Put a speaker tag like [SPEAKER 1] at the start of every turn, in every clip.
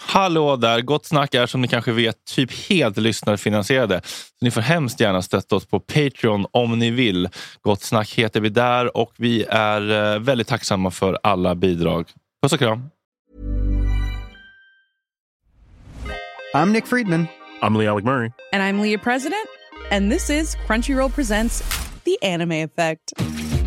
[SPEAKER 1] Hallå där! Gott Snack är som ni kanske vet typ helt lyssnarfinansierade. Så ni får hemskt gärna stötta oss på Patreon om ni vill. Gott Snack heter vi där och vi är eh, väldigt tacksamma för alla bidrag. Puss och kram!
[SPEAKER 2] I'm Nick Friedman.
[SPEAKER 3] I'm Lee Alec Murray.
[SPEAKER 4] And I'm Leah President, and this is Crunchyroll Presents The Anime Effect.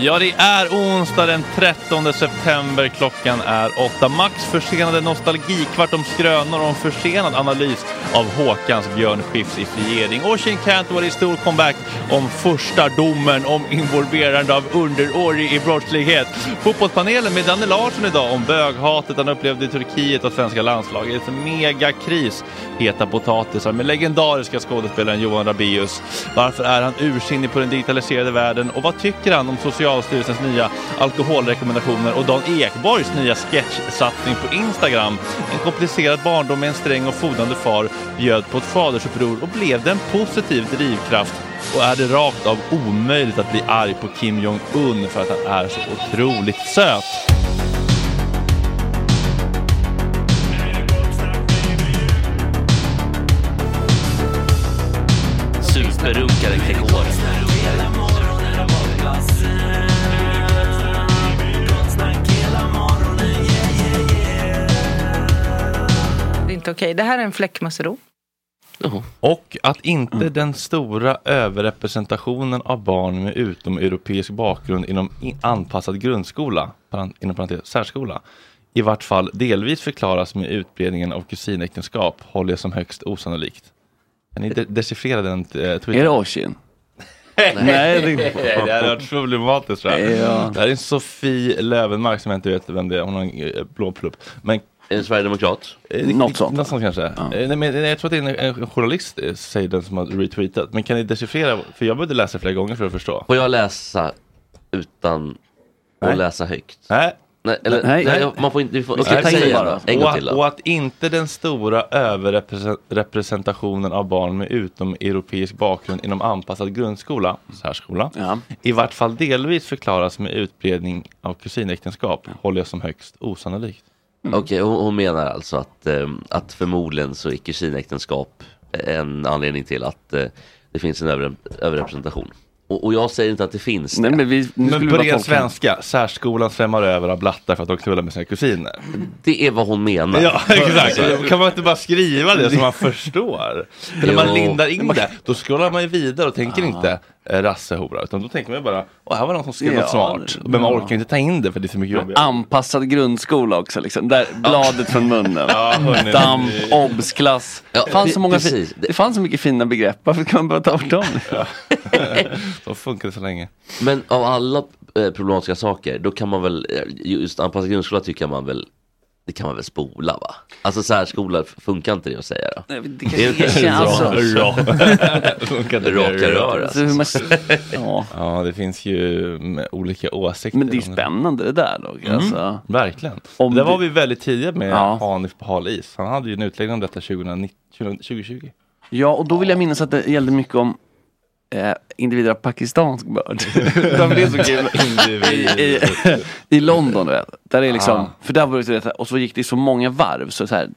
[SPEAKER 1] Ja, det är onsdag den 13 september. Klockan är åtta. Max försenade nostalgikvart om skrönor och en försenad analys av Håkans Björn Skifs ifriering. Oisin Cantwell i stor comeback om första domen om involverande av underårig i brottslighet. Fotbollspanelen med Daniel Larsson idag om böghatet han upplevde i Turkiet och svenska landslaget. Megakris, heta potatisar med legendariska skådespelaren Johan Rabaeus. Varför är han ursinnig på den digitaliserade världen och vad tycker han om Socialstyrelsens nya alkoholrekommendationer och Dan Ekborgs nya sketchsatsning på Instagram? En komplicerad barndom med en sträng och fodande far bjöd på ett fadersuppror och blev det en positiv drivkraft? Och är det rakt av omöjligt att bli arg på Kim Jong-Un för att han är så otroligt söt? Superrunkare Gregor.
[SPEAKER 5] Det är inte okej. Det här är en fläckmussero.
[SPEAKER 1] Och att inte
[SPEAKER 6] Mm.
[SPEAKER 1] den stora överrepresentationen av barn med utomeuropeisk bakgrund inom i- anpassad grundskola, paran- inom parentes särskola, i vart fall delvis förklaras med utbredningen av kusinäktenskap håller jag som högst osannolikt. Kan ni de- dechiffrera den eh,
[SPEAKER 6] Är det
[SPEAKER 1] tweeten?
[SPEAKER 6] Oisin?
[SPEAKER 1] Nej, det, det hade varit problematiskt. tror jag.
[SPEAKER 6] Ja.
[SPEAKER 1] Det här är en Sofie Lövenmark som jag inte vet vem det är, hon har en eh, blå plupp. Men
[SPEAKER 7] En sverigedemokrat.
[SPEAKER 1] Eh,
[SPEAKER 6] Något sånt.
[SPEAKER 1] Något sånt kanske. Eh, Nej, men jag tror att det är en, en journalist, eh, säger den som har retweetat. Men kan ni dechiffrera? För jag behövde läsa flera gånger för att förstå.
[SPEAKER 7] Får jag läsa utan att
[SPEAKER 1] Nej.
[SPEAKER 7] läsa högt?
[SPEAKER 1] Nej.
[SPEAKER 7] Nej, eller,
[SPEAKER 6] Nej.
[SPEAKER 7] nej, man får inte... Du får,
[SPEAKER 6] Vi ska
[SPEAKER 7] okej,
[SPEAKER 6] ta in
[SPEAKER 7] säg
[SPEAKER 6] bara.
[SPEAKER 7] bara. En
[SPEAKER 1] och,
[SPEAKER 7] gång
[SPEAKER 1] att-
[SPEAKER 7] till
[SPEAKER 1] och
[SPEAKER 7] då.
[SPEAKER 1] att inte den stora överrepresentationen av barn med utomeuropeisk bakgrund inom anpassad grundskola, särskola,
[SPEAKER 6] Ja.
[SPEAKER 1] i vart fall delvis förklaras med utbredning av kusinäktenskap, håller jag som högst osannolikt.
[SPEAKER 7] Okej, hon, hon menar alltså att, ehm, att förmodligen så är kusinäktenskap en anledning till att eh, det finns en över, överrepresentation. Och, och jag säger inte att det finns det.
[SPEAKER 6] Nej, men vi, nu
[SPEAKER 1] Men
[SPEAKER 6] skulle
[SPEAKER 1] på
[SPEAKER 6] vi bara
[SPEAKER 1] ren
[SPEAKER 6] tolka.
[SPEAKER 1] svenska, särskolan svämmar över av blattar för att de knullar med sina kusiner.
[SPEAKER 7] Det är vad hon menar.
[SPEAKER 1] Ja, exakt. Kan man inte bara skriva det så man förstår? För när man
[SPEAKER 7] Jo.
[SPEAKER 1] lindar in det, då scrollar man ju vidare och tänker inte eh, rassehora, utan då tänker man ju bara, åh, här var någon som skrev något
[SPEAKER 6] Ja,
[SPEAKER 1] smart. Men man
[SPEAKER 6] ja.
[SPEAKER 1] orkar ju inte ta in det för det är så mycket jobb.
[SPEAKER 6] Anpassad grundskola också liksom. Där, bladet från munnen.
[SPEAKER 1] Ja, hörni.
[SPEAKER 6] Damp, obsklass.
[SPEAKER 7] Ja,
[SPEAKER 6] det, fanns så
[SPEAKER 7] pre-
[SPEAKER 6] många fi-
[SPEAKER 7] precis.
[SPEAKER 6] det fanns så mycket fina begrepp. Varför kan man bara ta bort dem?
[SPEAKER 1] Så funkar det så länge.
[SPEAKER 7] Men av alla eh, problematiska saker, då kan man väl, eh, just anpassad grundskola tycker jag man väl, det kan man väl spola va? Alltså särskola f- funkar inte det att säga då?
[SPEAKER 6] Det
[SPEAKER 7] Det
[SPEAKER 6] kanske
[SPEAKER 7] är-
[SPEAKER 6] erkänns. Alltså,
[SPEAKER 1] Funkar inte det?
[SPEAKER 7] Raka rör alltså.
[SPEAKER 6] alltså, hur man, ja.
[SPEAKER 1] Ja, det finns ju mm, olika åsikter.
[SPEAKER 6] Men det är
[SPEAKER 1] om
[SPEAKER 6] spännande det där dock. Alltså.
[SPEAKER 1] Verkligen.
[SPEAKER 6] Om
[SPEAKER 1] Där var
[SPEAKER 6] det-
[SPEAKER 1] vi väldigt tidiga med
[SPEAKER 6] Ja.
[SPEAKER 1] Hanif på hal is. Han hade ju en utläggning om detta 2019, 2020.
[SPEAKER 6] Ja, och då vill jag minnas att det gällde mycket om eh, individer av pakistansk börd. Därför det är så kul. I, i, I London, du vet. Där är liksom,
[SPEAKER 7] Ah.
[SPEAKER 6] för där var det, så- och så gick det i så många varv. Så, så här,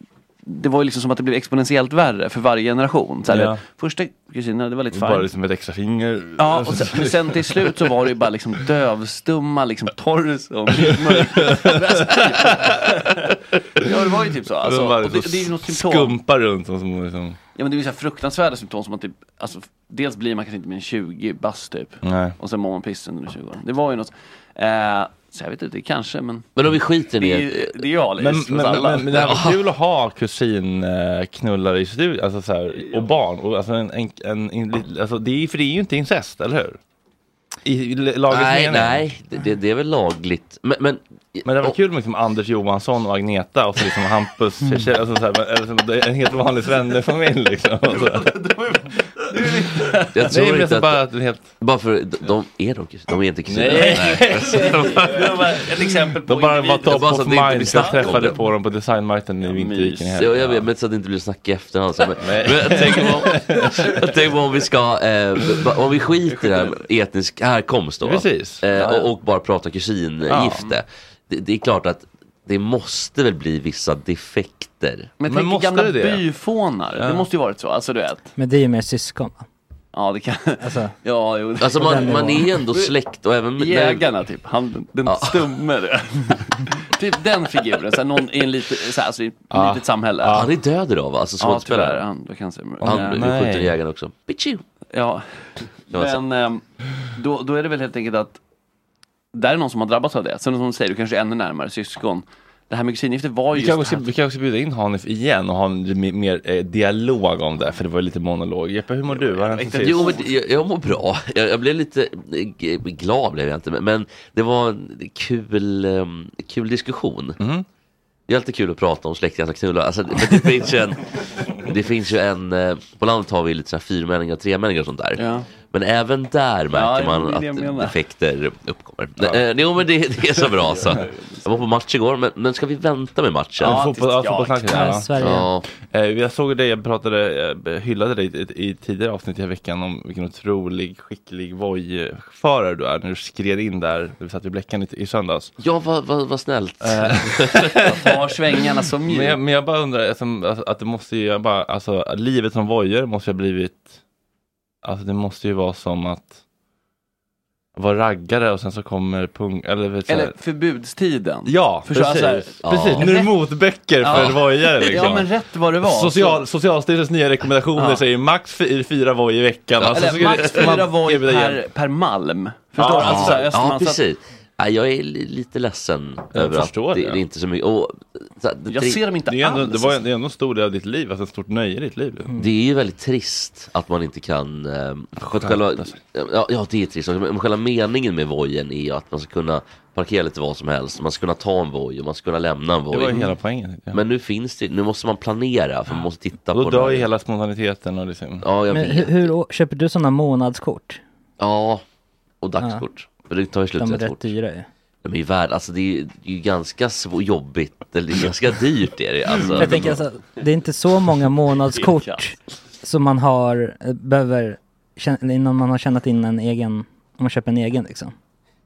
[SPEAKER 6] det var ju liksom som att det blev exponentiellt värre för varje generation. Så här,
[SPEAKER 7] Ja.
[SPEAKER 6] vet, Första kusinerna, det var lite
[SPEAKER 1] Bara
[SPEAKER 6] fine.
[SPEAKER 1] liksom ett extra finger.
[SPEAKER 6] Ja, och sen, men sen till slut så var det ju bara liksom dövstumma liksom torson. ja, det var ju typ så. Alltså,
[SPEAKER 1] De bara
[SPEAKER 6] och det,
[SPEAKER 1] liksom
[SPEAKER 6] det är ju något symptom.
[SPEAKER 1] Skumpar runt och som liksom...
[SPEAKER 6] Ja, men det är ju så här fruktansvärda symptom som att typ, alltså, dels blir man kanske inte mer än 20 bast typ.
[SPEAKER 1] Nej.
[SPEAKER 6] Och sen mår man piss under 20 år. Det var ju något. Eh, så jag vet inte, kanske men.
[SPEAKER 7] Men om vi skiter
[SPEAKER 6] det.
[SPEAKER 7] i
[SPEAKER 6] är
[SPEAKER 7] det-
[SPEAKER 6] ju- Det är ju
[SPEAKER 1] Men,
[SPEAKER 6] Alice
[SPEAKER 1] men,
[SPEAKER 6] hos
[SPEAKER 1] men,
[SPEAKER 6] alla.
[SPEAKER 1] men, det hade varit kul att ha kusinknullare i studion, alltså så här, och barn. Och alltså en, en, en, en, alltså det är, för det är ju inte incest, eller hur? I, i lagets
[SPEAKER 7] nej,
[SPEAKER 1] mening.
[SPEAKER 7] nej, det- det, det är väl lagligt. Men, men,
[SPEAKER 1] Men det var kul med liksom Anders Johansson och Agneta och så liksom Hampus, mm. alltså så här, eller som det är en helt vanlig svennefamilj liksom. Och så.
[SPEAKER 7] jag tror
[SPEAKER 1] Nej, men
[SPEAKER 7] inte
[SPEAKER 1] så
[SPEAKER 7] att,
[SPEAKER 1] bara att det är helt...
[SPEAKER 7] bara för, de, de är de, kus- de är inte kusiner.
[SPEAKER 1] Nej.
[SPEAKER 6] Det var ett exempel på
[SPEAKER 1] De bara var
[SPEAKER 7] individer.
[SPEAKER 1] top
[SPEAKER 7] Bara så
[SPEAKER 1] of
[SPEAKER 7] att det inte blir
[SPEAKER 1] mind.
[SPEAKER 7] snack
[SPEAKER 1] Jag
[SPEAKER 7] om
[SPEAKER 1] träffade
[SPEAKER 7] det.
[SPEAKER 1] på dem på designmarknaden i Vinterviken i
[SPEAKER 7] Ja,
[SPEAKER 1] helgen.
[SPEAKER 7] jag vet, men så att det inte blir snack i efterhand. Så. Men, men jag tänker på, jag tänker på om vi ska, eh, b- om vi skiter i det här med etnisk härkomst då.
[SPEAKER 1] Precis.
[SPEAKER 7] Eh, och, och bara pratar kusingifte. Det, det är klart att det måste väl bli vissa defekter.
[SPEAKER 6] Men, men måste gamla byfånar. Det måste ju varit så. Alltså du vet.
[SPEAKER 8] Men det är ju mer syskon. va?
[SPEAKER 6] Ja, det kan.
[SPEAKER 8] Alltså,
[SPEAKER 6] Ja, jo.
[SPEAKER 7] Alltså man, man är ju ändå släkt och även...
[SPEAKER 6] Jägarna typ, han, den stumme du vet. Typ den figuren, såhär, någon i en lite, såhär, alltså, i ett
[SPEAKER 7] Ja.
[SPEAKER 6] litet samhälle.
[SPEAKER 7] Ja, han är död idag va? Alltså
[SPEAKER 6] Ja,
[SPEAKER 7] skådespelaren.
[SPEAKER 6] tyvärr, han blev cancer.
[SPEAKER 7] Han blev ju
[SPEAKER 6] Nej.
[SPEAKER 7] skjuten i jägaren också. Bitchu!
[SPEAKER 6] Ja,
[SPEAKER 7] Det var så.
[SPEAKER 6] men ehm, då, då är det väl helt enkelt att där är någon som har drabbats av det. Sen som du säger, du kanske är ännu närmare syskon. Det här med kusingifte var
[SPEAKER 1] Vi
[SPEAKER 6] ju
[SPEAKER 1] kanske,
[SPEAKER 6] just...
[SPEAKER 1] ska, vi kanske ska bjuda in Hanif igen och ha en li- mer- mer eh, dialog om det, för det var ju lite monolog. Jeppe, hur mår du? Vad har hänt sen
[SPEAKER 7] Jo,
[SPEAKER 1] sist?
[SPEAKER 7] men jag, jag mår bra. Jag, jag blev lite eh, g- glad blev jag inte, men, men det var en kul, ehm, kul diskussion.
[SPEAKER 1] Mm.
[SPEAKER 7] Det är alltid kul att prata om släktingar som knullar. Alltså, det, det, finns ju en, det finns ju en, eh, på landet har vi lite sådana här fyrmänningar och tremänningar och sånt där. Men även där märker
[SPEAKER 6] jo,
[SPEAKER 7] man
[SPEAKER 6] det är det jag
[SPEAKER 7] att
[SPEAKER 6] menar.
[SPEAKER 7] defekter uppkommer. Ja. Jo men det, det är så bra så. Jag var på match igår, men, men ska vi vänta med matchen?
[SPEAKER 1] Ja, fotboll, ja, fotbollslandskamp, ja.
[SPEAKER 7] Ja.
[SPEAKER 1] Eh, Jag såg dig, jag pratade, eh, hyllade dig i, i tidigare avsnitt i veckan om vilken otrolig skicklig Voi-förare du är när du skred in där, när vi satt vid Bleckan i, i söndags. Eh.
[SPEAKER 7] Ja, vad vad vad snällt.
[SPEAKER 6] Tar svängarna så
[SPEAKER 1] Men jag,
[SPEAKER 6] mjukt.
[SPEAKER 1] men jag bara undrar, alltså, alltså, att det måste ju, jag bara, alltså att livet som vojer måste ju ha blivit, alltså det måste ju vara som att vara raggare och sen så kommer punk, eller, vet du, så här-
[SPEAKER 6] Eller förbudstiden.
[SPEAKER 1] Ja,
[SPEAKER 6] Förstår jag,
[SPEAKER 1] precis.
[SPEAKER 6] så här-
[SPEAKER 1] Alltså, precis.
[SPEAKER 6] Ja.
[SPEAKER 1] Nu är det motböcker för
[SPEAKER 6] Ja.
[SPEAKER 1] vojare. Liksom.
[SPEAKER 6] Ja, men rätt vad det var.
[SPEAKER 1] Social, Socialstyrelsens nya rekommendationer
[SPEAKER 6] Ja.
[SPEAKER 1] säger max fy- fyra voj i veckan. Alltså, så
[SPEAKER 6] Eller
[SPEAKER 1] ska
[SPEAKER 6] max
[SPEAKER 1] man
[SPEAKER 6] fyra var ju
[SPEAKER 1] erbjuda
[SPEAKER 6] per,
[SPEAKER 1] hjälp.
[SPEAKER 6] per malm. Förstår du?
[SPEAKER 7] ja,
[SPEAKER 6] Alltså, såhär, Östermalm
[SPEAKER 7] ja,
[SPEAKER 6] satt-
[SPEAKER 7] precis. Ja, jag är li- lite ledsen
[SPEAKER 1] Jag
[SPEAKER 7] över att det,
[SPEAKER 1] förstår
[SPEAKER 7] det.
[SPEAKER 1] det.
[SPEAKER 7] är inte så mycket. Och, så, här, det,
[SPEAKER 6] Jag
[SPEAKER 7] tri-
[SPEAKER 6] ser dem inte
[SPEAKER 1] Det är, ändå,
[SPEAKER 6] alls.
[SPEAKER 1] det, var, det är ändå en stor del av ditt liv, alltså ett stort nöje i ditt liv.
[SPEAKER 7] Mm. det är ju väldigt trist att man inte kan... Eh, för att själva, ja, ja, det är trist. också, Men själva meningen med vojen är ju att man ska kunna parkera lite vad som helst. Man ska kunna ta en voj och man ska kunna lämna en
[SPEAKER 1] Det
[SPEAKER 7] voj.
[SPEAKER 1] var ju hela poängen. Ja.
[SPEAKER 7] Men nu finns det, nu måste man planera för man måste titta
[SPEAKER 1] Då
[SPEAKER 7] på
[SPEAKER 1] dör ju
[SPEAKER 7] den här-
[SPEAKER 1] hela spontaniteten. Och liksom.
[SPEAKER 7] Ja, jag
[SPEAKER 8] men
[SPEAKER 7] vet.
[SPEAKER 8] hur, hur å- köper du sådana månadskort?
[SPEAKER 7] Ja, och dagskort. För det tar ju slut
[SPEAKER 8] De är
[SPEAKER 7] rätt
[SPEAKER 8] rätt
[SPEAKER 7] fort.
[SPEAKER 8] dyra ju.
[SPEAKER 7] De är ju värd, alltså det är ju, det är ju ganska svår, jobbigt, eller det är ganska dyrt är det alltså.
[SPEAKER 8] Jag tänker alltså, det är inte så många månadskort som man har, eh, behöver, tjä- innan man har tjänat in en egen, om man köper en egen liksom.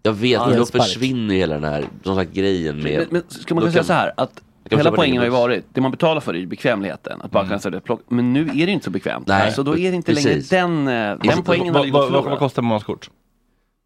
[SPEAKER 7] Jag vet,
[SPEAKER 8] Ja,
[SPEAKER 7] men då
[SPEAKER 8] spark.
[SPEAKER 7] försvinner ju hela den här, som sagt, grejen med...
[SPEAKER 6] Men, men ska man
[SPEAKER 7] då
[SPEAKER 6] kunna säga så här att
[SPEAKER 7] då kan man
[SPEAKER 6] Hela
[SPEAKER 7] köpa en
[SPEAKER 6] poängen har ju
[SPEAKER 7] egen buss.
[SPEAKER 6] varit, det man betalar för är ju bekvämligheten. Att bara kunna säga det, plock, men nu är det ju inte så bekvämt.
[SPEAKER 7] Mm. Nej,
[SPEAKER 6] så då är det inte
[SPEAKER 7] precis.
[SPEAKER 6] längre den, eh, den poängen har
[SPEAKER 1] Vad
[SPEAKER 6] ju gått
[SPEAKER 1] vad- vad kommer
[SPEAKER 6] förlorad.
[SPEAKER 1] kosta månadskort?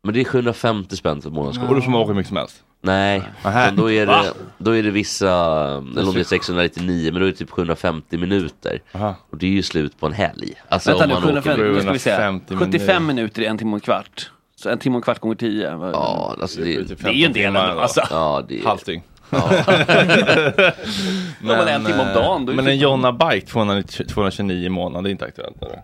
[SPEAKER 7] Men det är 750 spänn för ett månadskort.
[SPEAKER 1] Och du får man åka hur mycket som helst.
[SPEAKER 7] Nej, men då är det, då är det vissa, eller om det är 699, men då är det typ 750 minuter. Och det är ju slut på en helg. Alltså
[SPEAKER 6] Vänta
[SPEAKER 7] om
[SPEAKER 6] nu,
[SPEAKER 7] man åker...
[SPEAKER 6] 750, nu ska vi säga.
[SPEAKER 1] 750
[SPEAKER 6] 75 minuter i en timme och en kvart. Så en timme och en kvart gånger 10. vad-
[SPEAKER 7] Ja, alltså det,
[SPEAKER 6] Det är ju en del ändå, alltså.
[SPEAKER 7] ja, det är...
[SPEAKER 1] Halvting.
[SPEAKER 6] Om man är en timme om dagen. Då är,
[SPEAKER 1] Men
[SPEAKER 6] det,
[SPEAKER 1] en Jonna Bike 290 229 i månaden, det är inte aktuellt. Eller?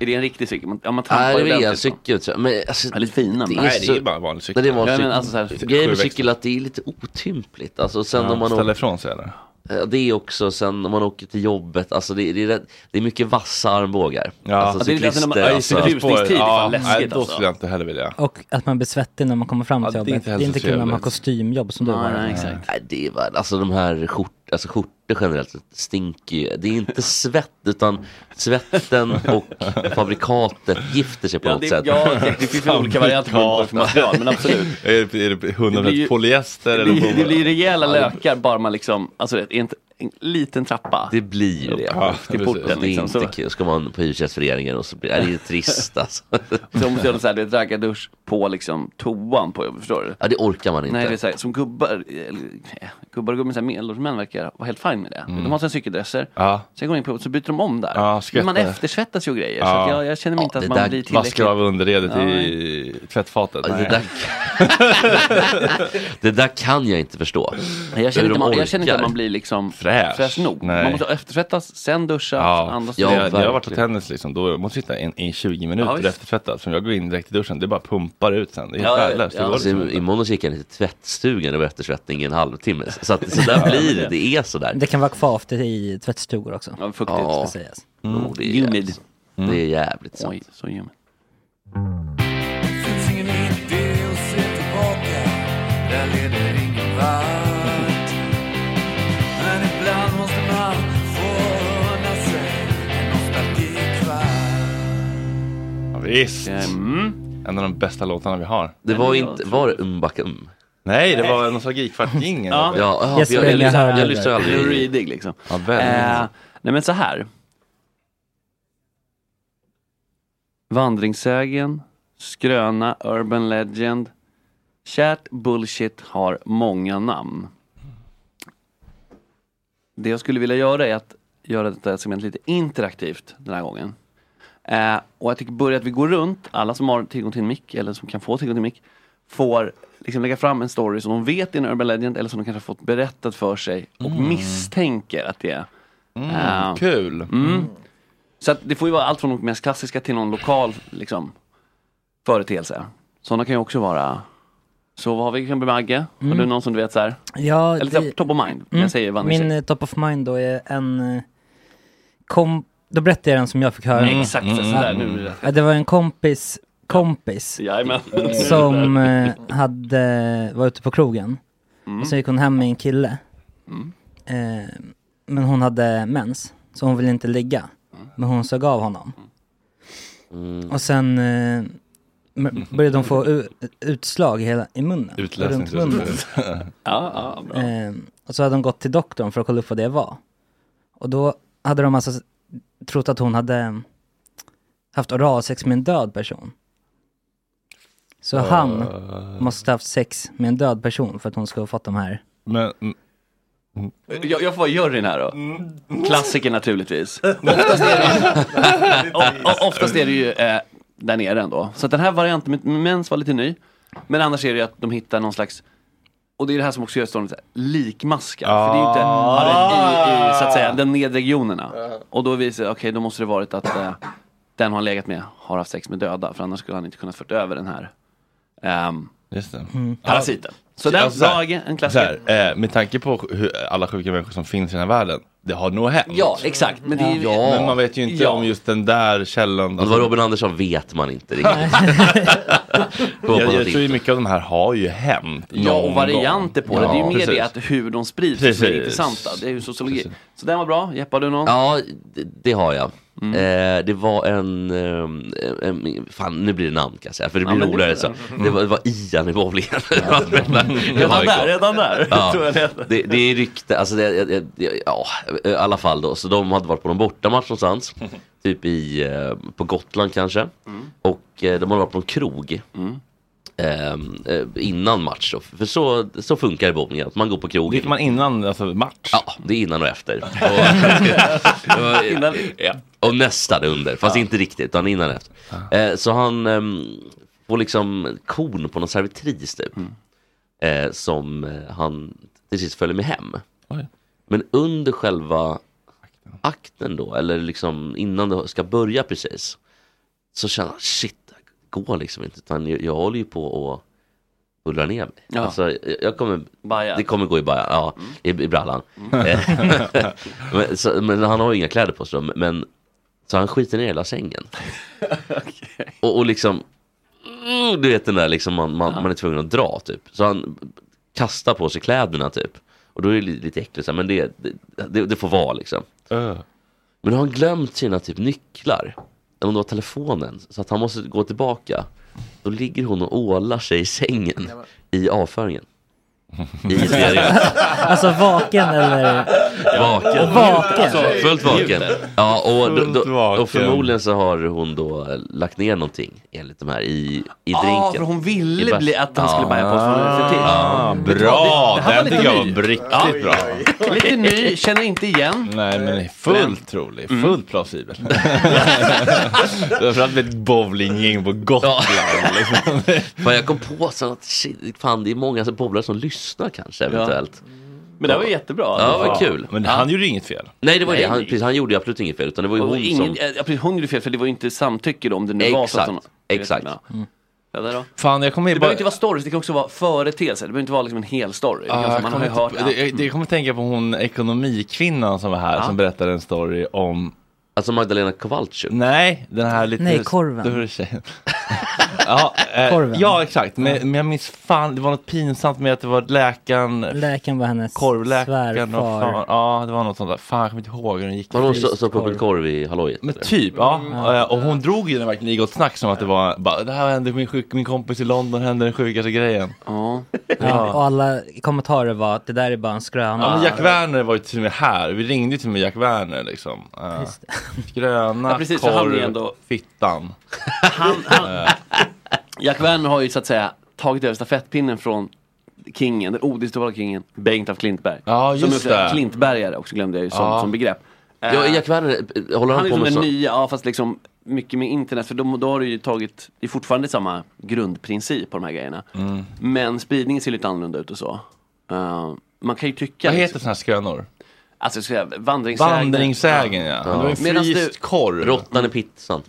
[SPEAKER 6] är det en riktig cykel? Man, ja, man trampar
[SPEAKER 7] Nej, det är väl
[SPEAKER 6] ordentligt,
[SPEAKER 7] en cykel tror jag. Men alltså,
[SPEAKER 6] va? Eller fina.
[SPEAKER 7] Det
[SPEAKER 6] Men.
[SPEAKER 7] är
[SPEAKER 1] Nej, det är
[SPEAKER 7] så-
[SPEAKER 1] bara en vanlig cykel.
[SPEAKER 7] Nej, det var
[SPEAKER 6] Ja,
[SPEAKER 7] en
[SPEAKER 6] men
[SPEAKER 7] cykel.
[SPEAKER 6] alltså så här-
[SPEAKER 7] Grejen med
[SPEAKER 1] Sjuväxling.
[SPEAKER 7] cykel är att det är lite otympligt. Alltså sen om man
[SPEAKER 1] Ställa
[SPEAKER 7] åker,
[SPEAKER 1] ifrån sig eller?
[SPEAKER 7] ja, det är också sen om man åker till jobbet, alltså det, det, är, rätt- det är mycket vassa armbågar.
[SPEAKER 1] Ja.
[SPEAKER 7] Alltså
[SPEAKER 1] Ja,
[SPEAKER 6] det är lite
[SPEAKER 7] cyklister,
[SPEAKER 6] när man- ja, i
[SPEAKER 7] alltså,
[SPEAKER 6] cykelhus- Rusningstid är fan läskigt,
[SPEAKER 1] nej, då
[SPEAKER 6] alltså.
[SPEAKER 1] skulle jag inte heller vilja.
[SPEAKER 8] Och att man blir svettig när man kommer fram till
[SPEAKER 1] Ja, det
[SPEAKER 8] jobbet.
[SPEAKER 1] är inte
[SPEAKER 8] Det
[SPEAKER 1] heller
[SPEAKER 8] är inte
[SPEAKER 1] så
[SPEAKER 8] kul när man har
[SPEAKER 1] trevligt.
[SPEAKER 8] kostymjobb som du
[SPEAKER 6] Nej,
[SPEAKER 8] har.
[SPEAKER 6] nej, exakt.
[SPEAKER 7] nej, det är väl, alltså de här skjort alltså skjortor generellt sett stinker ju. Det är inte svett, utan svetten och fabrikatet gifter sig på
[SPEAKER 6] Ja,
[SPEAKER 7] något
[SPEAKER 6] det-
[SPEAKER 7] sätt.
[SPEAKER 6] ja, det- det finns väl olika varianter på material, men absolut.
[SPEAKER 5] Är det, är det 100%
[SPEAKER 6] Det blir ju-
[SPEAKER 5] polyester
[SPEAKER 6] Det
[SPEAKER 5] eller
[SPEAKER 6] blir, det
[SPEAKER 5] bomull?
[SPEAKER 6] blir rejäla lökar bara man liksom, alltså vet, en, en liten trappa.
[SPEAKER 7] Det blir ju det.
[SPEAKER 6] Ja, till
[SPEAKER 7] Precis.
[SPEAKER 6] porten
[SPEAKER 7] det är
[SPEAKER 6] liksom.
[SPEAKER 7] inte
[SPEAKER 6] Så,
[SPEAKER 7] kul. Ska man på Hyresgästföreningen och så blir är det ju trist alltså.
[SPEAKER 6] så måste jag göra raggardusch på liksom toan på jobbet, förstår du?
[SPEAKER 7] Ja, det orkar man inte.
[SPEAKER 6] Nej, det är så här, som gubbar, eller, eh, gubbar och gummor, så här, medelårsmän verkar vara helt fine med det.
[SPEAKER 7] Mm.
[SPEAKER 6] De har sina cykeldresser,
[SPEAKER 5] Ja.
[SPEAKER 6] sen går de in på jobbet så byter de om där.
[SPEAKER 5] Ja,
[SPEAKER 6] Men man
[SPEAKER 5] skvättar.
[SPEAKER 6] eftersvettas ju och grejer, så
[SPEAKER 5] Ja.
[SPEAKER 6] att jag, jag känner mig inte att
[SPEAKER 5] det
[SPEAKER 6] man
[SPEAKER 5] där
[SPEAKER 6] blir tillräckligt.
[SPEAKER 5] Vaskar av underredet
[SPEAKER 6] Ja,
[SPEAKER 5] i tvättfatet.
[SPEAKER 7] Ja, det där- Det där kan jag inte förstå.
[SPEAKER 6] Jag känner,
[SPEAKER 7] Hur
[SPEAKER 6] inte,
[SPEAKER 7] de
[SPEAKER 6] man, jag känner inte att
[SPEAKER 7] orkar.
[SPEAKER 6] man blir liksom
[SPEAKER 7] Fräsch.
[SPEAKER 6] nog.
[SPEAKER 5] Nej.
[SPEAKER 6] Man måste eftertvättas, sen duscha, andas.
[SPEAKER 5] ja, jag, jag har varit på
[SPEAKER 6] verkligen.
[SPEAKER 5] tennis liksom, då måste jag sitta en, i 20
[SPEAKER 6] Ja,
[SPEAKER 5] minuter
[SPEAKER 6] visst.
[SPEAKER 5] eftertvättad. Som jag går in direkt i duschen, det bara pumpar ut sen. Det är helt
[SPEAKER 7] Ja, ja,
[SPEAKER 5] värdelöst.
[SPEAKER 7] ja.
[SPEAKER 5] det går
[SPEAKER 7] Alltså,
[SPEAKER 5] liksom.
[SPEAKER 7] i- Imorgon så gick jag ner till tvättstugan och var eftersvettning i en halvtimme. Så, att, så där blir det, det är sådär.
[SPEAKER 8] Det kan vara kvar efter i tvättstugor också.
[SPEAKER 6] Ja,
[SPEAKER 8] Ska sägas.
[SPEAKER 7] Mm. Jo, det är Humid. Det är jävligt sant.
[SPEAKER 6] Oj, så humid.
[SPEAKER 5] Ja, visst. En av de bästa låtarna vi har.
[SPEAKER 7] mm. Det var inte, var det Umbaka Um?
[SPEAKER 5] Nej, det var en nostalgikvartjingel.
[SPEAKER 6] Ja.
[SPEAKER 7] Ja, aha,
[SPEAKER 6] Yes,
[SPEAKER 7] för jag,
[SPEAKER 6] men
[SPEAKER 7] jag,
[SPEAKER 6] jag
[SPEAKER 7] lyssnar-
[SPEAKER 6] hörde
[SPEAKER 7] jag
[SPEAKER 6] det.
[SPEAKER 7] lyssnar aldrig.
[SPEAKER 6] Lou Reedig, liksom.
[SPEAKER 7] Ja, väldigt.
[SPEAKER 6] Eh, nej men så här. Vandringssägen, skröna, urban legend. Kärt bullshit har många namn. Det jag skulle vilja göra är att göra detta segment lite interaktivt den här gången. Eh, och jag tycker börja att vi går runt, alla som har tillgång till en mick eller som kan få tillgång till en mick får liksom lägga fram en story som de vet är en urban legend eller som de kanske har fått berättat för sig och
[SPEAKER 5] Mm.
[SPEAKER 6] misstänker att det är.
[SPEAKER 5] Mm,
[SPEAKER 6] Eh,
[SPEAKER 5] kul.
[SPEAKER 6] Mm. Så att det får ju vara allt från de mest klassiska till någon lokal liksom, företeelse. Sådana kan ju också vara så vad har vi kan bli Magge? Har
[SPEAKER 8] Mm.
[SPEAKER 6] du någon som du vet så här?
[SPEAKER 8] Ja,
[SPEAKER 6] Eller så här,
[SPEAKER 8] det-
[SPEAKER 6] top of mind. när
[SPEAKER 8] Mm.
[SPEAKER 6] Jag säger vandringssägen.
[SPEAKER 8] Min eh, top of mind då är en eh, kom... Då berättar jag den som jag fick höra.
[SPEAKER 6] Mm, exakt, så- sådär, nu är det rätt.
[SPEAKER 8] Ja, det var en kompis kompis
[SPEAKER 6] Jajamän.
[SPEAKER 8] som eh, hade, var ute på krogen.
[SPEAKER 6] Mm.
[SPEAKER 8] Och så gick hon hem med en kille.
[SPEAKER 6] Mm.
[SPEAKER 8] Eh, men hon hade mens, så hon ville inte ligga.
[SPEAKER 6] Mm.
[SPEAKER 8] Men hon sög av honom.
[SPEAKER 5] Mm. Alltså,
[SPEAKER 8] Och sen eh,
[SPEAKER 6] Mm.
[SPEAKER 8] m- började hon få u- utslag i, hela, i munnen. Runt munnen.
[SPEAKER 6] ja, ja, bra.
[SPEAKER 8] Eh, och så hade de gått till doktorn för att kolla upp vad det var. Och då hade de alltså s- trott att hon hade mm, haft oralsex med en död person. Så
[SPEAKER 5] Eh.
[SPEAKER 8] han måste ha haft sex med en död person för att hon skulle ha fått de här.
[SPEAKER 5] Men,
[SPEAKER 6] mm. Jag, jag får vara juryn här då. Klassiker naturligtvis. Mm. Oftast är det ju, o, o, oftast är det ju eh, där nere ändå. Så att den här varianten med med mens var lite ny. Men annars är det ju att de hittar någon slags och det är det här som också gör storyn så här, likmaskar. För det är ju inte har det i, i så att säga, den nedre regionerna. Och då visar det, okej då måste det varit att eh, den han legat med har haft sex med döda. För annars skulle han inte kunnat fört över den här ehm,
[SPEAKER 5] Just det.
[SPEAKER 6] parasiten. Så den,
[SPEAKER 5] Alltså, så här,
[SPEAKER 6] dagen, en klassiker.
[SPEAKER 5] så här, eh, med tanke på hur alla sjuka människor som finns i den här världen, det har nog hänt.
[SPEAKER 6] Ja, exakt. Men, det är ju-
[SPEAKER 5] Ja. Men man vet ju inte
[SPEAKER 6] Ja.
[SPEAKER 5] om just den där källan. Alltså,
[SPEAKER 7] vad Robin Andersson vet man inte
[SPEAKER 5] jag, jag tror ju mycket av de här har ju hänt.
[SPEAKER 6] Ja,
[SPEAKER 5] någon
[SPEAKER 6] och varianter
[SPEAKER 5] gång.
[SPEAKER 6] på det. Det är ju
[SPEAKER 5] Ja,
[SPEAKER 6] mer det
[SPEAKER 5] precis.
[SPEAKER 6] att hur de sprids som är
[SPEAKER 5] Precis.
[SPEAKER 6] det intressanta. Det är ju sociologi. Så den var bra. Jeppe, har du någon? Mm.
[SPEAKER 7] Ja, det, det har jag. Eh, det var en, ehm, en, fan nu blir det namn kan jag säga, för det
[SPEAKER 6] Ja,
[SPEAKER 7] blir
[SPEAKER 6] men det
[SPEAKER 7] roligare
[SPEAKER 6] får
[SPEAKER 7] så. Det var, det var Ian i bowlingen.
[SPEAKER 6] Redan där, redan där. Tror
[SPEAKER 7] Ja,
[SPEAKER 6] jag det
[SPEAKER 7] det, det är rykte, alltså det, det, det, ja, i alla fall då. Så de hade varit på någon bortamatch någonstans, typ i, eh, på Gotland kanske.
[SPEAKER 6] Mm.
[SPEAKER 7] Och eh, de hade varit på en krog. Ehm, eh, innan match då. För så, så funkar det i bowling, att man går på krogen. Gick
[SPEAKER 5] man innan alltså, match?
[SPEAKER 7] Ja, det är innan och efter.
[SPEAKER 6] Innan-
[SPEAKER 7] Och, ja. och nästan under, fast inte riktigt, utan innan och efter. Eh, så han ehm, får liksom korn på någon servitris typ. Eh, som eh, han till sist följer med hem.
[SPEAKER 5] Oj.
[SPEAKER 7] Men under själva akten då, eller liksom innan det ska börja precis. Så känner han, shit, det går liksom inte. Utan jag, jag håller ju på att bullra ner mig.
[SPEAKER 6] Ja.
[SPEAKER 7] Alltså, jag- jag kommer,
[SPEAKER 6] Baja.
[SPEAKER 7] det kommer gå i bajan, ja, i, i brallan. Eh, men, så, men han har ju inga kläder på sig då, men så han skiter ner hela sängen. och, och liksom, mm, du vet den där liksom man, man, man är tvungen att dra typ. Så han kastar på sig kläderna typ. Och då är det li- lite äckligt, så här, men det, det, det, det får vara liksom. Men har han glömt sina typ nycklar? Eller om det var telefonen, så att han måste gå tillbaka. Då ligger hon och ålar sig i sängen i avföringen. I stereon.
[SPEAKER 8] Alltså vaken eller?
[SPEAKER 7] Vaken.
[SPEAKER 8] Vaken. Alltså,
[SPEAKER 7] fullt vaken.
[SPEAKER 6] Alltså,
[SPEAKER 8] ljudet.
[SPEAKER 7] Ja, och, då,
[SPEAKER 1] Fullt
[SPEAKER 7] då,
[SPEAKER 1] vaken.
[SPEAKER 7] och förmodligen så har hon då lagt ner någonting enligt de här i, i
[SPEAKER 6] Ja,
[SPEAKER 7] drinken.
[SPEAKER 6] för hon ville
[SPEAKER 7] I
[SPEAKER 6] bli-
[SPEAKER 7] bas-
[SPEAKER 6] att han skulle börja på för- för till.
[SPEAKER 1] Ah,
[SPEAKER 7] Ja,
[SPEAKER 6] Vet du vad, det- det här var lite ny. Ja.
[SPEAKER 1] riktigt bra.
[SPEAKER 6] Lite ny, känner inte igen.
[SPEAKER 1] Nej, men är fullt trolig,
[SPEAKER 6] Mm.
[SPEAKER 1] fullt plausibel. Framförallt med ett bowlinggäng på Gotland. liksom.
[SPEAKER 7] Fan, jag kom på sen att shit, fan, det är många som bowlare som lyssnar kanske eventuellt.
[SPEAKER 6] Men det här var jättebra.
[SPEAKER 7] Ja, det var kul.
[SPEAKER 1] Men han gjorde inget fel.
[SPEAKER 7] Nej, det var
[SPEAKER 6] Nej.
[SPEAKER 7] det. Han, precis, han gjorde ju absolut inget fel, utan det var ju
[SPEAKER 6] Och
[SPEAKER 7] hon
[SPEAKER 6] ingen,
[SPEAKER 7] som...
[SPEAKER 6] ja, precis, hon gjorde fel för det var ju inte samtycke då, om det nu var så att
[SPEAKER 7] Exakt,
[SPEAKER 6] hon,
[SPEAKER 7] exakt.
[SPEAKER 6] Ja. Ja, där då.
[SPEAKER 1] Fan, jag kommer
[SPEAKER 6] Det
[SPEAKER 1] ju
[SPEAKER 6] behöver
[SPEAKER 1] bara...
[SPEAKER 6] inte vara stories, det kan också vara företeelser. Det behöver inte vara liksom en hel story. Det kan
[SPEAKER 1] Ah,
[SPEAKER 6] vara-
[SPEAKER 1] jag
[SPEAKER 6] man har
[SPEAKER 1] kommer
[SPEAKER 6] ju hört.
[SPEAKER 1] inte- det, jag- det, jag kommer tänka på hon ekonomikvinnan som var här som berättade en story om
[SPEAKER 7] Alltså Magdalena Kowalczyk?
[SPEAKER 1] Nej, den här lite...
[SPEAKER 8] Nej, korven.
[SPEAKER 1] Det var tjejen. ja, eh,
[SPEAKER 8] Korven.
[SPEAKER 1] ja, exakt. Men, men jag minns fan, det var något pinsamt med att det var läkaren...
[SPEAKER 8] Läkaren var hennes
[SPEAKER 1] Korvläkaren och
[SPEAKER 8] svärfar.
[SPEAKER 1] fan, ja det var något sånt där. Fan jag kommer inte ihåg hur den gick.
[SPEAKER 7] Var hon så, så på en korv i hallojet?
[SPEAKER 1] Men typ, ja.
[SPEAKER 8] Mm.
[SPEAKER 1] Eh, Och hon drog ju den verkligen i gott snack som att det var bara, det här hände min, sjuk, min kompis i London, hände den sjukaste grejen.
[SPEAKER 6] Ja.
[SPEAKER 8] Ja. Och alla kommentarer var att det där är bara en skröna.
[SPEAKER 1] Ja, men Jack Werner var ju till och med här. Vi ringde ju till och med Jack Werner liksom. Uh, gröna,
[SPEAKER 6] Ja, precis, för han är
[SPEAKER 1] korv,
[SPEAKER 6] ändå-
[SPEAKER 1] fittan.
[SPEAKER 6] Jack Werner har ju så att säga tagit över stafettpinnen från kingen, den odiskutabla kingen, Bengt av Klintberg.
[SPEAKER 1] Ja,
[SPEAKER 6] som
[SPEAKER 1] just
[SPEAKER 6] är också
[SPEAKER 1] det.
[SPEAKER 6] Klintbergare också glömde jag ju som,
[SPEAKER 7] Ja.
[SPEAKER 6] som begrepp. Eh,
[SPEAKER 7] Ja, Jack Werner, eh, håller
[SPEAKER 6] han
[SPEAKER 7] han,
[SPEAKER 6] är
[SPEAKER 7] på
[SPEAKER 6] som
[SPEAKER 7] med
[SPEAKER 6] en
[SPEAKER 7] så?
[SPEAKER 6] ny, ja fast liksom mycket med internet för då, då har du ju tagit, det är fortfarande samma grundprincip på de här grejerna.
[SPEAKER 1] Mm.
[SPEAKER 6] Men spridningen ser lite annorlunda ut och så. Eh, man kan ju tycka... liksom-
[SPEAKER 1] Vad heter såna här skrönor?
[SPEAKER 6] Alltså jag ska säga, vandringssägen.
[SPEAKER 1] Vandringssägen ja. Men Det var en
[SPEAKER 6] Medan du- Mm.
[SPEAKER 1] fryst korv.
[SPEAKER 7] Råttan i pizzan.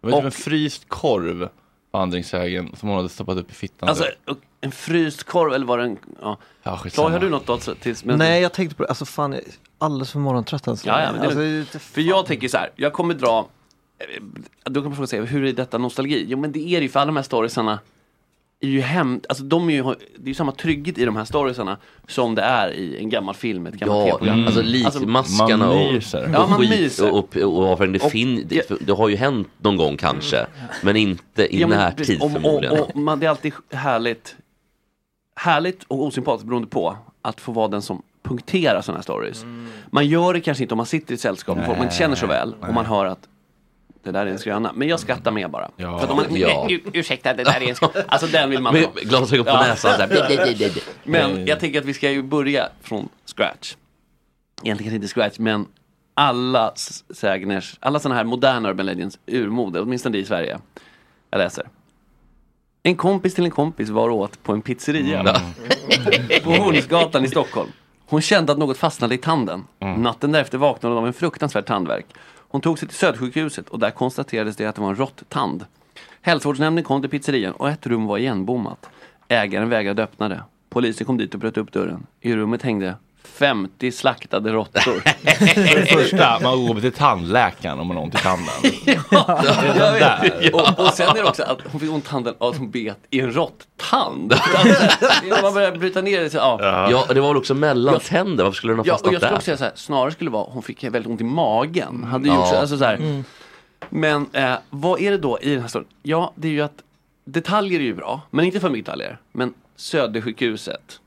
[SPEAKER 1] Det var typ en fryst korv, vandringssägen, som hon hade stoppat upp i fittan. typ.
[SPEAKER 6] Alltså och en fryst korv eller var det en... Ja.
[SPEAKER 1] Ja, skitsamma.
[SPEAKER 6] Klar, har du något då? Tills, men-
[SPEAKER 5] Nej, jag tänkte på det. Alltså fan, jag är alldeles för morgontrött än så
[SPEAKER 6] Ja, ja,
[SPEAKER 5] länge.
[SPEAKER 6] men det är
[SPEAKER 5] alltså,
[SPEAKER 6] lugnt. För jag tänker så här, jag kommer dra, eh, då kommer folk säga, hur är detta nostalgi? Jo men det är det ju för alla de här storiesarna är ju hem, alltså de är ju, det är ju samma trygghet i de här storiesarna som det är i en gammal film, ett gammalt
[SPEAKER 7] Ja,
[SPEAKER 6] tv-program.
[SPEAKER 5] mm.
[SPEAKER 7] alltså likmaskarna
[SPEAKER 1] man
[SPEAKER 7] och,
[SPEAKER 1] myser.
[SPEAKER 6] Ja,
[SPEAKER 7] och
[SPEAKER 6] man
[SPEAKER 7] skit
[SPEAKER 6] myser.
[SPEAKER 7] och, och, och, och det,
[SPEAKER 6] Och- Mm.
[SPEAKER 7] fin, det, det har ju hänt någon gång kanske, men inte i
[SPEAKER 6] Ja, men
[SPEAKER 7] närtid
[SPEAKER 6] precis. Och-
[SPEAKER 7] förmodligen.
[SPEAKER 6] Och, och, man, det är alltid härligt, härligt och osympatiskt beroende på att få vara den som punkterar sådana här stories. Man gör det kanske inte om man sitter i ett sällskap med folk man inte känner så väl och man hör att det där är en skröna. Men jag skrattar med bara. För att om man,
[SPEAKER 7] Ja.
[SPEAKER 6] "Ur- ursäkta, det där är en skröna. Alltså den vill man
[SPEAKER 7] Med
[SPEAKER 6] ha.
[SPEAKER 7] glasögon på näsan, så här, Mm. "Bli, bli, bli, bli, bli."
[SPEAKER 6] Men jag tänker att vi ska ju börja från scratch. Egentligen inte scratch, men alla s- sägners, alla sådana här moderna Urban Legends urmode, åtminstone det i Sverige. Jag läser. En kompis till en kompis var och åt på en pizzeria
[SPEAKER 7] Mm.
[SPEAKER 6] på Hornsgatan i Stockholm. Hon kände att något fastnade i tanden.
[SPEAKER 7] Mm.
[SPEAKER 6] Natten därefter vaknade hon av en fruktansvärd tandvärk. Hon tog sig till Södersjukhuset och där konstaterades det att det var en rått-tand. Hälsovårdsnämnden kom till pizzerian och ett rum var igenbommat. Ägaren vägrade öppna det. Polisen kom dit och bröt upp dörren. I rummet hängde 50 slaktade råttor.
[SPEAKER 1] För det första, man går till tandläkaren om man har ont i tanden.
[SPEAKER 6] Jag vet. och, och sen är det också att hon fick ont i tanden av att hon bet i en rått-tand. Alltså, man börjar bryta ner det. Så, ja.
[SPEAKER 7] Ja, och det var väl också mellan tänder, varför skulle den ha
[SPEAKER 6] Ja, och
[SPEAKER 7] fastnat
[SPEAKER 6] jag skulle
[SPEAKER 7] där?
[SPEAKER 6] också säga så här, snarare skulle det vara hon fick väldigt ont i magen. Hade
[SPEAKER 7] Ja.
[SPEAKER 6] gjort så, alltså så här.
[SPEAKER 7] Mm.
[SPEAKER 6] Men eh, vad är det då i den här storyn? Ja, det är ju att detaljer är ju bra, men inte för mycket detaljer. Men Södersjukhuset,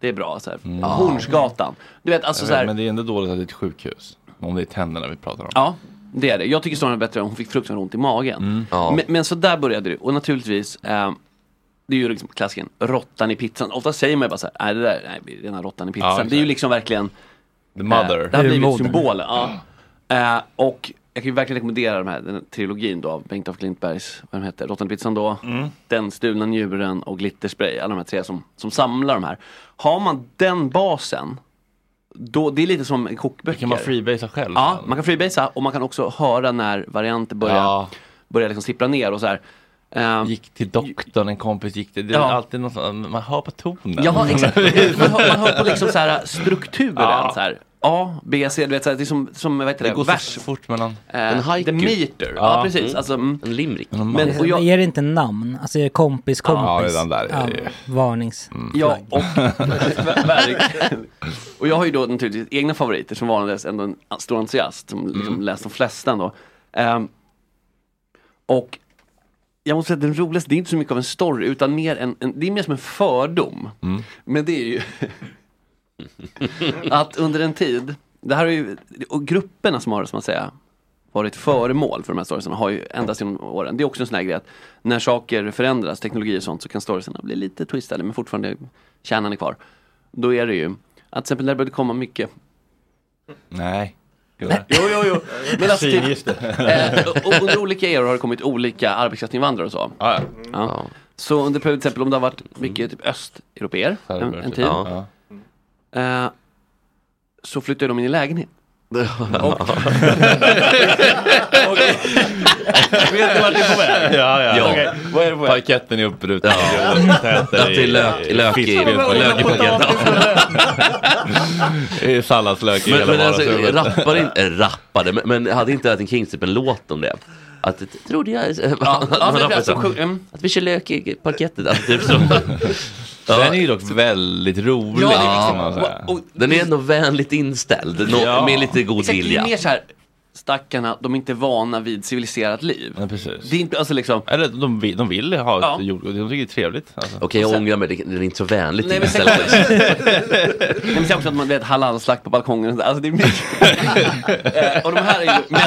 [SPEAKER 6] det är bra. Så här.
[SPEAKER 1] Mm.
[SPEAKER 6] Hornsgatan. Du vet, alltså
[SPEAKER 1] Jag
[SPEAKER 6] så
[SPEAKER 1] vet,
[SPEAKER 6] här.
[SPEAKER 1] Men det är ändå dåligt att det är ett sjukhus. Om det är tänderna vi pratar om.
[SPEAKER 6] Ja, det är det. Jag tycker snarare bättre om hon fick fruktansvärt ont i magen.
[SPEAKER 1] Mm.
[SPEAKER 6] Men, men så där började det. Och naturligtvis, eh, det är ju liksom klassiken, råttan i pizzan. Ofta säger man ju bara så här, nej det där, nej, det är den här råttan i pizzan.
[SPEAKER 1] exakt.
[SPEAKER 6] det är ju liksom verkligen
[SPEAKER 1] The mother.
[SPEAKER 6] Eh, det har blivit
[SPEAKER 1] Urmodern.
[SPEAKER 6] symbolen. Ja. Eh, och jag kan ju verkligen rekommendera de här, den här trilogin då av Bengt af Klintbergs, vad de heter, Råttan i pizzan då,
[SPEAKER 1] Mm.
[SPEAKER 6] Den stulna njuren och Glitterspray, alla de här tre som, som samlar de här. Har man den basen, då, det är lite som en kokböcker.
[SPEAKER 1] Kan man freebasea själv?
[SPEAKER 6] Ja, man kan freebasea och man kan också höra när varianter börjar,
[SPEAKER 1] Ja.
[SPEAKER 6] börjar liksom sippra ner och så här. Ehm,
[SPEAKER 1] gick till doktorn, en kompis gick till... Det är
[SPEAKER 6] Ja.
[SPEAKER 1] alltid något, sånt- man hör på tonen.
[SPEAKER 6] Mm.
[SPEAKER 1] liksom
[SPEAKER 6] Ja, exakt. Man hör, man hör på liksom så här strukturen.
[SPEAKER 1] Ja.
[SPEAKER 6] Så här. A, B, C, du vet såhär, det är som, som vad heter det,
[SPEAKER 8] Det går så
[SPEAKER 6] vers. Äh,
[SPEAKER 5] fort mellan...
[SPEAKER 8] En haiku.
[SPEAKER 6] The meter, ja,
[SPEAKER 8] Ja,
[SPEAKER 6] precis.
[SPEAKER 8] mm.
[SPEAKER 6] Alltså, mm.
[SPEAKER 7] En limrik.
[SPEAKER 6] Men, och jag,
[SPEAKER 8] Är det inte namn? Alltså är det kompis, kompis?
[SPEAKER 6] Ja, redan där är Mm. det ju-
[SPEAKER 8] varnings.
[SPEAKER 6] Ja, och, verkligen. och jag har ju då naturligtvis egna favoriter som vanligtvis ändå en stor entusiast som liksom läst de flesta ändå. Ehm, och jag måste säga att den roligaste, det är inte så mycket av en story utan mer en, en det är mer som en fördom. Men det är ju att under en tid, det här är ju, och grupperna som har, som man säger, varit föremål för de här storiesarna har ju ändrats genom åren. Det är också en sån här grej att när saker förändras, teknologi och sånt, så kan storiesarna bli lite twistade men fortfarande kärnan är kvar. Då är det ju att till exempel när det började komma mycket
[SPEAKER 5] Nej.
[SPEAKER 6] Jo, jo, jo. Men alltså,
[SPEAKER 5] Precis,
[SPEAKER 6] typ,
[SPEAKER 5] just det.
[SPEAKER 6] eh, och under olika eror har det kommit olika arbetskraftsinvandrare och så. Ja. Så under till exempel om det har varit mycket typ östeuropeer
[SPEAKER 7] Ja, det
[SPEAKER 6] en,
[SPEAKER 7] börjar
[SPEAKER 6] en
[SPEAKER 7] typ.
[SPEAKER 6] tid.
[SPEAKER 7] Ja.
[SPEAKER 6] Eh, så flyttade de in i lägenhet. Och- Och- Vet du vart det är på väg?
[SPEAKER 5] Ja, ja.
[SPEAKER 7] Ja.
[SPEAKER 5] Okej. Vad är det på väg? Parketten är uppbruten.
[SPEAKER 7] Ja, till lök- lök i- lök i
[SPEAKER 5] Det är salladslök i
[SPEAKER 7] Men,
[SPEAKER 5] hela
[SPEAKER 7] men alltså,
[SPEAKER 5] vardagsrummet.
[SPEAKER 7] rappade, inte, äh, rappade, men, men hade inte Latin Kings typ en låt om det? Att, trodde jag... att, man
[SPEAKER 6] ja, alltså, men
[SPEAKER 7] rappar
[SPEAKER 6] det är
[SPEAKER 7] så.
[SPEAKER 6] så sjukt. Mm.
[SPEAKER 7] att vi kör lök i parkettet, alltså, typ så.
[SPEAKER 5] Den är ju dock väldigt rolig. alltså.
[SPEAKER 6] Ja, det
[SPEAKER 5] kan
[SPEAKER 6] är liksom-
[SPEAKER 5] man säga.
[SPEAKER 6] och- och-
[SPEAKER 7] Den är ändå vänligt inställd, nå-
[SPEAKER 6] Ja.
[SPEAKER 7] med lite god
[SPEAKER 6] Exakt,
[SPEAKER 7] vilja.
[SPEAKER 6] Det är mer så här, stackarna, de är inte vana vid civiliserat liv.
[SPEAKER 5] Ja, precis.
[SPEAKER 6] Det är inte, alltså liksom...
[SPEAKER 5] Eller de, vill- de vill ha ett
[SPEAKER 6] Ja.
[SPEAKER 5] jordgott, de tycker det är trevligt. Alltså.
[SPEAKER 7] Okej, jag ångrar mig, det- den är inte så vänligt
[SPEAKER 6] Nej men sen
[SPEAKER 7] inställd.
[SPEAKER 6] kommer Nej, men sen också att man vet halalslakt på balkongen. och sånt. Alltså det är mycket. Eh, och de här är ju, men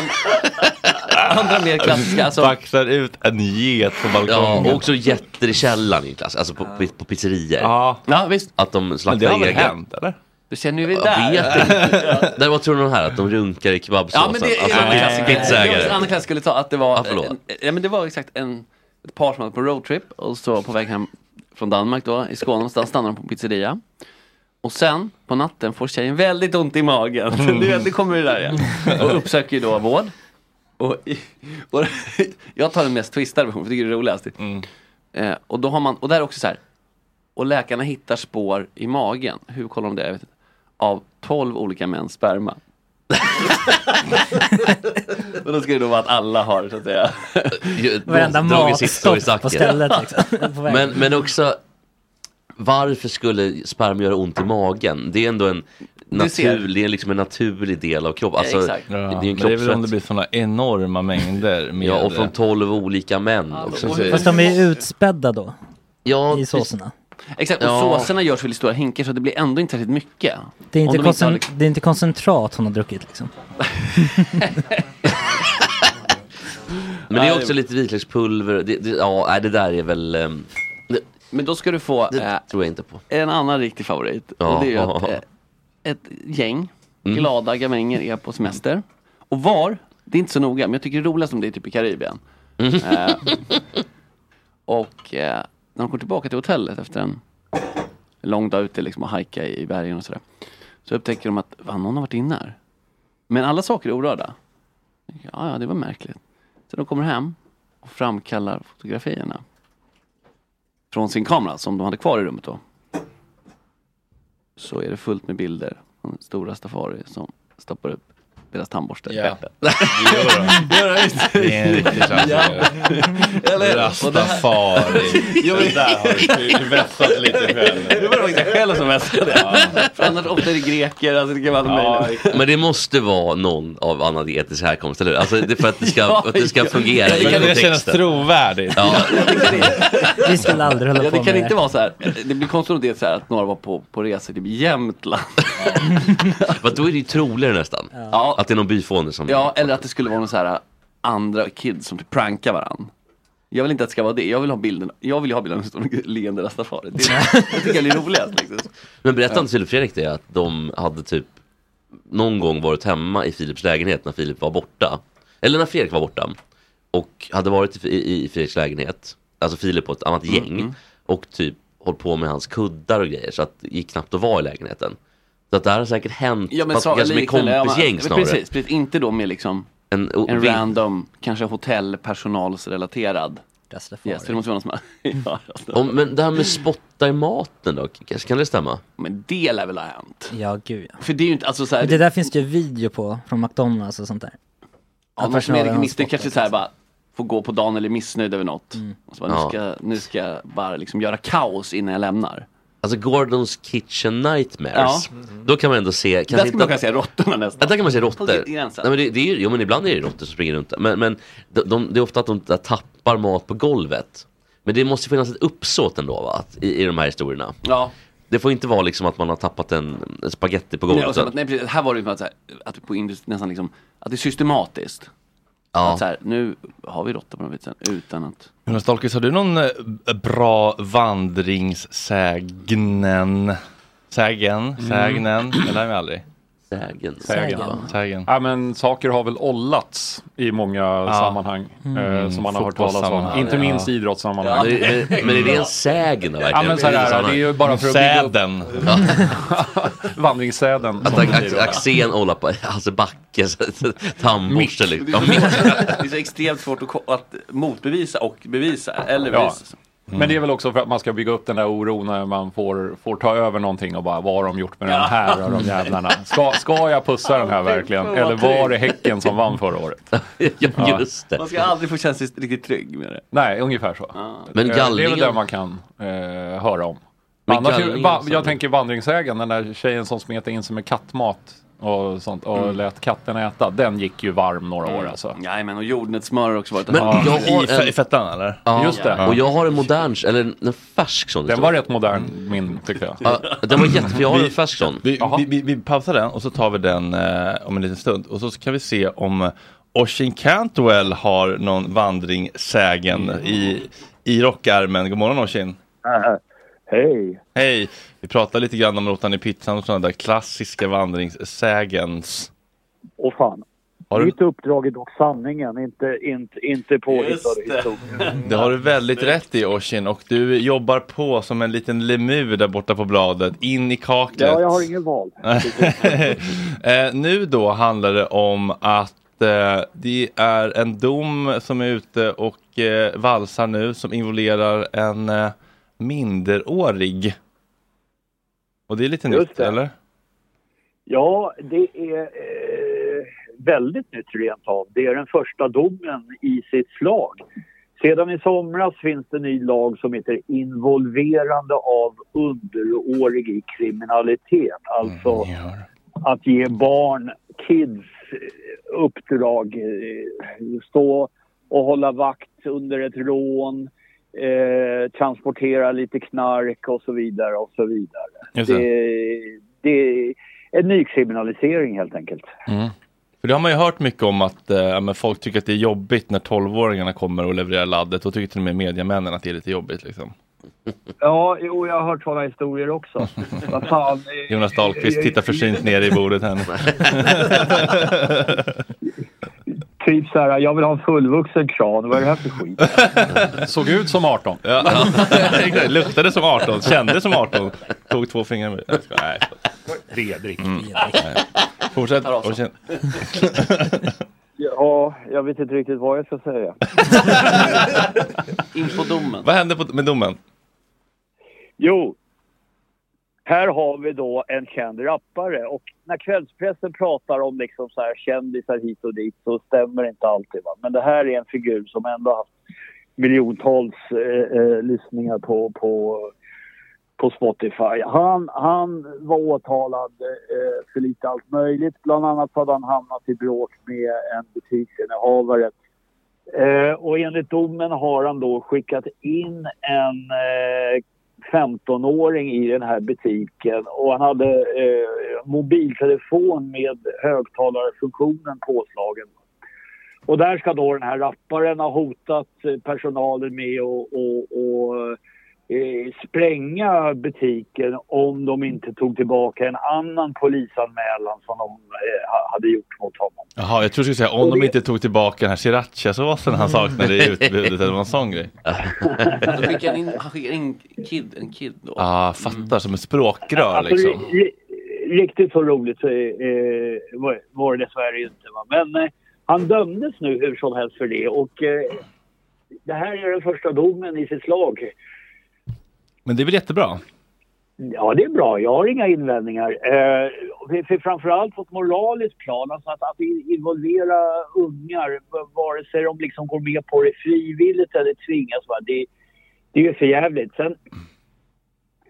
[SPEAKER 6] andra mer klassiska. Alltså,
[SPEAKER 5] Baxar ut en get på balkongen.
[SPEAKER 7] Ja, och också jätter i källaren i klass, alltså på, på, på pizzerior.
[SPEAKER 5] Ja.
[SPEAKER 6] visst.
[SPEAKER 7] Att de slaktar
[SPEAKER 5] det har väl
[SPEAKER 7] egen.
[SPEAKER 5] hänt, eller?
[SPEAKER 6] Du ser, nu är vi
[SPEAKER 7] Jag vet
[SPEAKER 6] där.
[SPEAKER 7] inte. Däremot tror de här att de runkar i
[SPEAKER 6] Ja
[SPEAKER 7] kebabsåsen.
[SPEAKER 6] men det är en
[SPEAKER 7] alltså,
[SPEAKER 6] annan klassiker. Det var också En
[SPEAKER 7] pizzaägare.
[SPEAKER 6] annan klassiker skulle ta att det var,
[SPEAKER 7] Ja, förlåt.
[SPEAKER 6] en, ja, men det var exakt en, ett par som var på roadtrip och så på väg hem från Danmark då, i Skåne någonstans, stannar de på en pizzeria. Och sen på natten får tjejen väldigt ont i magen. Du vet, det kommer det där igen. Och uppsöker ju då vård. Och, i- och jag tar den mest twistade versionen, för jag tycker det är roligast.
[SPEAKER 7] Mm.
[SPEAKER 6] Eh, och då har man, och där är också så här. Och läkarna hittar spår i magen, hur kollar de det? Jag vet inte. Av 12 olika mäns sperma. och då ska det då vara att alla har så att säga.
[SPEAKER 8] Varenda
[SPEAKER 7] dragit sitt
[SPEAKER 8] matstopp
[SPEAKER 7] i sacken.
[SPEAKER 8] på stället liksom. På vägen.
[SPEAKER 7] Men, men också, varför skulle sperma göra ont i magen? Det är ändå en,
[SPEAKER 5] Du ser.
[SPEAKER 7] natur, det är liksom en naturlig del av kroppen. Alltså,
[SPEAKER 5] exakt.
[SPEAKER 7] Det är
[SPEAKER 5] men
[SPEAKER 7] en
[SPEAKER 5] det är väl om det
[SPEAKER 7] kroppsrätt.
[SPEAKER 5] blir sådana enorma mängder med...
[SPEAKER 7] Ja, och från 12 olika män. också.
[SPEAKER 8] Fast de är ju utspädda då. I såserna.
[SPEAKER 6] Exakt, och
[SPEAKER 8] Ja.
[SPEAKER 6] såserna görs väl i stora hinkar så det blir ändå inte särskilt mycket.
[SPEAKER 8] Det är,
[SPEAKER 6] Om
[SPEAKER 8] inte
[SPEAKER 6] de inte
[SPEAKER 8] koncen-
[SPEAKER 6] hade-
[SPEAKER 8] det är inte koncentrat hon har druckit liksom.
[SPEAKER 7] Men det är också lite vitlökspulver. Det, det, ja, nej, det där är väl... ehm, det,
[SPEAKER 6] Men då ska du få...
[SPEAKER 7] Det tror jag inte på.
[SPEAKER 6] eh, En annan riktig favorit.
[SPEAKER 7] Ja.
[SPEAKER 6] Och det är ju att eh, ett gäng
[SPEAKER 7] Mm.
[SPEAKER 6] glada gamänger är på semester. Och var, det är inte så noga, men jag tycker det är roligast om det är typ i Karibien. Eh,
[SPEAKER 5] Mm.
[SPEAKER 6] och eh, när de kommer tillbaka till hotellet efter en lång dag ute liksom och hajka i bergen och sådär. Så upptäcker de att, fan någon har varit inne här. Men alla saker är orörda. Ja, ja, det var märkligt. Så de kommer hem och framkallar fotografierna. Från sin kamera som de hade kvar i rummet då. Så är det fullt med bilder från stora Stafari som stoppar upp deras tandborste i
[SPEAKER 5] Ja.
[SPEAKER 6] öppet.
[SPEAKER 5] Det gör de.
[SPEAKER 6] Gör de, visst.
[SPEAKER 5] Det är en riktig chans.
[SPEAKER 6] Ja. Eller hur? Och det här-
[SPEAKER 5] Rastafari.
[SPEAKER 6] Jo, men-
[SPEAKER 5] Det där har du- du vässat lite själv.
[SPEAKER 6] Det var faktiskt jag själv som vässade. För annars ofta är det greker, alltså det kan vara allt möjligt.
[SPEAKER 7] Men det måste vara någon av annan etisk härkomst, eller hur? Alltså det är för att det ska, att det ska fungera
[SPEAKER 5] Men
[SPEAKER 7] i
[SPEAKER 5] det
[SPEAKER 7] kontexten.
[SPEAKER 5] känns trovärdigt.
[SPEAKER 7] Ja.
[SPEAKER 8] Vi skulle aldrig hålla
[SPEAKER 6] Ja,
[SPEAKER 8] på
[SPEAKER 6] det
[SPEAKER 8] med
[SPEAKER 6] kan
[SPEAKER 8] det
[SPEAKER 6] inte vara så här. Det blir konstigt om det är så här att några var på, på resor till Jämtland.
[SPEAKER 7] För då är det ju troligare nästan.
[SPEAKER 6] Ja.
[SPEAKER 7] Att det är någon byfåne som...
[SPEAKER 6] Ja, eller att det skulle vara någon så här andra kids som typ prankar varann. Jag vill inte att det ska vara det. Jag vill ha bilden. Jag vill ju ha bilden som står med leende rastafari. Det, det tycker jag är roligast. Liksom.
[SPEAKER 7] Men berätta inte till Fredrik det att de hade typ någon gång varit hemma i Filips lägenhet när Filip var borta. Eller när Fredrik var borta. Och hade varit i, i, i Fredriks lägenhet, alltså Filip och ett annat
[SPEAKER 6] Mm,
[SPEAKER 7] gäng.
[SPEAKER 6] mm.
[SPEAKER 7] Och typ håll på med hans kuddar och grejer så att det gick knappt att vara i lägenheten. Så att det här har säkert hänt,
[SPEAKER 6] Ja, men
[SPEAKER 7] fast
[SPEAKER 6] så,
[SPEAKER 7] kanske med
[SPEAKER 6] liknande, ja, men-
[SPEAKER 7] kompisgäng
[SPEAKER 6] men
[SPEAKER 7] snarare.
[SPEAKER 6] Precis, precis, inte då med liksom
[SPEAKER 7] En,
[SPEAKER 6] en random, kanske hotellpersonalsrelaterad
[SPEAKER 8] Rastafari.
[SPEAKER 6] Yes, det måste vara någon som har... ja, rastafari.
[SPEAKER 7] Om, men det här med spotta i maten då, Kikas, kan det stämma?
[SPEAKER 6] Men det lär väl ha hänt?
[SPEAKER 8] Ja, gud ja.
[SPEAKER 6] För det är ju inte, alltså så här,
[SPEAKER 8] Men det där finns det ju video på från McDonalds och sånt där.
[SPEAKER 6] Ja, någon som är riktigt missnöjd kanske så här bara får gå på dagen eller är missnöjd över något.
[SPEAKER 8] Mm.
[SPEAKER 6] Och så bara, nu,
[SPEAKER 7] Ja.
[SPEAKER 6] ska, nu ska jag bara liksom göra kaos innan jag lämnar.
[SPEAKER 7] Alltså Gordons Kitchen Nightmares.
[SPEAKER 6] Ja.
[SPEAKER 7] Då kan man ändå se...
[SPEAKER 6] Där skulle man kunna se råttorna nästan.
[SPEAKER 7] Ja, där kan man se råttor.
[SPEAKER 6] På
[SPEAKER 7] Nej,
[SPEAKER 6] gränsen.
[SPEAKER 7] men det, det är, ju- jo men ibland är det råttor som springer runt där. Men, men de, de, det är ofta att de där tappar mat på golvet. Men det måste finnas ett uppsåt ändå va? Att, i, I de här historierna.
[SPEAKER 6] Ja.
[SPEAKER 7] Det får inte vara liksom att man har tappat en, en spagetti på
[SPEAKER 6] Nej,
[SPEAKER 7] golvet.
[SPEAKER 6] och sen, nej, precis, här var det ju att, så här, att på industri, nästan liksom, att det är systematiskt.
[SPEAKER 7] Ja.
[SPEAKER 6] Att så här, nu har vi råttor på den här biten utan att...
[SPEAKER 1] Jonas Dahlqvist, har du någon eh, bra vandringssägnen? Sägen? Sägnen? Det lär mig aldrig.
[SPEAKER 7] Sägen.
[SPEAKER 1] Mm. Sägen. Sägen.
[SPEAKER 9] Ja, men saker har väl ollats i många sammanhang eh,
[SPEAKER 1] Mm.
[SPEAKER 9] som man har hört talas om.
[SPEAKER 1] Fotbollssammanhang.
[SPEAKER 9] Inte minst
[SPEAKER 1] Ja.
[SPEAKER 9] idrottssammanhang.
[SPEAKER 7] Ja, det- men- men är det en sägen då,
[SPEAKER 9] Ja,
[SPEAKER 7] verkligen?
[SPEAKER 9] men så här, det är ju bara för att bygga upp
[SPEAKER 1] Säden.
[SPEAKER 9] vandringssäden.
[SPEAKER 7] Att
[SPEAKER 9] som det blir
[SPEAKER 7] Ax-
[SPEAKER 9] då.
[SPEAKER 7] Axén håller på, alltså Backe, så- tandborste liksom. Ja, mitt.
[SPEAKER 6] Det är så extremt svårt att, ko- att motbevisa och bevisa. Eller
[SPEAKER 9] Ja.
[SPEAKER 6] bevisa.
[SPEAKER 9] Men det är väl också för att man ska bygga upp den där oron när man får, får ta över någonting och bara vad har de gjort med den här
[SPEAKER 6] Mm.
[SPEAKER 9] och de jävlarna. Ska, ska jag pussa den här verkligen?
[SPEAKER 6] Fan, vad
[SPEAKER 9] Eller var det
[SPEAKER 6] trygg.
[SPEAKER 9] Häcken som vann förra året?
[SPEAKER 6] Ja. Man ska aldrig få känna sig riktigt trygg med det.
[SPEAKER 9] Nej, ungefär så.
[SPEAKER 6] Men
[SPEAKER 9] Eh, Det är väl
[SPEAKER 6] gallringen-
[SPEAKER 9] det man kan eh, höra om.
[SPEAKER 6] Men
[SPEAKER 9] Annars,
[SPEAKER 6] gallringen
[SPEAKER 9] va,
[SPEAKER 6] som-
[SPEAKER 9] jag tänker vandringssägen, den där tjejen som smetade in sig med kattmat och sånt och
[SPEAKER 6] Mm.
[SPEAKER 9] lät katten äta. Den gick ju varm några
[SPEAKER 1] Mm.
[SPEAKER 9] år alltså.
[SPEAKER 6] Nej men och jordnötssmör har också varit
[SPEAKER 7] Men jag har en-
[SPEAKER 1] eller?
[SPEAKER 7] Ja,
[SPEAKER 9] Just det.
[SPEAKER 7] Och jag har en modern, eller en, en färsk sån.
[SPEAKER 9] Den var rätt modern, min tyckte jag.
[SPEAKER 7] Ja, den var jätte- jag har en färsk sån.
[SPEAKER 1] Vi, vi, vi, vi pausar den och så tar vi den eh, om en liten stund. Och så kan vi se om eh, Oshin Cantwell har någon vandringssägen i, i rockärmen. God morgon Oshin!
[SPEAKER 10] Äh, Hej!
[SPEAKER 1] Hej! Vi pratar lite grann om rotan i pizzan och sådana där klassiska vandringssägens.
[SPEAKER 10] Och fan.
[SPEAKER 1] Har du-
[SPEAKER 10] Mitt uppdrag är dock sanningen, inte, inte, inte påhittade
[SPEAKER 1] Just det.
[SPEAKER 10] historier.
[SPEAKER 1] Det har du väldigt rätt i Oshin och du jobbar på som en liten lemur där borta på bladet, in i kaklet.
[SPEAKER 10] Ja, jag har inget val.
[SPEAKER 1] eh, nu då handlar det om att eh, det är en dom som är ute och eh, valsar nu som involverar en eh, minderårig. Och det är lite
[SPEAKER 10] Just
[SPEAKER 1] nytt, eller?
[SPEAKER 10] Ja, det är eh, väldigt nytt rent av. Det är den första domen i sitt slag. Sedan i somras finns det en ny lag som heter involverande av underårig i kriminalitet. Alltså
[SPEAKER 1] Mm,
[SPEAKER 10] att ge barn, kids, eh, uppdrag. eh, Stå och hålla vakt under ett rån, eh, transportera lite knark och så vidare och så vidare.
[SPEAKER 1] Just det.
[SPEAKER 10] Det, det är en nykriminalisering helt enkelt.
[SPEAKER 1] För det har man ju hört mycket om att eh, ja, men folk tycker att det är jobbigt när 12-åringarna kommer och levererar laddet. Och tycker till och med mediamännen att det är lite jobbigt liksom.
[SPEAKER 10] Ja, jo, jag har hört sådana historier också. Vad fan, eh,
[SPEAKER 1] Jonas Dahlqvist tittar försynt ner i bordet här nu.
[SPEAKER 10] typ så här, jag vill ha en fullvuxen kran, vad är det här för skit?
[SPEAKER 9] Såg ut som 18.
[SPEAKER 1] Ja. Exakt, Luktade som 18, kände som 18. Tog två fingrar med. Nej, jag skojar.
[SPEAKER 9] Fredrik.
[SPEAKER 1] Mm. Nej. Fortsätt. Och känn-
[SPEAKER 10] Ja, jag vet inte riktigt vad jag ska säga.
[SPEAKER 6] In på domen.
[SPEAKER 1] Vad hände på, med domen?
[SPEAKER 10] Jo, här har vi då en känd rappare och när kvällspressen pratar om liksom så här kändisar hit och dit så stämmer inte alltid. Va? Men det här är en figur som ändå har haft miljontals eh, eh, lyssningar på, på, på Spotify. Han, han var åtalad eh, för lite allt möjligt. Bland annat så hade han hamnat i bråk med en butiksinnehavare Eh, och enligt domen har han då skickat in en eh, 15-åring i den här butiken och han hade eh, mobiltelefon med högtalarfunktionen påslagen. Och där ska då den här rapparen ha hotat eh, personalen med att och, och, eh, spränga butiken om de inte tog tillbaka en annan polisanmälan som de eh, ha- hade gjort mot honom.
[SPEAKER 1] Jaha, jag tror du skulle säga om de inte tog tillbaka den här srirachasåsen han saknade i utbudet. Eller det var en sån grej.
[SPEAKER 6] Då skickar han in, han skickar in kid, en kid då.
[SPEAKER 1] Ah, fattar, som ett språkrör
[SPEAKER 10] Alltså,
[SPEAKER 1] liksom.
[SPEAKER 10] ri- ri- Riktigt så roligt eh, eh, var- var det dessvärre inte. Va? Men eh, han dömdes nu hur som helst för det. Och, eh, det här är den första domen i sitt slag.
[SPEAKER 1] Men det är väl jättebra?
[SPEAKER 10] Ja, det är bra. Jag har inga invändningar. Eh, för- för framförallt på ett moraliskt plan, alltså att, att in- involvera ungar v- vare sig de liksom går med på det frivilligt eller tvingas. Va? Det, det är ju för jävligt. Sen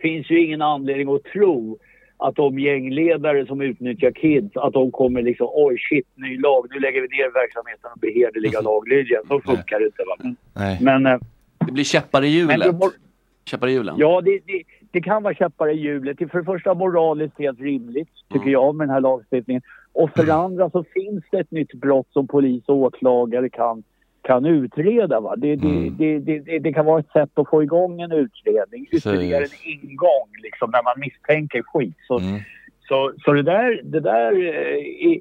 [SPEAKER 10] finns ju ingen anledning att tro att de gängledare som utnyttjar kids, att de kommer liksom oj shit, ny lag, nu lägger vi ner verksamheten och blir hederliga laglydiga. Så funkar det inte. Va? Men,
[SPEAKER 6] Nej.
[SPEAKER 10] men, eh,
[SPEAKER 6] Det blir käppar i
[SPEAKER 10] men
[SPEAKER 6] hjulet.
[SPEAKER 10] det mor-
[SPEAKER 6] Käppar i hjulen.
[SPEAKER 10] Ja, det, det, det kan vara käppar i hjulet. Det är för det första moraliskt helt rimligt, tycker jag, med den här lagstiftningen. Och för det andra så finns det ett nytt brott som polis och åklagare kan, kan utreda. Va? Det, det, det, det, det, det kan vara ett sätt att få igång en utredning, ytterligare en ingång, liksom, när man misstänker skit. Så,
[SPEAKER 6] Mm.
[SPEAKER 10] så, så det där, det där eh, är,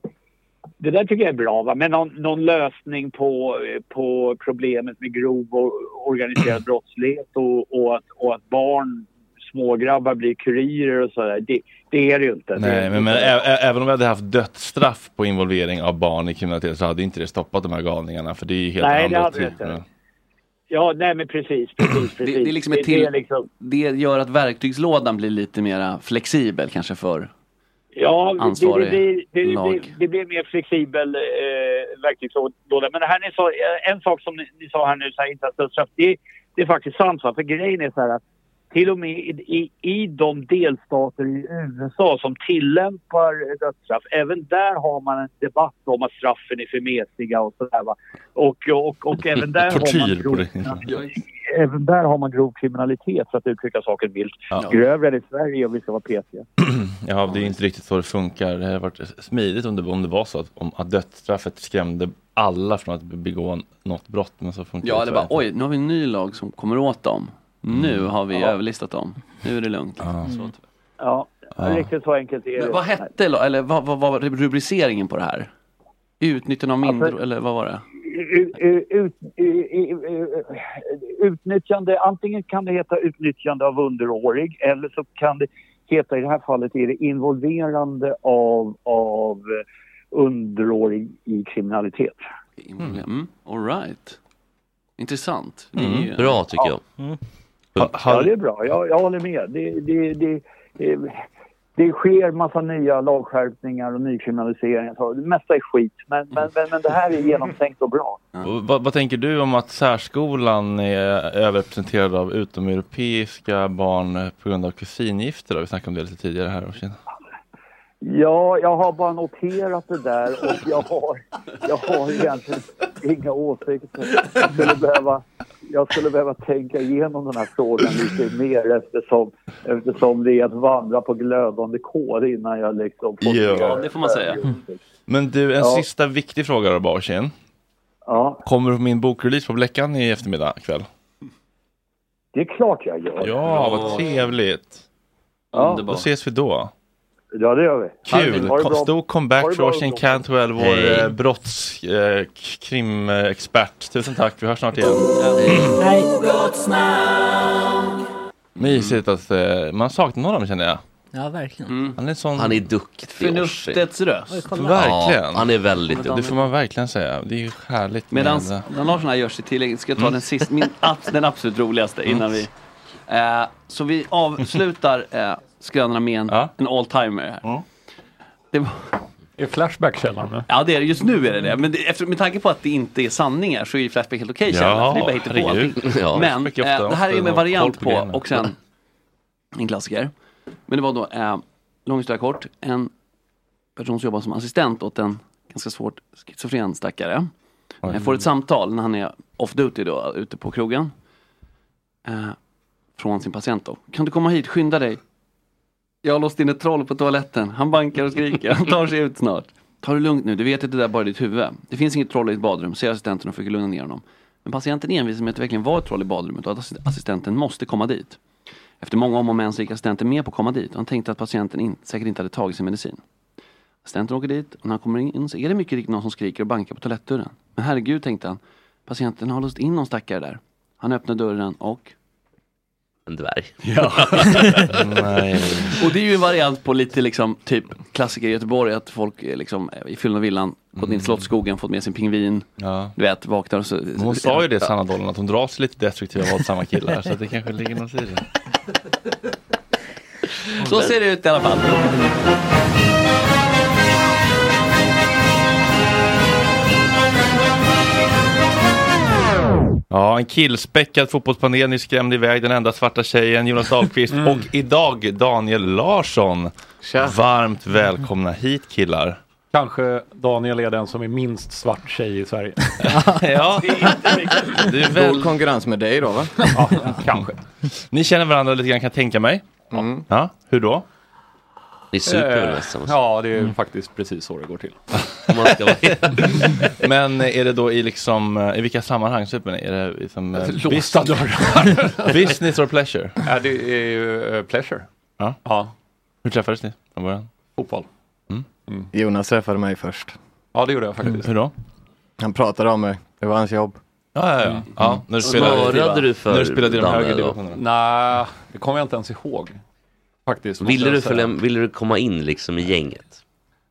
[SPEAKER 10] det där tycker jag är bra. Va? Men någon, någon lösning på, eh, på problemet med grov och organiserad brottslighet och, och, att, och att barn, smågrabbar blir kurirer och sådär. Det, det är det ju inte.
[SPEAKER 1] Nej,
[SPEAKER 10] det,
[SPEAKER 1] men, men ä- ä- även om vi hade haft dödsstraff på involvering av barn i kriminalitet så hade inte det stoppat de här galningarna för det är ju helt
[SPEAKER 10] Nej, det
[SPEAKER 1] andra
[SPEAKER 10] hade det
[SPEAKER 1] typer.
[SPEAKER 10] inte. Ja, nej men precis. precis, precis.
[SPEAKER 6] Det, det, är liksom ett till,
[SPEAKER 10] är liksom-
[SPEAKER 6] det gör att verktygslådan blir lite mer flexibel kanske för
[SPEAKER 10] Ja, det, det,
[SPEAKER 6] ansvarig
[SPEAKER 10] blir, det, det,
[SPEAKER 6] lag.
[SPEAKER 10] blir, det blir mer flexibel eh, verktygslåda. Men det här ni sa, eh, en sak som ni, ni sa här nu, så här, inte att dödsstraff, det, det är faktiskt sant. Va? För grejen är så här att till och med i, i, i de delstater i USA som tillämpar dödsstraff, även där har man en debatt om att straffen är för mesiga och sådär. va. Och, och, och även där har man
[SPEAKER 1] Tortyr
[SPEAKER 10] grov,
[SPEAKER 1] på det.
[SPEAKER 10] även där har man grov kriminalitet, för att uttrycka saken milt.
[SPEAKER 1] Ja.
[SPEAKER 10] Grövre än i Sverige om vi ska vara petiga.
[SPEAKER 1] Ja, det är ju inte riktigt så det funkar. Det hade varit smidigt om det, om det var så att, om, att dödsstraffet skrämde alla från att begå något brott. Men så funkar
[SPEAKER 6] Ja,
[SPEAKER 1] det
[SPEAKER 6] eller bara
[SPEAKER 1] tyvärr
[SPEAKER 6] oj, nu har vi en ny lag som kommer åt dem. Nu
[SPEAKER 1] Mm.
[SPEAKER 6] har vi
[SPEAKER 1] Ja.
[SPEAKER 6] överlistat dem. Nu är det lugnt. Så.
[SPEAKER 10] Ja,
[SPEAKER 6] Ja.
[SPEAKER 10] riktigt så enkelt är det.
[SPEAKER 6] Men vad hette, la- eller vad, vad var rubriceringen på det här? Utnyttjande av mindre, eller vad var det?
[SPEAKER 10] Mm. ut, ut, ut, utnyttjande, antingen kan det heta utnyttjande av underårig eller så kan det heta, i det här fallet är det involverande av, av eh, underårig i kriminalitet.
[SPEAKER 6] Mm. All right. Intressant. Det är
[SPEAKER 7] Mm.
[SPEAKER 6] ju-
[SPEAKER 7] Bra, tycker
[SPEAKER 6] Ja.
[SPEAKER 7] jag.
[SPEAKER 10] Ja, det är bra. Jag, jag håller med. Det, det, det, det, det sker massa nya lagskärpningar och nykriminaliseringar. Så Det mesta är skit, men, men, men, men det här är genomtänkt och bra.
[SPEAKER 1] Och Vad, vad tänker du om att särskolan är överrepresenterad av utomeuropeiska barn på grund av kusingifter? då? Vi snackade om det lite tidigare här. Oisin.
[SPEAKER 10] Ja, jag har bara noterat det där och jag har, jag har egentligen inga åsikter. Jag skulle, behöva, jag skulle behöva tänka igenom den här frågan lite mer eftersom, eftersom det är att vandra på glödande kol innan jag liksom får
[SPEAKER 1] Ja.
[SPEAKER 10] mer- eh,
[SPEAKER 1] Ja, det får man säga. Men du, en
[SPEAKER 10] Ja.
[SPEAKER 1] sista viktig fråga då, Barsin.
[SPEAKER 10] Ja.
[SPEAKER 1] Kommer du på min bokrelease på Bleckan i eftermiddag kväll?
[SPEAKER 10] Det är klart jag gör.
[SPEAKER 1] Ja, vad trevligt.
[SPEAKER 10] Ja.
[SPEAKER 1] Då ses vi då.
[SPEAKER 10] Ja, det gör vi.
[SPEAKER 1] Kul!
[SPEAKER 10] Ha det bra.
[SPEAKER 1] Stor
[SPEAKER 10] Ha
[SPEAKER 1] comeback
[SPEAKER 10] det
[SPEAKER 1] för
[SPEAKER 10] bra,
[SPEAKER 1] Oisin
[SPEAKER 10] ungdomar.
[SPEAKER 1] Cantwell,
[SPEAKER 10] Hej.
[SPEAKER 1] vår eh, brottskrimexpert. Tusen tack, vi hörs snart igen. Mm. Mysigt att eh, man saknar honom känner jag.
[SPEAKER 8] Ja, verkligen.
[SPEAKER 1] Han är en sån...
[SPEAKER 7] Han är duktig.
[SPEAKER 6] Förnuftets röst. Oj, kolla.
[SPEAKER 1] Verkligen.
[SPEAKER 7] Ja, han är väldigt
[SPEAKER 1] Det
[SPEAKER 7] duktig.
[SPEAKER 1] får man verkligen säga. Det är ju härligt
[SPEAKER 6] Medan
[SPEAKER 1] med...
[SPEAKER 6] Dan Larsson här gör sig tillägg, ska jag
[SPEAKER 7] Mm.
[SPEAKER 6] ta den, sist, min, abs- den absolut roligaste innan vi... Eh, så vi avslutar eh, skrönorna med en, en all-timer här.
[SPEAKER 10] Mm.
[SPEAKER 6] Det var...
[SPEAKER 9] Är Flashback källan? eller?
[SPEAKER 6] Ja, det är, det. just nu är det det. Men det, efter, med tanke på att det inte är sanningar så är ju Flashback helt okej
[SPEAKER 9] Ja,
[SPEAKER 6] källa, för det är bara hittepå.
[SPEAKER 9] herregud. Ja.
[SPEAKER 6] Men
[SPEAKER 9] Flashback är ofta-
[SPEAKER 6] eh, det här är
[SPEAKER 9] ofta
[SPEAKER 6] ju en
[SPEAKER 9] har
[SPEAKER 6] variant
[SPEAKER 9] koll på
[SPEAKER 6] på,
[SPEAKER 9] grejerna.
[SPEAKER 6] och sen en klassiker. Men det var då, eh, lång historia kort, en person som jobbar som assistent åt en ganska svårt schizofren stackare.
[SPEAKER 1] Oj.
[SPEAKER 6] Eh, får ett samtal när han är off duty då, ute på krogen. Eh, från sin patient då. Kan du komma hit, skynda dig. Jag har låst in ett troll på toaletten. Han bankar och skriker. Han tar sig ut snart. Ta det lugnt nu, du vet att det där bara är ditt huvud. Det finns inget troll i ditt badrum, säger assistenten och försöker lugna ner honom. Men patienten envisas med att det verkligen var ett troll i badrummet och att assi- assistenten måste komma dit. Efter många om och men så gick assistenten med på att komma dit och han tänkte att patienten in, säkert inte hade tagit sin medicin. Assistenten åker dit och när han kommer in så är det mycket riktigt någon som skriker och bankar på toalettdörren. Men herregud, tänkte han. Patienten har låst in någon stackare där. Han öppnar dörren och
[SPEAKER 7] en dvärg.
[SPEAKER 6] Och det är ju en variant på lite liksom, typ klassiker i Göteborg att folk eh, liksom, eh, i fyllan och villan gått
[SPEAKER 1] Mm.
[SPEAKER 6] in i Slottsskogen, fått med sin pingvin, du vet, vaknar och så...
[SPEAKER 1] Hon sa ju det, Sanna Dollen, att hon dras lite destruktiva våldsamma killar. så att det kanske ligger något i det.
[SPEAKER 6] Så ser det ut i alla fall.
[SPEAKER 1] Ja, en killspäckad fotbollspanel nyss skrämde iväg den enda svarta tjejen Jonas Dahlqvist och idag Daniel Larsson. Varmt välkomna hit killar.
[SPEAKER 9] Kanske Daniel är den som är minst svart tjej i Sverige.
[SPEAKER 1] ja.
[SPEAKER 9] Det är väl-
[SPEAKER 11] konkurrens med dig då va?
[SPEAKER 1] Ja, kanske. Ni känner varandra lite grann kan jag tänka mig. Ja, hur då? Eh,
[SPEAKER 7] Ni
[SPEAKER 9] super väl tillsammans?
[SPEAKER 1] Ja, det är
[SPEAKER 9] Mm.
[SPEAKER 1] faktiskt precis så det går till.
[SPEAKER 7] man ska vara
[SPEAKER 1] Men är det då i liksom, eh, i vilka sammanhang super ni? Är det liksom, eh,
[SPEAKER 9] Låsta
[SPEAKER 1] business-
[SPEAKER 9] dörrar.
[SPEAKER 1] business or pleasure?
[SPEAKER 9] Ja, det är ju eh, pleasure.
[SPEAKER 1] Ja.
[SPEAKER 9] ja.
[SPEAKER 1] Hur träffades ni från början? Mm.
[SPEAKER 9] Fotboll.
[SPEAKER 7] Mm.
[SPEAKER 11] Jonas träffade mig först.
[SPEAKER 9] Ja, det gjorde jag faktiskt.
[SPEAKER 1] Hur då?
[SPEAKER 11] Han pratade om mig. Det var hans jobb.
[SPEAKER 1] Ja, ja, ja.
[SPEAKER 9] Mm.
[SPEAKER 1] Ja, när du spelade- Smörade du för när du spelade i de högre Danne då? divisionerna?
[SPEAKER 9] Nej, det kommer jag inte ens ihåg. Faktiskt. måste
[SPEAKER 7] Ville
[SPEAKER 9] jag
[SPEAKER 7] du,
[SPEAKER 9] säga.
[SPEAKER 7] följa, ville du komma in liksom i gänget?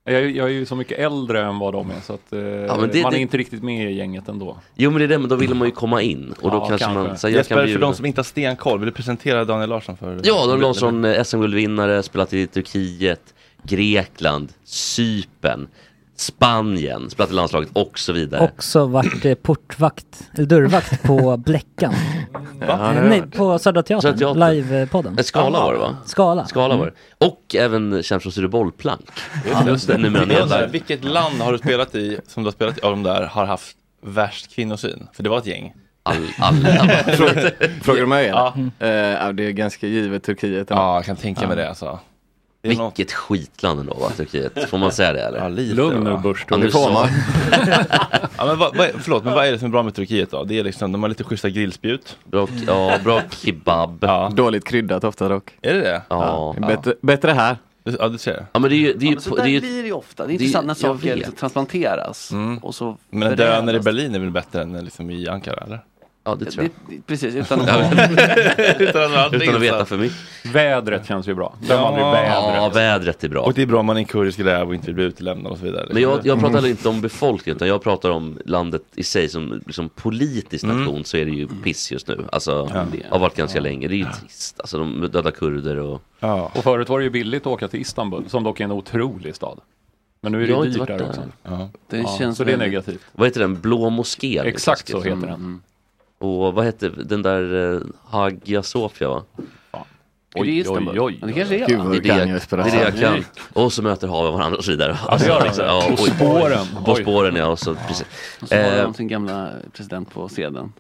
[SPEAKER 9] Jag, är- jag är ju så mycket äldre än vad de är så att eh,
[SPEAKER 7] men det-
[SPEAKER 9] man
[SPEAKER 7] det-
[SPEAKER 9] är inte riktigt med i gänget ändå.
[SPEAKER 7] Jo men det är det, men då vill man ju komma in och då
[SPEAKER 9] Ja,
[SPEAKER 7] kanske man...
[SPEAKER 9] kanske.
[SPEAKER 7] Så här, jag
[SPEAKER 1] Jesper,
[SPEAKER 7] kan bli...
[SPEAKER 1] för de som inte har stenkoll, vill du presentera Daniel Larsson för?
[SPEAKER 7] Ja, de Larsson, eh, SM-guldvinnare, spelat i Turkiet, Grekland, Cypern, Spanien, spelat i landslaget och så vidare.
[SPEAKER 8] Också varit eh, portvakt, eller dörrvakt på Bläckan.
[SPEAKER 9] Mm.
[SPEAKER 7] Ja,
[SPEAKER 8] Eh,
[SPEAKER 7] det-
[SPEAKER 8] Nej, på Södra Teatern,
[SPEAKER 7] Södra Teatern.
[SPEAKER 8] livepodden.
[SPEAKER 7] Eh, Skala var det va?
[SPEAKER 8] Skala.
[SPEAKER 7] Skala var det. Och även känd från Studio Bollplank. Den numera
[SPEAKER 1] Jag undrar,
[SPEAKER 7] nedlagd.
[SPEAKER 1] Vilket land har du spelat i, som du har spelat i, av de där, har haft värst kvinnosyn? För det var ett gäng.
[SPEAKER 7] All, alla.
[SPEAKER 11] Frågar du mig? Eh,
[SPEAKER 1] Ja.
[SPEAKER 11] Ja. det är ganska givet Turkiet.
[SPEAKER 1] Ja, jag kan tänka mig det, alltså.
[SPEAKER 7] Vilket skitland ändå va, Turkiet? Får man säga det eller? Ja,
[SPEAKER 1] lite, Lugn nu, va? Busch, då.
[SPEAKER 7] Ja,
[SPEAKER 1] Det får
[SPEAKER 7] så.
[SPEAKER 1] man. Ja, men vad, vad, är- förlåt, men vad är det som är bra med Turkiet då? Det är liksom, de har lite schyssta grillspjut.
[SPEAKER 7] Bra, ja, bra kebab.
[SPEAKER 11] Dåligt kryddat ofta dock.
[SPEAKER 1] Är det det?
[SPEAKER 7] Ja.
[SPEAKER 11] Bättre, bättre här.
[SPEAKER 1] Ja, du ser.
[SPEAKER 7] Ja men det är ju... Det är ju
[SPEAKER 6] Men så där blir det ju ofta, det är intressant när saker liksom transplanteras. Och så
[SPEAKER 1] Mm. Men en
[SPEAKER 6] förändras.
[SPEAKER 1] döner i Berlin är väl bättre än liksom i Ankara, eller?
[SPEAKER 7] Ja, det
[SPEAKER 6] tror jag. Det- det- precis, utan att-
[SPEAKER 1] utan att, vara allting
[SPEAKER 7] Utan att veta
[SPEAKER 1] så.
[SPEAKER 7] för mycket.
[SPEAKER 9] Vädret känns ju bra. Glöm aldrig vädret.
[SPEAKER 7] Ja, vädret är bra.
[SPEAKER 1] Och det är bra om man är en kurdisk räv och inte vill bli utelämnad och så vidare. liksom. Mm.
[SPEAKER 7] Men jag, jag pratar inte om befolkningen utan jag pratar om landet i sig som liksom politisk
[SPEAKER 1] Mm.
[SPEAKER 7] nation så är det ju piss just nu. Alltså har varit ganska länge. Det är ju trist. Alltså de dödar kurder och...
[SPEAKER 9] Och förut var det ju billigt att åka till Istanbul som dock är en otrolig stad. Men nu är
[SPEAKER 7] Jag har
[SPEAKER 9] det
[SPEAKER 7] inte
[SPEAKER 9] dyrt
[SPEAKER 7] varit
[SPEAKER 9] där
[SPEAKER 7] där.
[SPEAKER 9] också.
[SPEAKER 7] Ja.
[SPEAKER 9] Det känns så det är
[SPEAKER 7] väldigt-
[SPEAKER 9] negativt.
[SPEAKER 7] Vad heter den? Blå moskén?
[SPEAKER 9] Exakt så
[SPEAKER 7] Taskigt.
[SPEAKER 9] heter den.
[SPEAKER 6] Mm.
[SPEAKER 7] Och vad heter den där eh, Hagia Sofia va?
[SPEAKER 6] Är det Istanbul? Ja, det kanske är, va?
[SPEAKER 7] Gud, vad det, är det, jag, det
[SPEAKER 6] Esperanza.
[SPEAKER 7] är det jag
[SPEAKER 6] Mm.
[SPEAKER 7] kan. Och så möter haven varandra och så vidare.
[SPEAKER 6] Ja, det gör de. På
[SPEAKER 7] oj.
[SPEAKER 6] spåren.
[SPEAKER 7] På
[SPEAKER 6] Oj.
[SPEAKER 7] spåren ja. Och så, precis.
[SPEAKER 6] Och så har
[SPEAKER 7] Eh,
[SPEAKER 6] de sin gamla president på sedeln.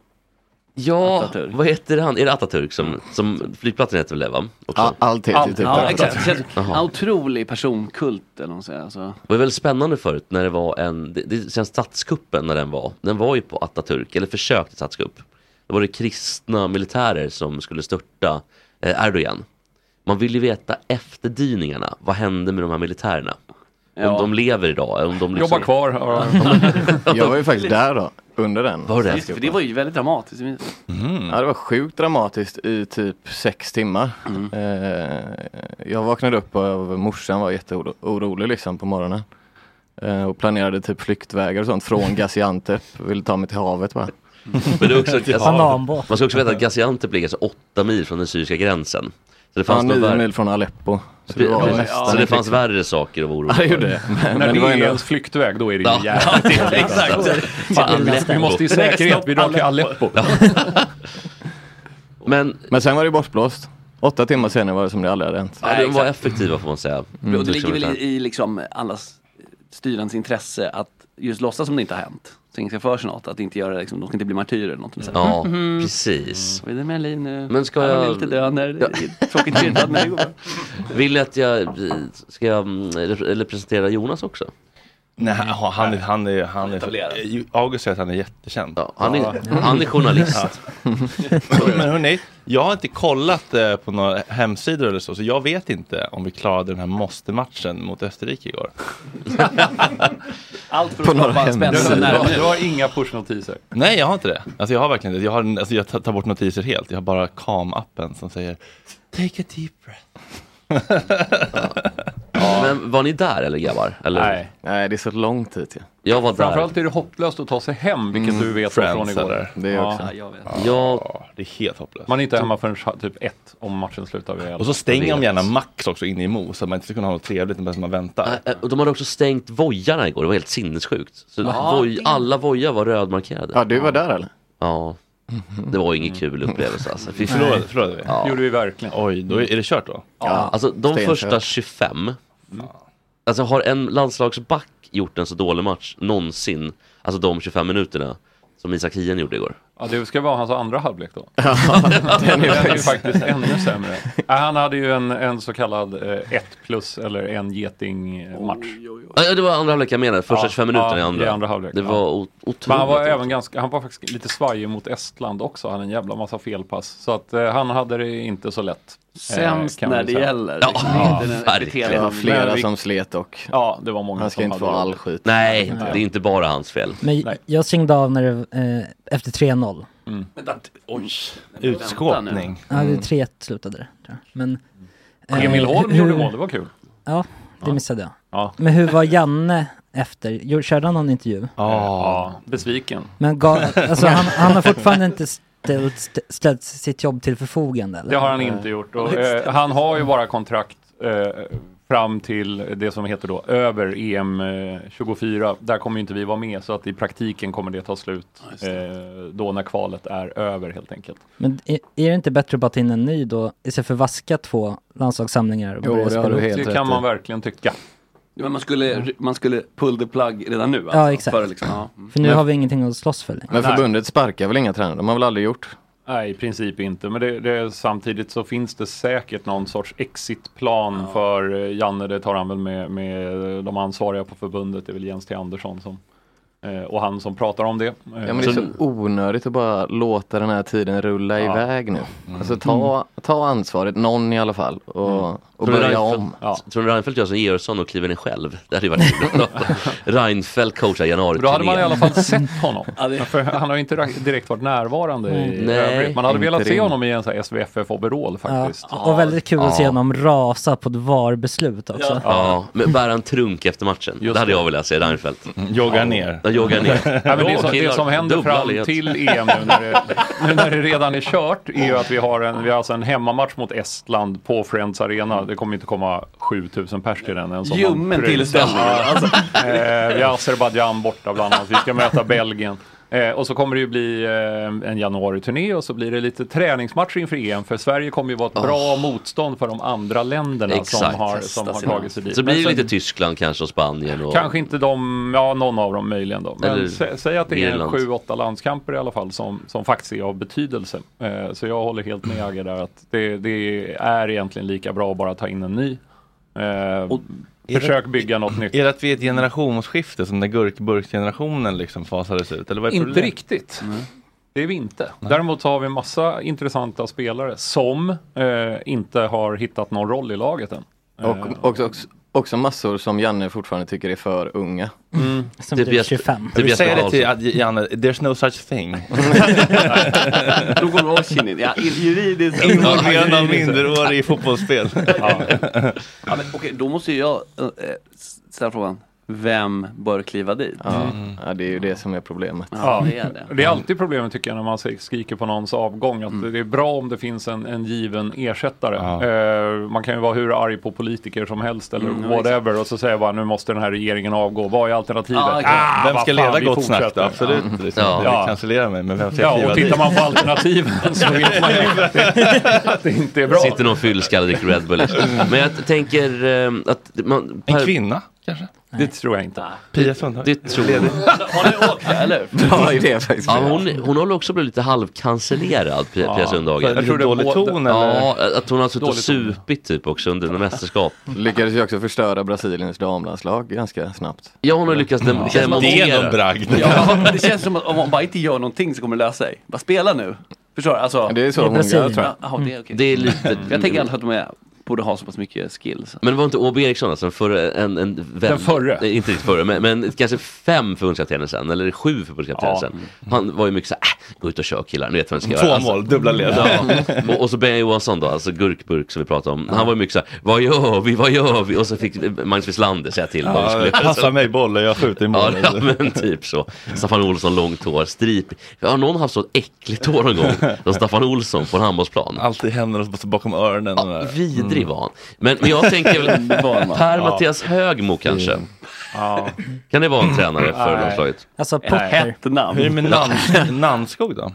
[SPEAKER 7] Ja, vad heter han? Är det Atatürk som, som flygplatsen heter väl det va?
[SPEAKER 6] Ja,
[SPEAKER 7] allt
[SPEAKER 6] Allt- typ
[SPEAKER 11] typ
[SPEAKER 6] ja, exakt. Känns-
[SPEAKER 7] Jaha.
[SPEAKER 6] Otrolig personkult eller vad man säger. Alltså.
[SPEAKER 7] Det var väldigt spännande förut när det var en, det, det känns statskuppen när den var. Den var ju på Atatürk, eller försök till statskupp. Då var det kristna militärer som skulle störta eh, Erdogan. Man vill ju veta efterdyningarna, vad hände med de här militärerna? Om
[SPEAKER 11] Ja.
[SPEAKER 7] de lever idag, eller om de liksom...
[SPEAKER 11] Jobbar kvar, ja. Jag var ju faktiskt där då, under den.
[SPEAKER 7] Var
[SPEAKER 6] Just, för det var ju väldigt dramatiskt.
[SPEAKER 1] Mm.
[SPEAKER 11] Ja, det var sjukt dramatiskt i typ sex timmar.
[SPEAKER 7] Mm.
[SPEAKER 11] Eh, jag vaknade upp av morsan var jätteorolig liksom på morgonen. Eh, och planerade typ flyktvägar och sånt från Gaziantep, ville ta mig till havet bara.
[SPEAKER 7] Men det är också, alltså,
[SPEAKER 8] Bananbåt.
[SPEAKER 7] man ska också veta att Gaziantep ligger alltså åtta mil från den syriska gränsen. Så det
[SPEAKER 11] Ja,
[SPEAKER 7] fanns nog
[SPEAKER 11] nio
[SPEAKER 7] värre-
[SPEAKER 11] mil från Aleppo.
[SPEAKER 7] Så det,
[SPEAKER 11] var
[SPEAKER 7] så
[SPEAKER 11] nästan
[SPEAKER 7] det
[SPEAKER 11] en
[SPEAKER 7] fanns
[SPEAKER 11] flykt.
[SPEAKER 7] värre saker att vara orolig
[SPEAKER 11] liksom- Ja, det gjorde det. Men-
[SPEAKER 9] När
[SPEAKER 11] men
[SPEAKER 9] det,
[SPEAKER 11] det var
[SPEAKER 9] är
[SPEAKER 11] ändå-
[SPEAKER 9] ens flyktväg då är det ju
[SPEAKER 7] Ja.
[SPEAKER 9] jävligt
[SPEAKER 7] Ja,
[SPEAKER 9] alltså.
[SPEAKER 7] exakt.
[SPEAKER 9] Fan,
[SPEAKER 7] Aleppo.
[SPEAKER 9] Vi måste i säkerhet, vi drar till Aleppo.
[SPEAKER 7] Men,
[SPEAKER 11] men sen var det bortblåst. Åtta timmar senare var det som det aldrig hade hänt.
[SPEAKER 7] Ja, de var effektiva får man säga.
[SPEAKER 11] Mm.
[SPEAKER 6] Och det ligger väl i, i liksom allas styrandes intresse att just låtsas som det inte har hänt. Så ingen ska för sig något, att inte göra liksom, de ska inte bli martyrer eller något. sånt.
[SPEAKER 7] Ja,
[SPEAKER 6] Mhm.
[SPEAKER 7] precis.
[SPEAKER 6] Vad är det med liv nu?
[SPEAKER 7] Men ska
[SPEAKER 6] Ja, de är
[SPEAKER 7] jag-
[SPEAKER 6] lite döner, det är tråkigt kryddad men det går bra.
[SPEAKER 7] eh, Vill ni att jag, ska jag mm, rep- representera Jonas också?
[SPEAKER 1] Nej, han, han, är- han är... Han
[SPEAKER 7] Etablerad.
[SPEAKER 1] är August säger att han är jättekänd.
[SPEAKER 7] han är-
[SPEAKER 1] Ja.
[SPEAKER 7] han är journalist.
[SPEAKER 1] Men hörni, jag har inte kollat eh, på några hemsidor eller så, så jag vet inte om vi klarade den här måste-matchen mot Österrike igår.
[SPEAKER 6] Allt för att skapa spännande
[SPEAKER 1] Du har-
[SPEAKER 6] nära
[SPEAKER 1] du har ing-
[SPEAKER 9] Inga pushnotiser.
[SPEAKER 1] Nej, jag har inte det. Alltså jag har verkligen inte det. Jag, har, alltså jag tar tar bort notiser helt. Jag har bara Calm-appen som säger Take a deep
[SPEAKER 7] Men var ni där eller grabbar? Eller?
[SPEAKER 9] Nej.
[SPEAKER 11] Nej, det är så långt hit ju.
[SPEAKER 7] Jag var där.
[SPEAKER 9] Framförallt är det hopplöst att ta sig hem, vilket
[SPEAKER 7] Mm,
[SPEAKER 9] du vet
[SPEAKER 7] Friends
[SPEAKER 9] från igår.
[SPEAKER 7] eller- det är också. Ja, jag vet.
[SPEAKER 1] det är helt hopplöst.
[SPEAKER 9] Man är inte hemma förrän typ ett om matchen slutar vid elva.
[SPEAKER 1] Och så stänger de gärna Max också inne i Mo så att man inte ska kunna ha något trevligt medan man väntar.
[SPEAKER 7] Nej, Äh, Och de hade också stängt vojarna igår, det var helt sinnessjukt. Så
[SPEAKER 1] Ja,
[SPEAKER 7] voj,
[SPEAKER 1] det-
[SPEAKER 7] alla vojar var rödmarkerade.
[SPEAKER 11] Ja, du var där eller?
[SPEAKER 7] Ja. Det var ingen kul upplevelse alltså. Fy fan.
[SPEAKER 1] Förlorade, förlorade vi?
[SPEAKER 7] Ja.
[SPEAKER 9] gjorde vi verkligen.
[SPEAKER 1] Oj, då är är det kört då?
[SPEAKER 7] Ja, alltså de första 25. Alltså har en landslagsback gjort en så dålig match någonsin, alltså de 25 minuterna som Isak Hien gjorde igår?
[SPEAKER 9] Ja, det ska vara hans andra halvlek då. den är ju faktiskt ännu sämre. Ja, Han hade ju en, en så kallad eh, ett plus eller en eh, getingmatch.
[SPEAKER 7] Ja, det var andra halvlek jag menade, första
[SPEAKER 9] Ja,
[SPEAKER 7] 25 minuterna i
[SPEAKER 9] ja,
[SPEAKER 7] andra.
[SPEAKER 9] i andra halvlek,
[SPEAKER 7] det
[SPEAKER 9] ja.
[SPEAKER 7] var o- otroligt.
[SPEAKER 9] Men han var även ganska, han var faktiskt lite svajig mot Estland också. Han hade en jävla massa felpass. Så att eh, han hade det inte så lätt. eh,
[SPEAKER 6] Sämst
[SPEAKER 9] kan man
[SPEAKER 6] när det
[SPEAKER 9] säga.
[SPEAKER 6] gäller. Ja, den här
[SPEAKER 7] verkligen.
[SPEAKER 9] Men
[SPEAKER 11] Det var flera
[SPEAKER 9] vi-
[SPEAKER 11] som slet och
[SPEAKER 9] Ja, det var många
[SPEAKER 11] han ska
[SPEAKER 9] som
[SPEAKER 11] inte
[SPEAKER 9] hade
[SPEAKER 11] få
[SPEAKER 9] det.
[SPEAKER 11] all skit.
[SPEAKER 7] Nej, det är inte bara hans fel.
[SPEAKER 8] Men jag stängde av när det, eh, efter 3-0.
[SPEAKER 9] Mm.
[SPEAKER 6] Vänta, oj.
[SPEAKER 1] Utskåpning.
[SPEAKER 8] Ja, det är 3-1 slutade det. Tror jag. Men, eh,
[SPEAKER 9] Emil Holm
[SPEAKER 8] hur-
[SPEAKER 9] gjorde mål, det var kul.
[SPEAKER 8] Ja, det
[SPEAKER 9] Ja.
[SPEAKER 8] missade jag.
[SPEAKER 9] Ja.
[SPEAKER 8] Men hur var Janne efter? Jo, Körde han någon intervju?
[SPEAKER 9] Ja, besviken.
[SPEAKER 8] Men gav, alltså, han, han har fortfarande inte ställt, st- ställt sitt jobb till förfogande? Eller?
[SPEAKER 9] Det har han inte gjort. Och, eh, han har ju bara kontrakt eh, fram till det som heter då över EM eh, 24. Där kommer ju inte vi vara med så att i praktiken kommer det ta slut eh, då när kvalet är över helt enkelt.
[SPEAKER 8] Men är, är det inte bättre att bara ta in en ny då? Istället för att vaska två landslagssamlingar och börja spela upp?
[SPEAKER 9] det kan man verkligen tycka.
[SPEAKER 6] Men man skulle, man skulle pull the plug redan nu alltså,
[SPEAKER 8] Ja, exakt.
[SPEAKER 6] För, liksom, ja.
[SPEAKER 8] För nu
[SPEAKER 11] Men-
[SPEAKER 8] har vi ingenting att slåss för längre.
[SPEAKER 11] Men förbundet sparkar väl inga tränare? De har väl aldrig gjort?
[SPEAKER 9] Nej, i princip inte. Men det, det, samtidigt så finns det säkert någon sorts exitplan för eh, Janne. Det tar han väl med, med eh, de ansvariga på förbundet. Det är väl Jens T. Andersson som, eh, och han som pratar om det. Eh,
[SPEAKER 11] Ja, men det är så onödigt att bara låta den här tiden rulla
[SPEAKER 9] Ja. Mm.
[SPEAKER 11] iväg nu. Alltså ta, ta ansvaret, någon i alla fall,
[SPEAKER 7] Mm.
[SPEAKER 11] och, och
[SPEAKER 7] Tror du
[SPEAKER 11] börja
[SPEAKER 7] Reinfeldt-
[SPEAKER 11] om.
[SPEAKER 7] Tror du Reinfeldt gör som Georgsson och kliver ner själv? Det hade ju varit kul. Reinfeldt coachar januari
[SPEAKER 9] Då hade man i alla fall sett honom. För han har ju inte direkt varit närvarande i
[SPEAKER 7] Nej,
[SPEAKER 9] övrigt. Man hade
[SPEAKER 7] inte
[SPEAKER 9] velat se
[SPEAKER 7] rimligt.
[SPEAKER 9] honom i en sån här SVFF-overall faktiskt.
[SPEAKER 8] Ja, och väldigt kul att se honom rasa på ett VAR-beslut också.
[SPEAKER 7] Ja, men bära en trunk efter matchen. det hade jag velat se Reinfeldt.
[SPEAKER 1] Jogga ner.
[SPEAKER 7] Ja, jogga ner.
[SPEAKER 9] Ja, men det, som, det
[SPEAKER 7] Killar,
[SPEAKER 9] som händer
[SPEAKER 7] dubbla
[SPEAKER 9] fram
[SPEAKER 7] led.
[SPEAKER 9] till EM nu när, det, nu när det redan är kört är ju att vi har, en, vi har alltså en hemmamatch mot Estland på Friends Arena. Det kommer inte komma 7000 pers till den. En sån
[SPEAKER 6] Ljummen
[SPEAKER 9] pryd.
[SPEAKER 6] tillställning, alltså.
[SPEAKER 9] Eh, vi har Azerbajdzjan borta bland annat. Vi ska möta Belgien. Eh, och så kommer det ju bli eh, en januari-turné och så blir det lite träningsmatcher inför EM. För Sverige kommer ju vara ett bra motstånd för de andra länderna som har, som har tagit sig dit.
[SPEAKER 7] Så blir
[SPEAKER 9] Men
[SPEAKER 7] det
[SPEAKER 9] sen-
[SPEAKER 7] lite Tyskland kanske och Spanien. Och...
[SPEAKER 9] Kanske inte de, ja någon av dem möjligen då. Men
[SPEAKER 7] Eller
[SPEAKER 9] sä, säg att det är
[SPEAKER 7] Irland.
[SPEAKER 9] sju, åtta landskamper i alla fall som, som faktiskt är av betydelse. Eh, så jag håller helt med Agge där att det, det är egentligen lika bra att bara ta in en ny. Eh, försök bygga något nytt.
[SPEAKER 1] Är det att vi är ett generationsskifte som när gurkburksgenerationen liksom fasades ut? Eller vad är
[SPEAKER 9] Inte
[SPEAKER 1] problemet?
[SPEAKER 9] riktigt. Det är vi inte. Däremot så har vi massa intressanta spelare som eh, inte har hittat någon roll i laget än. Eh,
[SPEAKER 11] Och också, också, också massor som Janne fortfarande tycker är för unga.
[SPEAKER 9] Mm.
[SPEAKER 8] Som Typ blir Jes- 25.
[SPEAKER 1] Jag vill
[SPEAKER 11] Typ
[SPEAKER 1] säga det
[SPEAKER 11] Jesper
[SPEAKER 1] till att- Janne, there's no such thing.
[SPEAKER 6] Då går Washington in. Ja, juridiskt.
[SPEAKER 1] Involverande av minderårig i fotbollsspel.
[SPEAKER 6] Ja, men, okej, då måste ju jag eh, ställa frågan. Vem bör kliva dit? Mm.
[SPEAKER 11] Ja, ja, det är ju det som är problemet.
[SPEAKER 9] Ja,
[SPEAKER 6] Ja, det är det.
[SPEAKER 9] är alltid problemet tycker jag när man se- skriker på någons avgång. Att Det är bra om det finns en, en given ersättare. Eh, man kan ju vara hur arg på politiker som helst eller
[SPEAKER 1] Mm, ja,
[SPEAKER 9] whatever och så säger bara nu måste den här regeringen avgå. Vad är alternativet?
[SPEAKER 1] Ja, exakt. Vem ska leda Gott Snack då? Absolut, liksom. Du vill cancellera mig, men vem ska
[SPEAKER 9] ja,
[SPEAKER 1] kliva
[SPEAKER 9] och
[SPEAKER 1] dit?
[SPEAKER 9] tittar man på alternativen så vet man ju att det- att det inte är bra.
[SPEAKER 7] Sitter någon fyllskalle och dricker Red Bull. Men jag t- tänker eh, att... Man,
[SPEAKER 1] kvinna,
[SPEAKER 7] kanske?
[SPEAKER 9] Det tror jag inte.
[SPEAKER 7] Pia Sundhage. Det tror jag.
[SPEAKER 6] Har ni åkt eller?
[SPEAKER 7] Ja, hon, hon har väl också blivit lite halvcancellerad, Pia,
[SPEAKER 6] Ja,
[SPEAKER 7] Pia Sundhage.
[SPEAKER 6] för Jag tror det är dålig må- ton,
[SPEAKER 7] Ja,
[SPEAKER 6] eller?
[SPEAKER 7] att hon har suttit och
[SPEAKER 6] Dålig ton.
[SPEAKER 7] supit typ också under några mästerskap.
[SPEAKER 11] Lyckades ju också förstöra Brasiliens damlandslag ganska snabbt.
[SPEAKER 7] Ja, hon har lyckats dem-
[SPEAKER 6] Ja, men det känns som att om man bara inte gör någonting så kommer det lösa sig. Bara spela nu. Förstår du? Alltså,
[SPEAKER 11] Det är så Det är hon gör, Brasilien. tror jag.
[SPEAKER 6] Jaha, det, är okej.
[SPEAKER 7] Det är lite-
[SPEAKER 6] Jag tänker alltid att de är, borde ha så pass mycket skills.
[SPEAKER 7] Men det var inte Åby Eriksson alltså, en förre, en, en vän,
[SPEAKER 6] Den förre.
[SPEAKER 7] Nej, inte riktigt förre, men, men kanske fem förbundskaptener sen, eller sju förbundskaptener
[SPEAKER 6] Ja.
[SPEAKER 7] sen. Han var ju mycket såhär, äh, gå ut och kör killar, nu vet vad ni ska
[SPEAKER 1] Två
[SPEAKER 7] göra. Alltså,
[SPEAKER 1] mål, dubbla led.
[SPEAKER 7] Ja. Och, och så Bengt Johansson då, alltså gurkburk som vi pratade om. Han var ju mycket såhär, vad gör vi, vad gör vi? Och så fick Magnus Wislander säga till. vad vi skulle göra.
[SPEAKER 1] passa mig bollen, jag skjuter i
[SPEAKER 7] Ja,
[SPEAKER 1] mål.
[SPEAKER 7] ja, men typ så. Staffan Olsson, långt hår, strip. Har någon haft så äckligt hår någon gång? Som Staffan Olsson på en handbollsplan.
[SPEAKER 1] Alltid händerna bakom öronen.
[SPEAKER 7] Ja,
[SPEAKER 11] Mm.
[SPEAKER 7] vidrig var han. Men, men jag tänker väl Per-Mattias Högmo kanske.
[SPEAKER 11] Mm.
[SPEAKER 7] Kan det vara en tränare för
[SPEAKER 1] Nej.
[SPEAKER 7] landslaget?
[SPEAKER 8] Alltså
[SPEAKER 1] Ett Potter. hett namn. Hur är det med Nans- Nanskog då?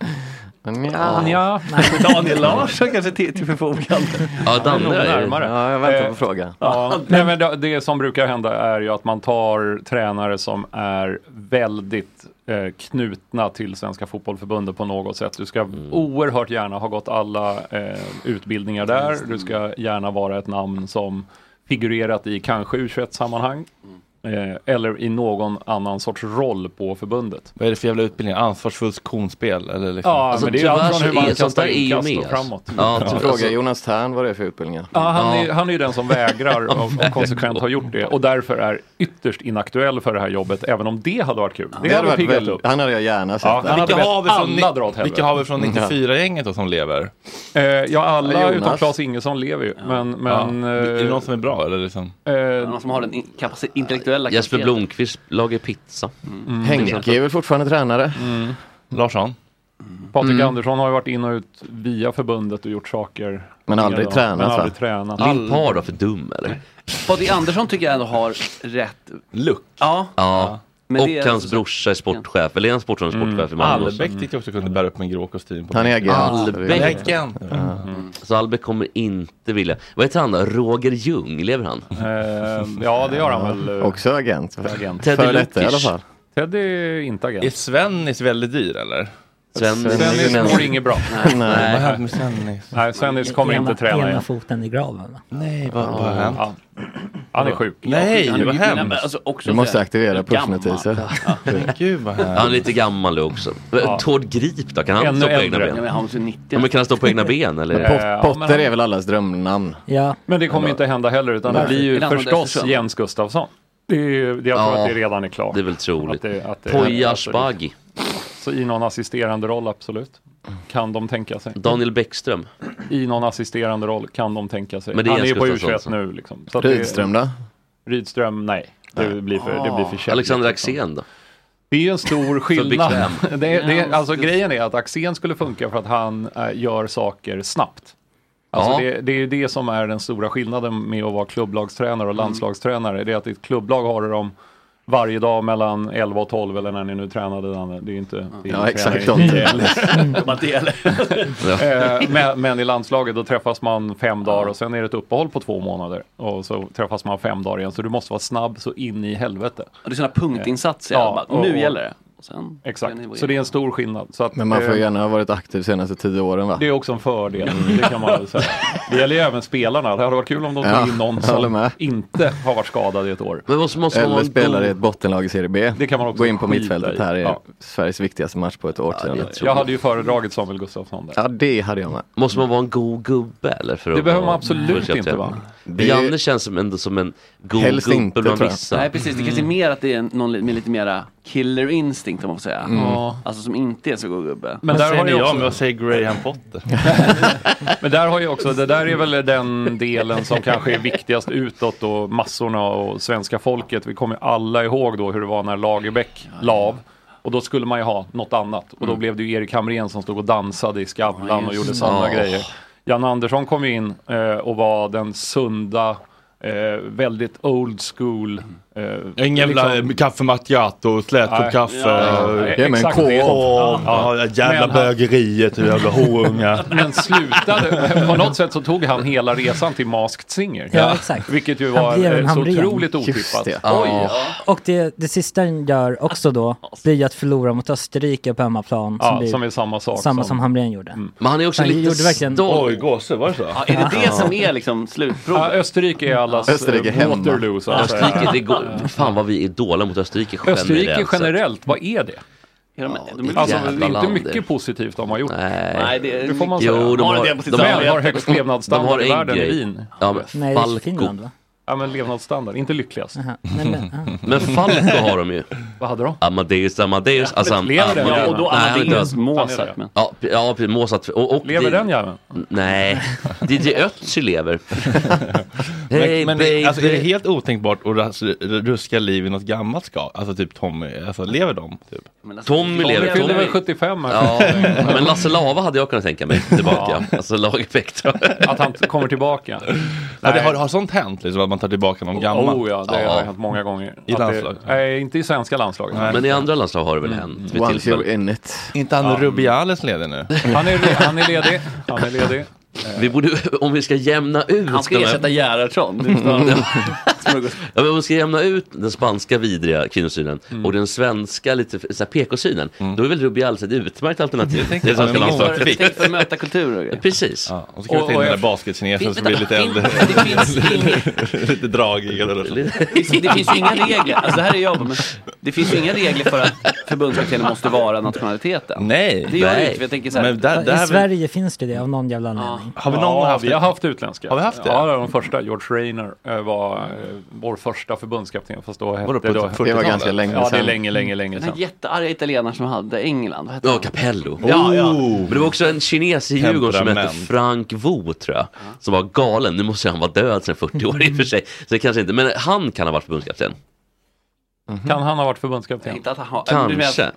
[SPEAKER 6] Ja, ja. Daniel Larsson kanske till, till förfogande.
[SPEAKER 7] Ja,
[SPEAKER 6] Danne
[SPEAKER 9] nog
[SPEAKER 6] är ju-
[SPEAKER 9] närmare.
[SPEAKER 6] Ja, jag väntar på
[SPEAKER 9] Eh,
[SPEAKER 6] fråga.
[SPEAKER 9] Ja, nej, men det, det som brukar hända är ju att man tar tränare som är väldigt eh, knutna till Svenska Fotbollförbundet på något sätt. Du ska oerhört gärna ha gått alla eh, utbildningar där. Du ska gärna vara ett namn som figurerat i kanske U21-sammanhang. Eh, eller i någon annan sorts roll på förbundet.
[SPEAKER 1] Vad är det för jävla utbildning? Ansvarsfullt konspel? Eller liksom?
[SPEAKER 9] Ja,
[SPEAKER 7] Alltså,
[SPEAKER 11] Alltså,
[SPEAKER 9] men det är ju allt från hur man kastar inkast och framåt.
[SPEAKER 7] typ.
[SPEAKER 11] Fråga Jonas Tern vad det är för utbildningar.
[SPEAKER 9] Ja, han, är, han är ju den som vägrar och, och konsekvent har gjort det och därför är ytterst inaktuell för det här jobbet, även om det hade varit kul. Det,
[SPEAKER 11] Det hade
[SPEAKER 9] hade
[SPEAKER 11] varit
[SPEAKER 9] piggat
[SPEAKER 11] väl-
[SPEAKER 9] upp.
[SPEAKER 11] han hade jag gärna sett
[SPEAKER 9] Ja,
[SPEAKER 11] där.
[SPEAKER 9] han hade
[SPEAKER 11] Vilka
[SPEAKER 9] bett
[SPEAKER 11] har vi från
[SPEAKER 9] alla
[SPEAKER 11] ni-
[SPEAKER 9] dra åt helvete.
[SPEAKER 1] Vilka har vi från
[SPEAKER 9] Mm.
[SPEAKER 1] 94-gänget då som lever?
[SPEAKER 9] Eh, ja, alla
[SPEAKER 1] Jonas.
[SPEAKER 9] utom Claes Ingesson lever ju. Men, men, eh,
[SPEAKER 1] Ja. Är det någon
[SPEAKER 9] som är bra eller liksom?
[SPEAKER 6] Någon som har den in- kapaci- intellektuella
[SPEAKER 7] Jesper
[SPEAKER 6] kapaciteten.
[SPEAKER 7] Blomqvist lagar pizza.
[SPEAKER 6] Mm.
[SPEAKER 11] Henke är väl fortfarande tränare?
[SPEAKER 1] Larsson?
[SPEAKER 9] Mm. Patrik
[SPEAKER 11] Mm.
[SPEAKER 9] Andersson har ju varit in och ut via förbundet och gjort saker.
[SPEAKER 11] Men aldrig
[SPEAKER 9] Ja,
[SPEAKER 11] tränat,
[SPEAKER 9] Men
[SPEAKER 11] va?
[SPEAKER 9] aldrig tränat.
[SPEAKER 7] Lill-Par då, för dum eller?
[SPEAKER 6] Patrik Andersson tycker jag ändå har rätt.
[SPEAKER 1] Look.
[SPEAKER 6] Ja.
[SPEAKER 7] Ja.
[SPEAKER 6] Men
[SPEAKER 7] och
[SPEAKER 6] det är
[SPEAKER 7] hans brorsa är sportchef, eller är han sportchef
[SPEAKER 1] Mm.
[SPEAKER 7] i Malmö? också?
[SPEAKER 1] Albeck tyckte jag också kunde bära upp en grå kostym. På
[SPEAKER 7] Han är agent. Albeck.
[SPEAKER 1] Agent.
[SPEAKER 7] Mm. Så Albeck kommer inte vilja. Vad heter han då? Roger Ljung, lever han?
[SPEAKER 9] Eh, ja, det gör han väl. eh,
[SPEAKER 11] Också agent.
[SPEAKER 9] agent.
[SPEAKER 7] Teddy Före detta i alla
[SPEAKER 11] fall.
[SPEAKER 9] Teddy är inte agent.
[SPEAKER 1] Är Svennis väldigt dyr eller?
[SPEAKER 9] Svennis- Svennis mår inget bra. Nej. Nej.
[SPEAKER 1] Vad hände med Svennis?
[SPEAKER 9] Nej, Svennis kommer
[SPEAKER 8] ena,
[SPEAKER 9] inte träna
[SPEAKER 8] Ena
[SPEAKER 9] igen.
[SPEAKER 8] foten i graven. va?
[SPEAKER 1] Nej,
[SPEAKER 8] vad- vad har hänt?
[SPEAKER 9] Han är sjuk.
[SPEAKER 1] Nej,
[SPEAKER 7] Han är-
[SPEAKER 1] vad
[SPEAKER 7] men-
[SPEAKER 1] hemskt.
[SPEAKER 7] men alltså också
[SPEAKER 11] Du måste
[SPEAKER 7] så här-
[SPEAKER 11] aktivera
[SPEAKER 7] gammal.
[SPEAKER 11] pushnotiser.
[SPEAKER 1] Men Gud vad
[SPEAKER 7] Han är lite gammal också.
[SPEAKER 11] Ja.
[SPEAKER 7] Tord Grip då, kan han
[SPEAKER 11] Ännu
[SPEAKER 7] stå på
[SPEAKER 11] äldre.
[SPEAKER 7] egna ben?
[SPEAKER 11] Ja, men han
[SPEAKER 6] måste ju 90.
[SPEAKER 7] Ja, men kan han stå på egna ben eller?
[SPEAKER 11] Pot- Potter är väl allas drömnamn.
[SPEAKER 8] Ja.
[SPEAKER 9] Men det kommer ju inte hända heller utan det
[SPEAKER 11] Varför?
[SPEAKER 9] blir
[SPEAKER 11] Är
[SPEAKER 9] ju
[SPEAKER 11] det han
[SPEAKER 9] förstås
[SPEAKER 11] Östersund?
[SPEAKER 9] Jens Gustafsson. Det är, ju- det- jag tror
[SPEAKER 7] Ja,
[SPEAKER 9] att det redan är klart.
[SPEAKER 7] det är väl troligt.
[SPEAKER 9] Att det- att det-
[SPEAKER 7] Poya
[SPEAKER 9] att det-
[SPEAKER 7] Asbaghi.
[SPEAKER 9] Så i någon assisterande roll, absolut. Kan de tänka sig.
[SPEAKER 7] Daniel Bäckström.
[SPEAKER 9] I någon assisterande roll kan de tänka sig.
[SPEAKER 7] Men det är alltså.
[SPEAKER 9] Han är ju
[SPEAKER 7] Jens
[SPEAKER 9] på
[SPEAKER 7] Gustafsson
[SPEAKER 9] U21
[SPEAKER 7] som-
[SPEAKER 9] nu. Liksom. att det-
[SPEAKER 11] Rydström då?
[SPEAKER 9] Rydström, nej. Det blir för, det blir för kämpigt,
[SPEAKER 7] Ah. Alexander
[SPEAKER 9] liksom.
[SPEAKER 7] Axén då?
[SPEAKER 9] Det är ju en stor skillnad.
[SPEAKER 7] bekväm.
[SPEAKER 9] Det, är- det, är- alltså,
[SPEAKER 7] Ja,
[SPEAKER 9] grejen är att Axén skulle funka för att han eh, gör saker snabbt. Alltså,
[SPEAKER 7] Ja.
[SPEAKER 9] det, det är ju det som är den stora skillnaden med att vara klubblagstränare och
[SPEAKER 6] Mm.
[SPEAKER 9] landslagstränare. Det är att i ett klubblag har du dem varje dag mellan 11 och 12 eller när ni nu tränade Danne. Det är ju inte... Det är
[SPEAKER 11] Ja,
[SPEAKER 9] ju
[SPEAKER 11] exakt
[SPEAKER 9] tränare i
[SPEAKER 11] de.
[SPEAKER 9] tio eller-
[SPEAKER 11] De har del.
[SPEAKER 9] Eh, men, men i landslaget då träffas man fem dagar och sen är det ett uppehåll på två månader. Och så träffas man fem dagar igen. Så du måste vara snabb så in i helvete.
[SPEAKER 6] Och det är sådana punktinsatser.
[SPEAKER 9] Eh,
[SPEAKER 6] Ja, bara, nu
[SPEAKER 9] och-
[SPEAKER 6] gäller det. Och sen,
[SPEAKER 9] Exakt, så det är en stor skillnad. Så att,
[SPEAKER 11] Men man får
[SPEAKER 9] eh,
[SPEAKER 11] ju gärna ha varit aktiv senaste tio åren va?
[SPEAKER 9] Det är också en fördel, det kan man väl säga. Det gäller ju även spelarna. Det hade varit kul om de tog
[SPEAKER 11] Ja,
[SPEAKER 9] in någon
[SPEAKER 11] jag håller
[SPEAKER 9] som
[SPEAKER 11] med.
[SPEAKER 9] inte har varit skadad i ett år.
[SPEAKER 7] Men måste, måste man
[SPEAKER 11] Eller
[SPEAKER 7] vara en
[SPEAKER 11] spelare i
[SPEAKER 7] god-
[SPEAKER 11] ett bottenlag i Serie B.
[SPEAKER 9] Det kan man också
[SPEAKER 11] Gå in på
[SPEAKER 9] skita
[SPEAKER 11] mittfältet.
[SPEAKER 9] i.
[SPEAKER 11] Här är
[SPEAKER 9] Ja.
[SPEAKER 11] Sveriges viktigaste match på ett årtionde.
[SPEAKER 9] Jag hade ju föredragit Samuel Gustafsson där.
[SPEAKER 11] Ja, det hade jag med.
[SPEAKER 7] Måste man vara en god gubbe eller? För
[SPEAKER 9] Det
[SPEAKER 7] att
[SPEAKER 9] behöver
[SPEAKER 7] vara
[SPEAKER 9] man absolut inte vara.
[SPEAKER 7] Det... Janne känns som, ändå som en god
[SPEAKER 6] Helst
[SPEAKER 7] gubbe
[SPEAKER 6] inte,
[SPEAKER 7] bland
[SPEAKER 6] tror jag.
[SPEAKER 7] vissa. Mm.
[SPEAKER 6] Nej precis, det kanske är mer att det är en- någon li- med lite mera killer instinct om man får säga.
[SPEAKER 7] Mm. Ja.
[SPEAKER 6] Alltså som inte är så god gubbe.
[SPEAKER 9] Men där har ju också-
[SPEAKER 1] säger Graham Potter.
[SPEAKER 9] Men där har ju också, det där är väl den delen som kanske är viktigast utåt och massorna och svenska folket. Vi kommer ju alla ihåg då hur det var när Lagerbäck la av. Och då skulle man ju ha något annat. Och då blev det ju Erik Hamrén som stod och dansade i Skavlan och gjorde sådana
[SPEAKER 7] Mm. Ja.
[SPEAKER 9] grejer. Jan Andersson kom ju in eh, och var den sunda, eh, väldigt old school
[SPEAKER 7] Mm.
[SPEAKER 9] eh,
[SPEAKER 1] En jävla liksom... kaffe macchiato, slätkokt
[SPEAKER 9] Nej.
[SPEAKER 1] kaffe.
[SPEAKER 9] Ja, ja, ja,
[SPEAKER 1] men
[SPEAKER 9] exakt det.
[SPEAKER 1] korv.
[SPEAKER 9] Ja.
[SPEAKER 1] Ja, jävla
[SPEAKER 9] Men han-
[SPEAKER 1] bögeriet, du jävla horunga.
[SPEAKER 9] Men slutade, på något sätt så tog han hela resan till Masked Singer.
[SPEAKER 8] Ja, exakt.
[SPEAKER 9] Vilket ju
[SPEAKER 8] Han
[SPEAKER 9] var
[SPEAKER 8] blev en
[SPEAKER 9] eh, så
[SPEAKER 8] hamburgare.
[SPEAKER 9] otroligt otippat.
[SPEAKER 8] Oj. Och det, det sista han gör också då blir att förlora mot Österrike på hemmaplan.
[SPEAKER 9] Ja,
[SPEAKER 8] blir
[SPEAKER 9] som är samma sak
[SPEAKER 8] Samma
[SPEAKER 9] som- Mm.
[SPEAKER 8] som Hamrén gjorde.
[SPEAKER 7] Men han är också
[SPEAKER 8] han
[SPEAKER 7] lite
[SPEAKER 8] gjorde verkligen...
[SPEAKER 1] Oj, gåse, var det så?
[SPEAKER 6] Ja, är det det
[SPEAKER 7] Ja.
[SPEAKER 6] som är liksom slutprovet?
[SPEAKER 9] Ja, Österrike är allas
[SPEAKER 7] Österrike
[SPEAKER 9] eh,
[SPEAKER 7] hemma.
[SPEAKER 9] Waterloo. Så att säga.
[SPEAKER 7] Österrike, det går, fan vad vi är dåliga mot Österrike generellt.
[SPEAKER 9] Österrike
[SPEAKER 7] sett.
[SPEAKER 9] generellt, vad är det?
[SPEAKER 7] är ett
[SPEAKER 9] alltså, det
[SPEAKER 7] jävla
[SPEAKER 9] är inte
[SPEAKER 7] land, det.
[SPEAKER 9] mycket positivt de har gjort.
[SPEAKER 7] Nej,
[SPEAKER 9] Nej, det, får man säga.
[SPEAKER 7] Jo, de har,
[SPEAKER 9] de har högst
[SPEAKER 7] de har
[SPEAKER 9] levnadsstandard i
[SPEAKER 7] en
[SPEAKER 9] världen i
[SPEAKER 7] grej.
[SPEAKER 9] Wien.
[SPEAKER 7] Ja, men
[SPEAKER 8] Nej, det är
[SPEAKER 7] Falco.
[SPEAKER 8] Finland va?
[SPEAKER 9] Ja, men levnadsstandard, inte lyckligast.
[SPEAKER 8] Nej, men, ja.
[SPEAKER 7] Men Falco har de ju.
[SPEAKER 9] Vad hade de?
[SPEAKER 7] Amadeus, Amadeus. Alltså, han-
[SPEAKER 9] lever den
[SPEAKER 7] han-
[SPEAKER 9] jäveln? Ja, och då
[SPEAKER 7] Nej, han är
[SPEAKER 9] Amadeus,
[SPEAKER 7] död.
[SPEAKER 9] Mozart,
[SPEAKER 7] Han är
[SPEAKER 9] men-
[SPEAKER 7] Ja, p- ja, precis, Mozart. Och, och
[SPEAKER 9] Lever
[SPEAKER 7] det-
[SPEAKER 9] den jäveln?
[SPEAKER 7] Nej, DJ Ötzi lever. Hey,
[SPEAKER 1] men, men det, alltså, är det
[SPEAKER 7] baby.
[SPEAKER 1] helt otänkbart att ras- ruska liv i något gammalt ska? Alltså typ Tommy, alltså lever de? Typ?
[SPEAKER 7] Tommy
[SPEAKER 9] alltså, Tommy
[SPEAKER 7] lever.
[SPEAKER 9] fyllde väl 75 här.
[SPEAKER 7] Ja, men Lasse Lava hade jag kunnat tänka mig tillbaka. Alltså lageffekt.
[SPEAKER 9] Att han kommer tillbaka.
[SPEAKER 1] Ja, det har, har sånt hänt, liksom, att man tar tillbaka någon gammal?
[SPEAKER 9] Oh ja, det har hänt många gånger.
[SPEAKER 1] I
[SPEAKER 9] Att det-
[SPEAKER 1] landslag?
[SPEAKER 9] Nej, inte i svenska landslaget.
[SPEAKER 7] Men i andra landslag har det väl hänt? vid
[SPEAKER 9] Once
[SPEAKER 7] tillfällen.
[SPEAKER 9] you're in
[SPEAKER 1] Inte han
[SPEAKER 9] Ja.
[SPEAKER 1] Rubiales ledig nu?
[SPEAKER 9] Han är, han är ledig. Han är ledig.
[SPEAKER 7] Vi borde, om vi ska jämna ut
[SPEAKER 6] Han ska
[SPEAKER 7] de här-
[SPEAKER 6] ersätta Gerhardsson.
[SPEAKER 7] Ja, men om man ska jämna ut den spanska vidriga kvinnosynen
[SPEAKER 1] Mm.
[SPEAKER 7] och den svenska lite så här, PK-synen, då är väl Rubiales ett utmärkt alternativ
[SPEAKER 1] Jag
[SPEAKER 7] till det
[SPEAKER 1] tänker
[SPEAKER 7] svenska
[SPEAKER 1] på det.
[SPEAKER 7] landslaget.
[SPEAKER 6] Tänk för att möta kulturer och grejer.
[SPEAKER 7] Precis.
[SPEAKER 1] Och så kan vi ta in den där basketkinesen som blir lite äldre. lite dragig. Eller
[SPEAKER 6] Det finns- det finns ju inga regler, alltså det här är jag på, men det finns ju inga regler för att förbundskaptenen måste vara nationaliteten.
[SPEAKER 1] Nej,
[SPEAKER 6] det gör
[SPEAKER 1] nej.
[SPEAKER 6] det inte. Jag tänker så här,
[SPEAKER 1] Men där-
[SPEAKER 8] I Sverige finns det det av någon jävla anledning.
[SPEAKER 1] Har vi någon
[SPEAKER 9] ja,
[SPEAKER 1] haft
[SPEAKER 9] vi
[SPEAKER 1] det?
[SPEAKER 9] har haft utländska.
[SPEAKER 1] Har vi haft det?
[SPEAKER 9] Ja, de första. George Rainer eh, var eh, vår första förbundskapten. Fast då hette
[SPEAKER 1] Vadå, på
[SPEAKER 9] då,
[SPEAKER 1] 40-talet? Det var ganska länge
[SPEAKER 9] Ja, det är
[SPEAKER 1] sedan.
[SPEAKER 9] länge, länge, länge
[SPEAKER 6] Den
[SPEAKER 9] sedan.
[SPEAKER 6] här jättearga italienaren som hade England, vad hette
[SPEAKER 7] Ja,
[SPEAKER 6] han?
[SPEAKER 7] Capello.
[SPEAKER 6] Ja, ja.
[SPEAKER 7] Men det var också en kines i Djurgården som hette
[SPEAKER 1] Temperament.
[SPEAKER 7] Frank Vo, tror jag. Som var galen. Nu måste han vara död sedan 40 år i och för sig. Så det kanske inte, men han kan ha varit förbundskapten.
[SPEAKER 9] Kan han ha varit förbundskapten?
[SPEAKER 6] Inte att han har, du menar
[SPEAKER 7] Kanske.
[SPEAKER 6] att han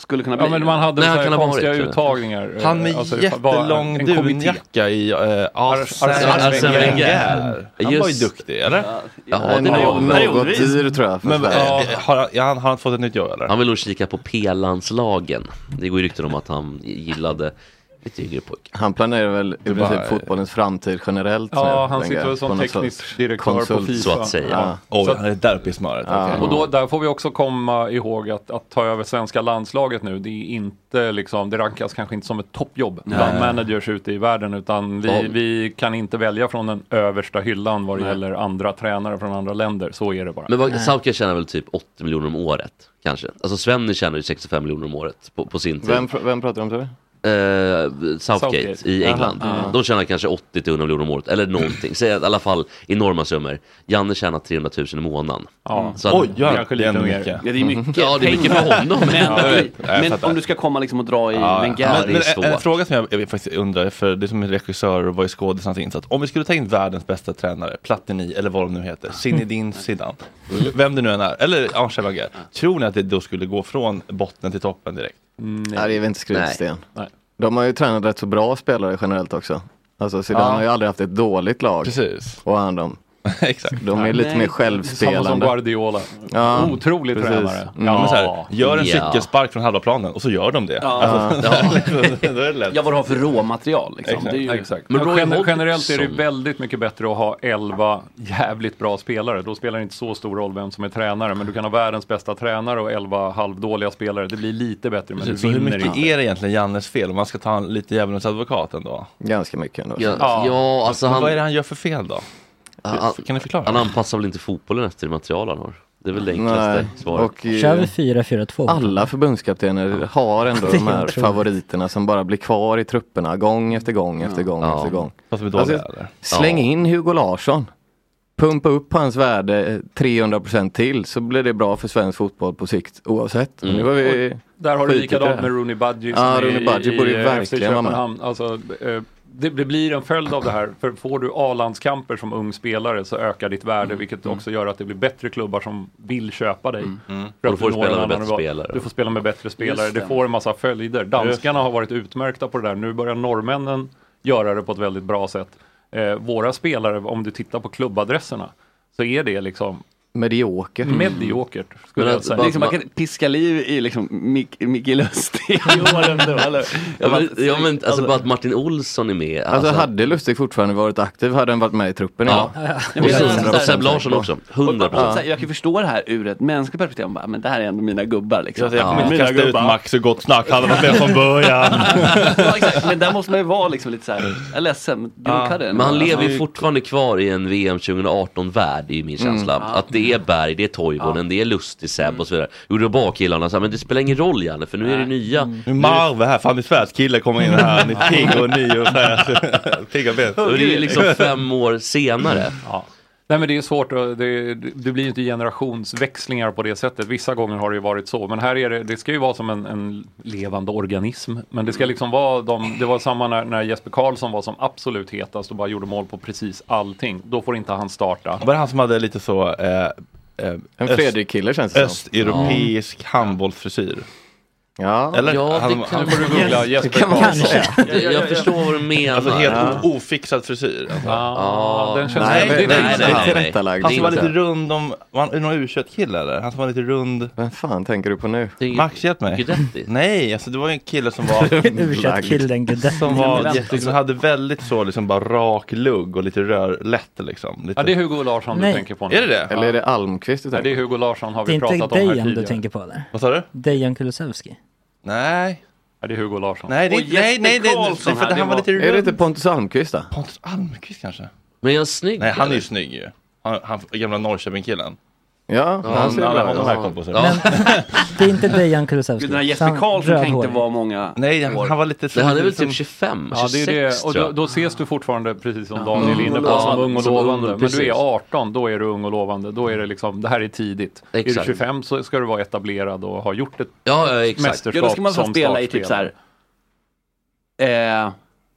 [SPEAKER 6] skulle kunna bli
[SPEAKER 9] Ja, men man hade
[SPEAKER 7] Nej,
[SPEAKER 9] så
[SPEAKER 7] han
[SPEAKER 9] här
[SPEAKER 7] kan ha varit
[SPEAKER 9] konstiga
[SPEAKER 7] det.
[SPEAKER 9] uttagningar. eh,
[SPEAKER 1] Han med
[SPEAKER 9] alltså, det var
[SPEAKER 1] jättelång
[SPEAKER 9] en kommitté.
[SPEAKER 1] dunjacka i äh, Arsene
[SPEAKER 7] Arsene Wenger.
[SPEAKER 1] Wenger. Han var ju
[SPEAKER 7] Just-
[SPEAKER 1] duktig, eller?
[SPEAKER 7] Ja, det var
[SPEAKER 11] Något dyr tror jag. För
[SPEAKER 1] Men
[SPEAKER 11] Sverige.
[SPEAKER 1] ja, har, han, ja, han- har han fått ett nytt jobb eller?
[SPEAKER 7] Han vill nog kika på P-landslagen. Det går ju rykten om att han gillade lite yngre pojkar.
[SPEAKER 11] Han planerar väl i princip
[SPEAKER 7] bara-
[SPEAKER 11] fotbollens framtid generellt.
[SPEAKER 9] Ja,
[SPEAKER 11] nu,
[SPEAKER 9] han
[SPEAKER 11] tänker
[SPEAKER 9] sitter
[SPEAKER 11] jag,
[SPEAKER 9] väl som
[SPEAKER 11] på något sorts
[SPEAKER 9] teknisk direktör på
[SPEAKER 11] konsult,
[SPEAKER 9] Fifa.
[SPEAKER 11] Ja.
[SPEAKER 1] Oj,
[SPEAKER 9] Så att-
[SPEAKER 1] han är där uppe i smöret. okej.
[SPEAKER 9] Och då, där får vi också komma ihåg att, att ta över svenska landslaget nu, det är inte liksom, det rankas kanske inte som ett toppjobb bland managers ute i världen, utan vi,
[SPEAKER 7] Ja.
[SPEAKER 9] vi kan inte välja från den översta hyllan vad det gäller andra tränare från andra länder, så är det bara.
[SPEAKER 7] Men vad, Sauke tjänar väl typ 80 miljoner om året, kanske. Alltså Svenny tjänar ju 65 miljoner om året på, på sin tid.
[SPEAKER 11] Vem, pr- vem pratar du om? Sorry?
[SPEAKER 7] Eh, Southgate,
[SPEAKER 11] Southgate.
[SPEAKER 7] i England.
[SPEAKER 11] Aha, ja.
[SPEAKER 7] De tjänar kanske 80-100 miljoner om året, eller någonting. Säg att i alla fall enorma summor. Janne tjänar 300 000 i månaden.
[SPEAKER 9] Ja.
[SPEAKER 7] Så att-
[SPEAKER 1] Oj, ja, Kanske lite det är mer. mycket.
[SPEAKER 6] Mm. Ja, det är mycket
[SPEAKER 7] Ja, det är mycket
[SPEAKER 6] pengar.
[SPEAKER 7] för honom.
[SPEAKER 6] Men,
[SPEAKER 7] Ja, jag vet.
[SPEAKER 1] Jag
[SPEAKER 6] men
[SPEAKER 1] fattar.
[SPEAKER 6] om du ska komma liksom och dra i
[SPEAKER 1] Ja,
[SPEAKER 6] Wenger,
[SPEAKER 1] men,
[SPEAKER 6] det är
[SPEAKER 1] men, en, en
[SPEAKER 6] svårt.
[SPEAKER 1] fråga som jag, jag faktiskt undrar, för det är som är regissör och vad är skådisarnas insats. Om vi skulle ta in världens bästa tränare, Platini eller vad de nu heter, Zinedine Zidane, vem det nu än är, eller Arsene Wenger, tror ni att det då skulle gå från botten till toppen direkt?
[SPEAKER 11] Nej, det är väl inte skrivet i
[SPEAKER 1] Nej.
[SPEAKER 11] sten.
[SPEAKER 9] Nej.
[SPEAKER 11] De har ju tränat rätt så bra spelare generellt också. Alltså Zidane
[SPEAKER 1] Ja.
[SPEAKER 11] har ju aldrig haft ett dåligt lag.
[SPEAKER 1] Precis.
[SPEAKER 11] Och han dem.
[SPEAKER 1] Exakt.
[SPEAKER 11] De är
[SPEAKER 9] Nej,
[SPEAKER 11] lite mer
[SPEAKER 9] nej.
[SPEAKER 11] självspelande.
[SPEAKER 9] Samma som Guardiola. Otrolig tränare.
[SPEAKER 11] Mm.
[SPEAKER 1] Ja. Men så här, gör en
[SPEAKER 11] Ja.
[SPEAKER 1] cykelspark från halva planen och så gör de det.
[SPEAKER 6] Ja.
[SPEAKER 1] Alltså,
[SPEAKER 6] Ja.
[SPEAKER 1] då är det lätt.
[SPEAKER 6] Ja, vad du har för råmaterial liksom.
[SPEAKER 1] Exakt,
[SPEAKER 6] Det är ju...
[SPEAKER 1] exakt.
[SPEAKER 9] Men
[SPEAKER 6] Men Roy
[SPEAKER 9] gener- generellt är det
[SPEAKER 6] Hodgson.
[SPEAKER 9] väldigt mycket bättre att ha 11 jävligt bra spelare. Då spelar det inte så stor roll vem som är tränare, men du kan ha världens bästa tränare och 11 halvdåliga spelare. Det blir lite bättre, men
[SPEAKER 1] Precis,
[SPEAKER 9] du
[SPEAKER 1] så hur
[SPEAKER 9] vinner
[SPEAKER 1] mycket
[SPEAKER 9] inte.
[SPEAKER 1] är det egentligen Jannes fel? Om man ska ta han lite djävulens advokat ändå.
[SPEAKER 11] Ganska mycket ändå.
[SPEAKER 7] Ja, ja. Ja, alltså
[SPEAKER 1] Men
[SPEAKER 7] han-
[SPEAKER 1] Vad är det han gör för fel då?
[SPEAKER 7] Han,
[SPEAKER 1] kan ni förklara?
[SPEAKER 7] Han anpassar väl inte fotbollen efter det material han har. Det är väl det enklaste
[SPEAKER 11] Nej.
[SPEAKER 7] svaret.
[SPEAKER 11] Och, eh,
[SPEAKER 8] Kör vi 4-4-2?
[SPEAKER 11] Alla förbundskaptener har ändå
[SPEAKER 8] Det är
[SPEAKER 11] de här
[SPEAKER 8] otroligt.
[SPEAKER 11] favoriterna som bara blir kvar i trupperna gång efter gång efter gång
[SPEAKER 7] Ja.
[SPEAKER 11] efter gång. Alltså,
[SPEAKER 1] Fast de är dåliga, eller?
[SPEAKER 11] släng
[SPEAKER 1] Ja.
[SPEAKER 11] in Hugo Larsson. Pumpa upp hans värde eh, 300% till så blir det bra för svensk fotboll på sikt oavsett.
[SPEAKER 1] Mm.
[SPEAKER 11] Men Nu var vi
[SPEAKER 9] Mm. Och Där har du
[SPEAKER 11] skiter i
[SPEAKER 9] likadant
[SPEAKER 11] det.
[SPEAKER 9] med Rooney Budgie.
[SPEAKER 11] Ja,
[SPEAKER 9] som är
[SPEAKER 11] Rooney
[SPEAKER 9] i-
[SPEAKER 11] Budgie borde ju
[SPEAKER 9] i, eh,
[SPEAKER 11] verkligen vara med.
[SPEAKER 9] Köpenhamn. Alltså, eh, det, det blir en följd av det här. För får du A-landskamper som ung spelare så ökar ditt värde,
[SPEAKER 11] Mm.
[SPEAKER 9] vilket också gör att det blir bättre klubbar som vill köpa dig.
[SPEAKER 7] Mm.
[SPEAKER 9] För
[SPEAKER 7] Och
[SPEAKER 9] att
[SPEAKER 7] då får du
[SPEAKER 9] når en
[SPEAKER 7] spela med
[SPEAKER 9] annan
[SPEAKER 7] bättre
[SPEAKER 9] nivå.
[SPEAKER 7] spelare.
[SPEAKER 9] Du får spela med bättre spelare.
[SPEAKER 7] Just
[SPEAKER 9] Det
[SPEAKER 7] det.
[SPEAKER 9] får en massa följder. Danskarna har varit utmärkta på det där. Nu börjar norrmännen göra det på ett väldigt bra sätt. Eh, våra spelare, om du tittar på klubbadresserna, så är det liksom
[SPEAKER 11] Mediokert.
[SPEAKER 9] Mediokert
[SPEAKER 11] skulle jag säga.
[SPEAKER 6] Liksom, man kan piska liv i liksom Mik- Micke Lustig.
[SPEAKER 7] Ja men, ja, men alltså, bara att Martin Olsson är med.
[SPEAKER 11] Alltså, hade Lustig fortfarande varit aktiv hade han varit med i
[SPEAKER 6] Alltså,
[SPEAKER 11] truppen
[SPEAKER 7] Ja.
[SPEAKER 11] idag.
[SPEAKER 7] Ja, men- Och Seb Larsson också. 100%.
[SPEAKER 6] Och- och så här, Jag kan förstå det här ur ett mänskligt perspektiv. Man Bara, men det här är ändå mina gubbar. Liksom.
[SPEAKER 5] Jag kommer inte kasta ut Max och gott snack, han var med från början.
[SPEAKER 6] Ja, exakt. Men där måste man ju vara liksom lite så här, jag är ledsen, men du
[SPEAKER 7] Ja.
[SPEAKER 6] kan det.
[SPEAKER 7] Men han lever ju
[SPEAKER 6] Alltså,
[SPEAKER 7] fortfarande kvar i en VM 2018-värld, det är ju min
[SPEAKER 6] Mm.
[SPEAKER 7] känsla.
[SPEAKER 6] Ja. Mm.
[SPEAKER 7] Att det är Berg, det är Toivonen, det är Lustig, Seb och så vidare. Jo, då bara killarna så här, men det spelar ingen roll Janne, för nu är det nya.
[SPEAKER 6] Mm.
[SPEAKER 5] Nu är Marve här, Fanny Svärds kille kommer in här, han är pigg och ny och fräsch. Pigga ben.
[SPEAKER 7] Då är det ju liksom fem år senare.
[SPEAKER 9] Mm. Ja. Nej men det är svårt, att- det, det blir ju inte generationsväxlingar på det sättet. Vissa gånger har det ju varit så, men här är det, det ska ju vara som en, en levande organism. Men det ska liksom vara de, det var samma när, när Jesper Karlsson var som absolut hetast och bara gjorde mål på precis allting. Då får inte han starta.
[SPEAKER 5] Var det han som hade lite så... Eh, eh,
[SPEAKER 9] En
[SPEAKER 5] öst-
[SPEAKER 9] Fredrik-kille känns det som.
[SPEAKER 5] Östeuropeisk handbollsfrisyr.
[SPEAKER 11] Ja,
[SPEAKER 5] Eller,
[SPEAKER 7] Ja, det
[SPEAKER 5] han,
[SPEAKER 7] kan-
[SPEAKER 5] han,
[SPEAKER 7] Nu får du googla
[SPEAKER 5] Yes,
[SPEAKER 7] Jesper
[SPEAKER 5] det kan man
[SPEAKER 7] Karlsson.
[SPEAKER 5] säga.
[SPEAKER 7] Jag- jag
[SPEAKER 5] Ja, ja, ja.
[SPEAKER 7] förstår vad du menar.
[SPEAKER 5] Alltså
[SPEAKER 7] Ja.
[SPEAKER 5] helt o- ofixad frisyr. Alltså.
[SPEAKER 7] Ja,
[SPEAKER 6] Ah,
[SPEAKER 7] den känns-
[SPEAKER 5] nej,
[SPEAKER 7] det är
[SPEAKER 5] nej,
[SPEAKER 7] inte
[SPEAKER 5] nej,
[SPEAKER 7] så
[SPEAKER 5] nej,
[SPEAKER 7] här.
[SPEAKER 5] nej, nej. Han som var
[SPEAKER 7] Det är
[SPEAKER 5] lite
[SPEAKER 7] inte.
[SPEAKER 5] rund om, var han någon U21-kille eller? Han som var lite rund.
[SPEAKER 11] Vem fan tänker du på nu?
[SPEAKER 5] Max hjälp mig.
[SPEAKER 7] Guidetti.
[SPEAKER 5] Nej, alltså det var ju en kille som var...
[SPEAKER 8] U21-killen Guidetti.
[SPEAKER 5] Som
[SPEAKER 8] Ja,
[SPEAKER 5] var,
[SPEAKER 8] men-
[SPEAKER 5] jätte- som hade väldigt så liksom bara rak lugg och lite rörlätt liksom. Lite...
[SPEAKER 9] Ja, det är Hugo Larsson
[SPEAKER 8] Nej.
[SPEAKER 9] du tänker på nu.
[SPEAKER 5] Är det det?
[SPEAKER 9] Eller är det
[SPEAKER 11] Almqvist du
[SPEAKER 9] Nej, det är Hugo Larsson har
[SPEAKER 8] Det är
[SPEAKER 9] vi pratat om
[SPEAKER 8] inte
[SPEAKER 9] här
[SPEAKER 8] Dejan
[SPEAKER 9] tidigare.
[SPEAKER 8] du tänker på eller?
[SPEAKER 5] Vad sa du?
[SPEAKER 8] Dejan Kulusevski.
[SPEAKER 5] Nej.
[SPEAKER 9] Ja, det är Hugo Larsson.
[SPEAKER 5] Nej, det är-
[SPEAKER 9] Och Jesper
[SPEAKER 5] nej, nej, det-
[SPEAKER 9] Karlsson
[SPEAKER 5] för
[SPEAKER 9] här,
[SPEAKER 5] han var lite
[SPEAKER 11] Är det inte Pontus Almqvist då?
[SPEAKER 5] Pontus Almqvist kanske?
[SPEAKER 7] Men är han snygg?
[SPEAKER 5] Nej, han är
[SPEAKER 7] eller?
[SPEAKER 5] ju snygg ju. Han, han gamla Norrköping-killen.
[SPEAKER 11] Ja,
[SPEAKER 5] han ser bra ut.
[SPEAKER 8] Men det är inte Dejan Kulusevski.
[SPEAKER 6] Den här Jesper Karlsson kan inte vara många
[SPEAKER 5] Nej, han,
[SPEAKER 6] år.
[SPEAKER 5] han var lite...
[SPEAKER 6] Nej, han är väl typ 25,
[SPEAKER 9] Ja, det är det. Och då,
[SPEAKER 6] tror
[SPEAKER 9] då ses du fortfarande precis som
[SPEAKER 6] Ja.
[SPEAKER 9] Daniel är inne på,
[SPEAKER 6] Ja,
[SPEAKER 9] som ung och
[SPEAKER 6] som ung,
[SPEAKER 9] lovande. Men
[SPEAKER 6] precis.
[SPEAKER 9] du är 18, då är du ung och lovande. Då är det liksom, det här är tidigt. Är du
[SPEAKER 6] Exakt.
[SPEAKER 9] 25 så ska du vara etablerad och ha gjort ett
[SPEAKER 7] Ja, ja, exakt.
[SPEAKER 9] mästerskap
[SPEAKER 6] Ja, då ska man få
[SPEAKER 9] som
[SPEAKER 6] spela i typ
[SPEAKER 9] startspelare.
[SPEAKER 6] jag. Eh,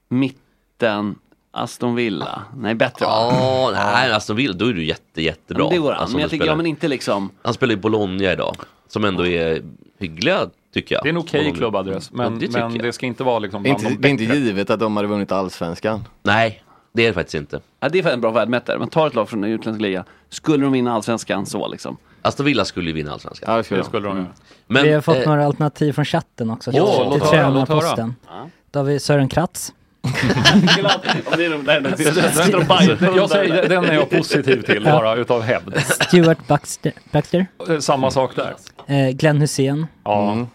[SPEAKER 6] mitten, Aston Villa. Nej, bättre
[SPEAKER 7] Ja, nej, Aston Villa, då är du jätte, jättebra.
[SPEAKER 6] Men det går han.
[SPEAKER 7] Alltså,
[SPEAKER 6] men jag
[SPEAKER 7] du
[SPEAKER 6] tycker,
[SPEAKER 7] spelar-
[SPEAKER 6] ja men inte liksom.
[SPEAKER 7] Han spelar i Bologna idag, som ändå är hyggliga tycker jag.
[SPEAKER 9] Det är en okej
[SPEAKER 7] Bologna.
[SPEAKER 9] klubbadress, men,
[SPEAKER 7] ja, det
[SPEAKER 9] det,
[SPEAKER 7] tycker
[SPEAKER 9] men
[SPEAKER 7] jag.
[SPEAKER 9] det ska inte vara liksom bland
[SPEAKER 11] Inte,
[SPEAKER 9] de
[SPEAKER 11] det är inte
[SPEAKER 9] bättre.
[SPEAKER 11] givet att de hade vunnit allsvenskan.
[SPEAKER 7] Nej, det är det faktiskt inte.
[SPEAKER 6] Ja, det är fan en bra värdemätare. Man tar ett lag från en utländsk liga. Skulle de vinna allsvenskan så liksom.
[SPEAKER 7] Aston Villa skulle ju vinna allsvenskan.
[SPEAKER 11] Ja, det skulle Mm.
[SPEAKER 6] det skulle de göra.
[SPEAKER 7] Men,
[SPEAKER 8] vi har fått
[SPEAKER 7] eh,
[SPEAKER 8] några alternativ från chatten också.
[SPEAKER 7] Åh,
[SPEAKER 8] till-
[SPEAKER 7] låt
[SPEAKER 8] till
[SPEAKER 7] höra,
[SPEAKER 8] tränarposten.
[SPEAKER 6] låt höra.
[SPEAKER 8] Då har vi Sören Kratz.
[SPEAKER 9] Jag säger, den är jag positiv till bara utav hävd.
[SPEAKER 8] Stuart Baxter. Baxter.
[SPEAKER 9] Eh, Samma sak där.
[SPEAKER 8] Eh, Glenn Hussein.
[SPEAKER 9] Ja.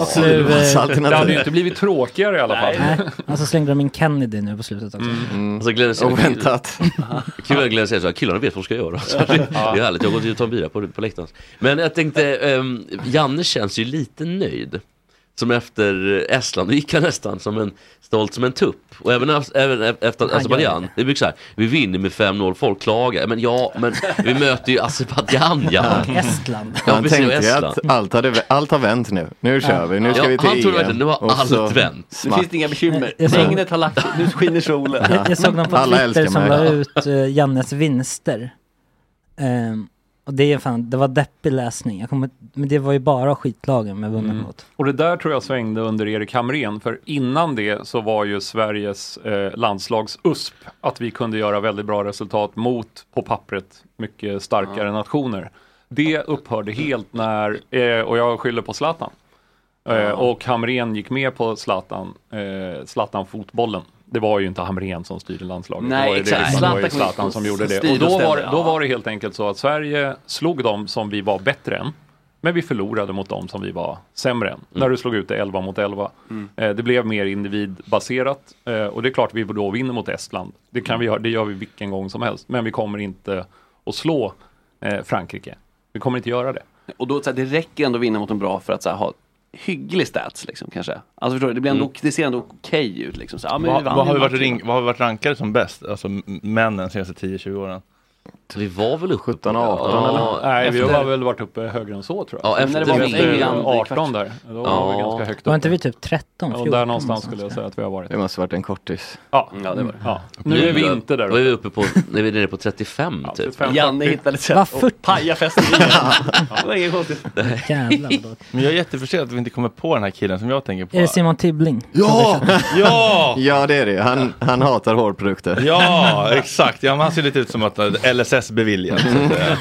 [SPEAKER 8] Och så nu, eh,
[SPEAKER 9] Det hade ju inte blivit tråkigare i alla fall.
[SPEAKER 8] Och så alltså slängde de in Kennedy nu på slutet också.
[SPEAKER 7] Alltså Glenn säger,
[SPEAKER 8] Oväntat.
[SPEAKER 7] Kul att Glenn säger så här, killarna vet vad de ska göra. Så det, det är härligt, jag går till och tar en bira på, på läktaren. Men jag tänkte, ehm, Janne känns ju lite nöjd. Som efter Estland, då gick han nästan som en, stolt som en tupp. Och även, af- även e- efter
[SPEAKER 6] gör
[SPEAKER 7] Azerbajdzjan. Det brukar så här, vi vinner med 5-0, folk klagar. Men ja, men vi möter ju Azerbajdzjan, Janne.
[SPEAKER 8] Estland.
[SPEAKER 7] Ja,
[SPEAKER 11] han
[SPEAKER 7] precis, och
[SPEAKER 11] tänkte ju
[SPEAKER 7] Estland.
[SPEAKER 11] att allt, hade, allt har vänt nu. Nu kör vi, nu ska
[SPEAKER 7] Ja,
[SPEAKER 11] vi till
[SPEAKER 7] han tror verkligen,
[SPEAKER 11] EM.
[SPEAKER 7] nu har
[SPEAKER 11] Och
[SPEAKER 7] allt
[SPEAKER 11] så
[SPEAKER 7] vänt.
[SPEAKER 6] Nu
[SPEAKER 11] smack.
[SPEAKER 6] finns det inga bekymmer.
[SPEAKER 8] Jag såg-
[SPEAKER 6] Regnet har lagt, nu skiner solen.
[SPEAKER 8] Jag, jag såg någon på
[SPEAKER 11] Alla
[SPEAKER 8] Twitter
[SPEAKER 11] älskar
[SPEAKER 8] som
[SPEAKER 11] mig.
[SPEAKER 8] la ut eh, Jannes vinster. Ehm, och det är fan, det var deppig läsning. Jag kommer, men det var ju bara skitlagen med
[SPEAKER 1] Mm.
[SPEAKER 8] vunnen mot.
[SPEAKER 9] Och det där tror jag svängde under Erik Hamrén, för innan det så var ju Sveriges eh, landslags-USP att vi kunde göra väldigt bra resultat mot, på pappret, mycket starkare nationer. Det upphörde helt när, eh, och jag skyller på Zlatan. Eh, och Hamrén gick med på Zlatan, eh, Zlatan-fotbollen. Det var ju inte Hamrén som styrde landslaget.
[SPEAKER 6] Nej,
[SPEAKER 9] det var ju
[SPEAKER 6] exakt.
[SPEAKER 9] Det, utan det var ju
[SPEAKER 6] Zlatan
[SPEAKER 9] Zlatan som
[SPEAKER 6] kom-
[SPEAKER 9] gjorde det.
[SPEAKER 6] styrde
[SPEAKER 9] Och då
[SPEAKER 6] och
[SPEAKER 9] var,
[SPEAKER 6] ställde,
[SPEAKER 9] då
[SPEAKER 6] ja.
[SPEAKER 9] var det helt enkelt så att Sverige slog dem som vi var bättre än. Men vi förlorade mot dem som vi var sämre än. När du slog ut det 11 mot 11.
[SPEAKER 6] Mm.
[SPEAKER 9] Eh, det blev mer individbaserat. Eh, och det är klart vi då vinner mot Estland. Det, kan vi, göra- det gör vi vilken gång som helst. Men vi kommer inte att slå eh, Frankrike. Vi kommer inte göra det.
[SPEAKER 6] Och då, så här, det räcker ändå att vinna mot en bra för att så här, ha hygglig stats liksom kanske. Alltså förstår du, det, blir ändå,
[SPEAKER 5] Mm.
[SPEAKER 6] det ser ändå okej ut liksom. Så, ja, men
[SPEAKER 5] Vad
[SPEAKER 6] vann
[SPEAKER 5] vad har
[SPEAKER 6] ju
[SPEAKER 5] vi varit
[SPEAKER 6] matchen.
[SPEAKER 5] ring- vad har vi varit rankade som bäst? Alltså m- männen senaste 10-20 åren.
[SPEAKER 7] Vi var väl uppe
[SPEAKER 11] 17,
[SPEAKER 5] 18
[SPEAKER 9] Nej, vi har väl varit uppe högre än så tror jag.
[SPEAKER 7] Ja,
[SPEAKER 9] Men
[SPEAKER 7] efter
[SPEAKER 9] när det var
[SPEAKER 7] England i
[SPEAKER 9] England
[SPEAKER 7] kvart.
[SPEAKER 9] 18 där, då var vi
[SPEAKER 7] Ja.
[SPEAKER 9] ganska högt
[SPEAKER 8] Var
[SPEAKER 9] upp.
[SPEAKER 8] inte vi typ 13, 14?
[SPEAKER 9] Och där någonstans skulle jag säga att vi har varit.
[SPEAKER 11] Det måste varit en kortis.
[SPEAKER 9] Ja,
[SPEAKER 6] Ja, det var det.
[SPEAKER 9] Ja. Nu är vi inte där
[SPEAKER 7] Då är vi uppe på, nu är vi nere på 35 typ.
[SPEAKER 6] Janne hittade ett sätt
[SPEAKER 8] Va,
[SPEAKER 6] att paja festen igen. Det var inget konstigt.
[SPEAKER 8] Jävlar vad
[SPEAKER 5] Men jag är jättefrustrerad att vi inte kommer på den här killen som jag tänker på.
[SPEAKER 8] Är det Simon Tibbling?
[SPEAKER 5] Ja! Ja!
[SPEAKER 11] Ja det är det han, han hatar hårprodukter.
[SPEAKER 5] eh, Ja, exakt. Ja, men han ser lite ut som att LSS beviljat. så att säga.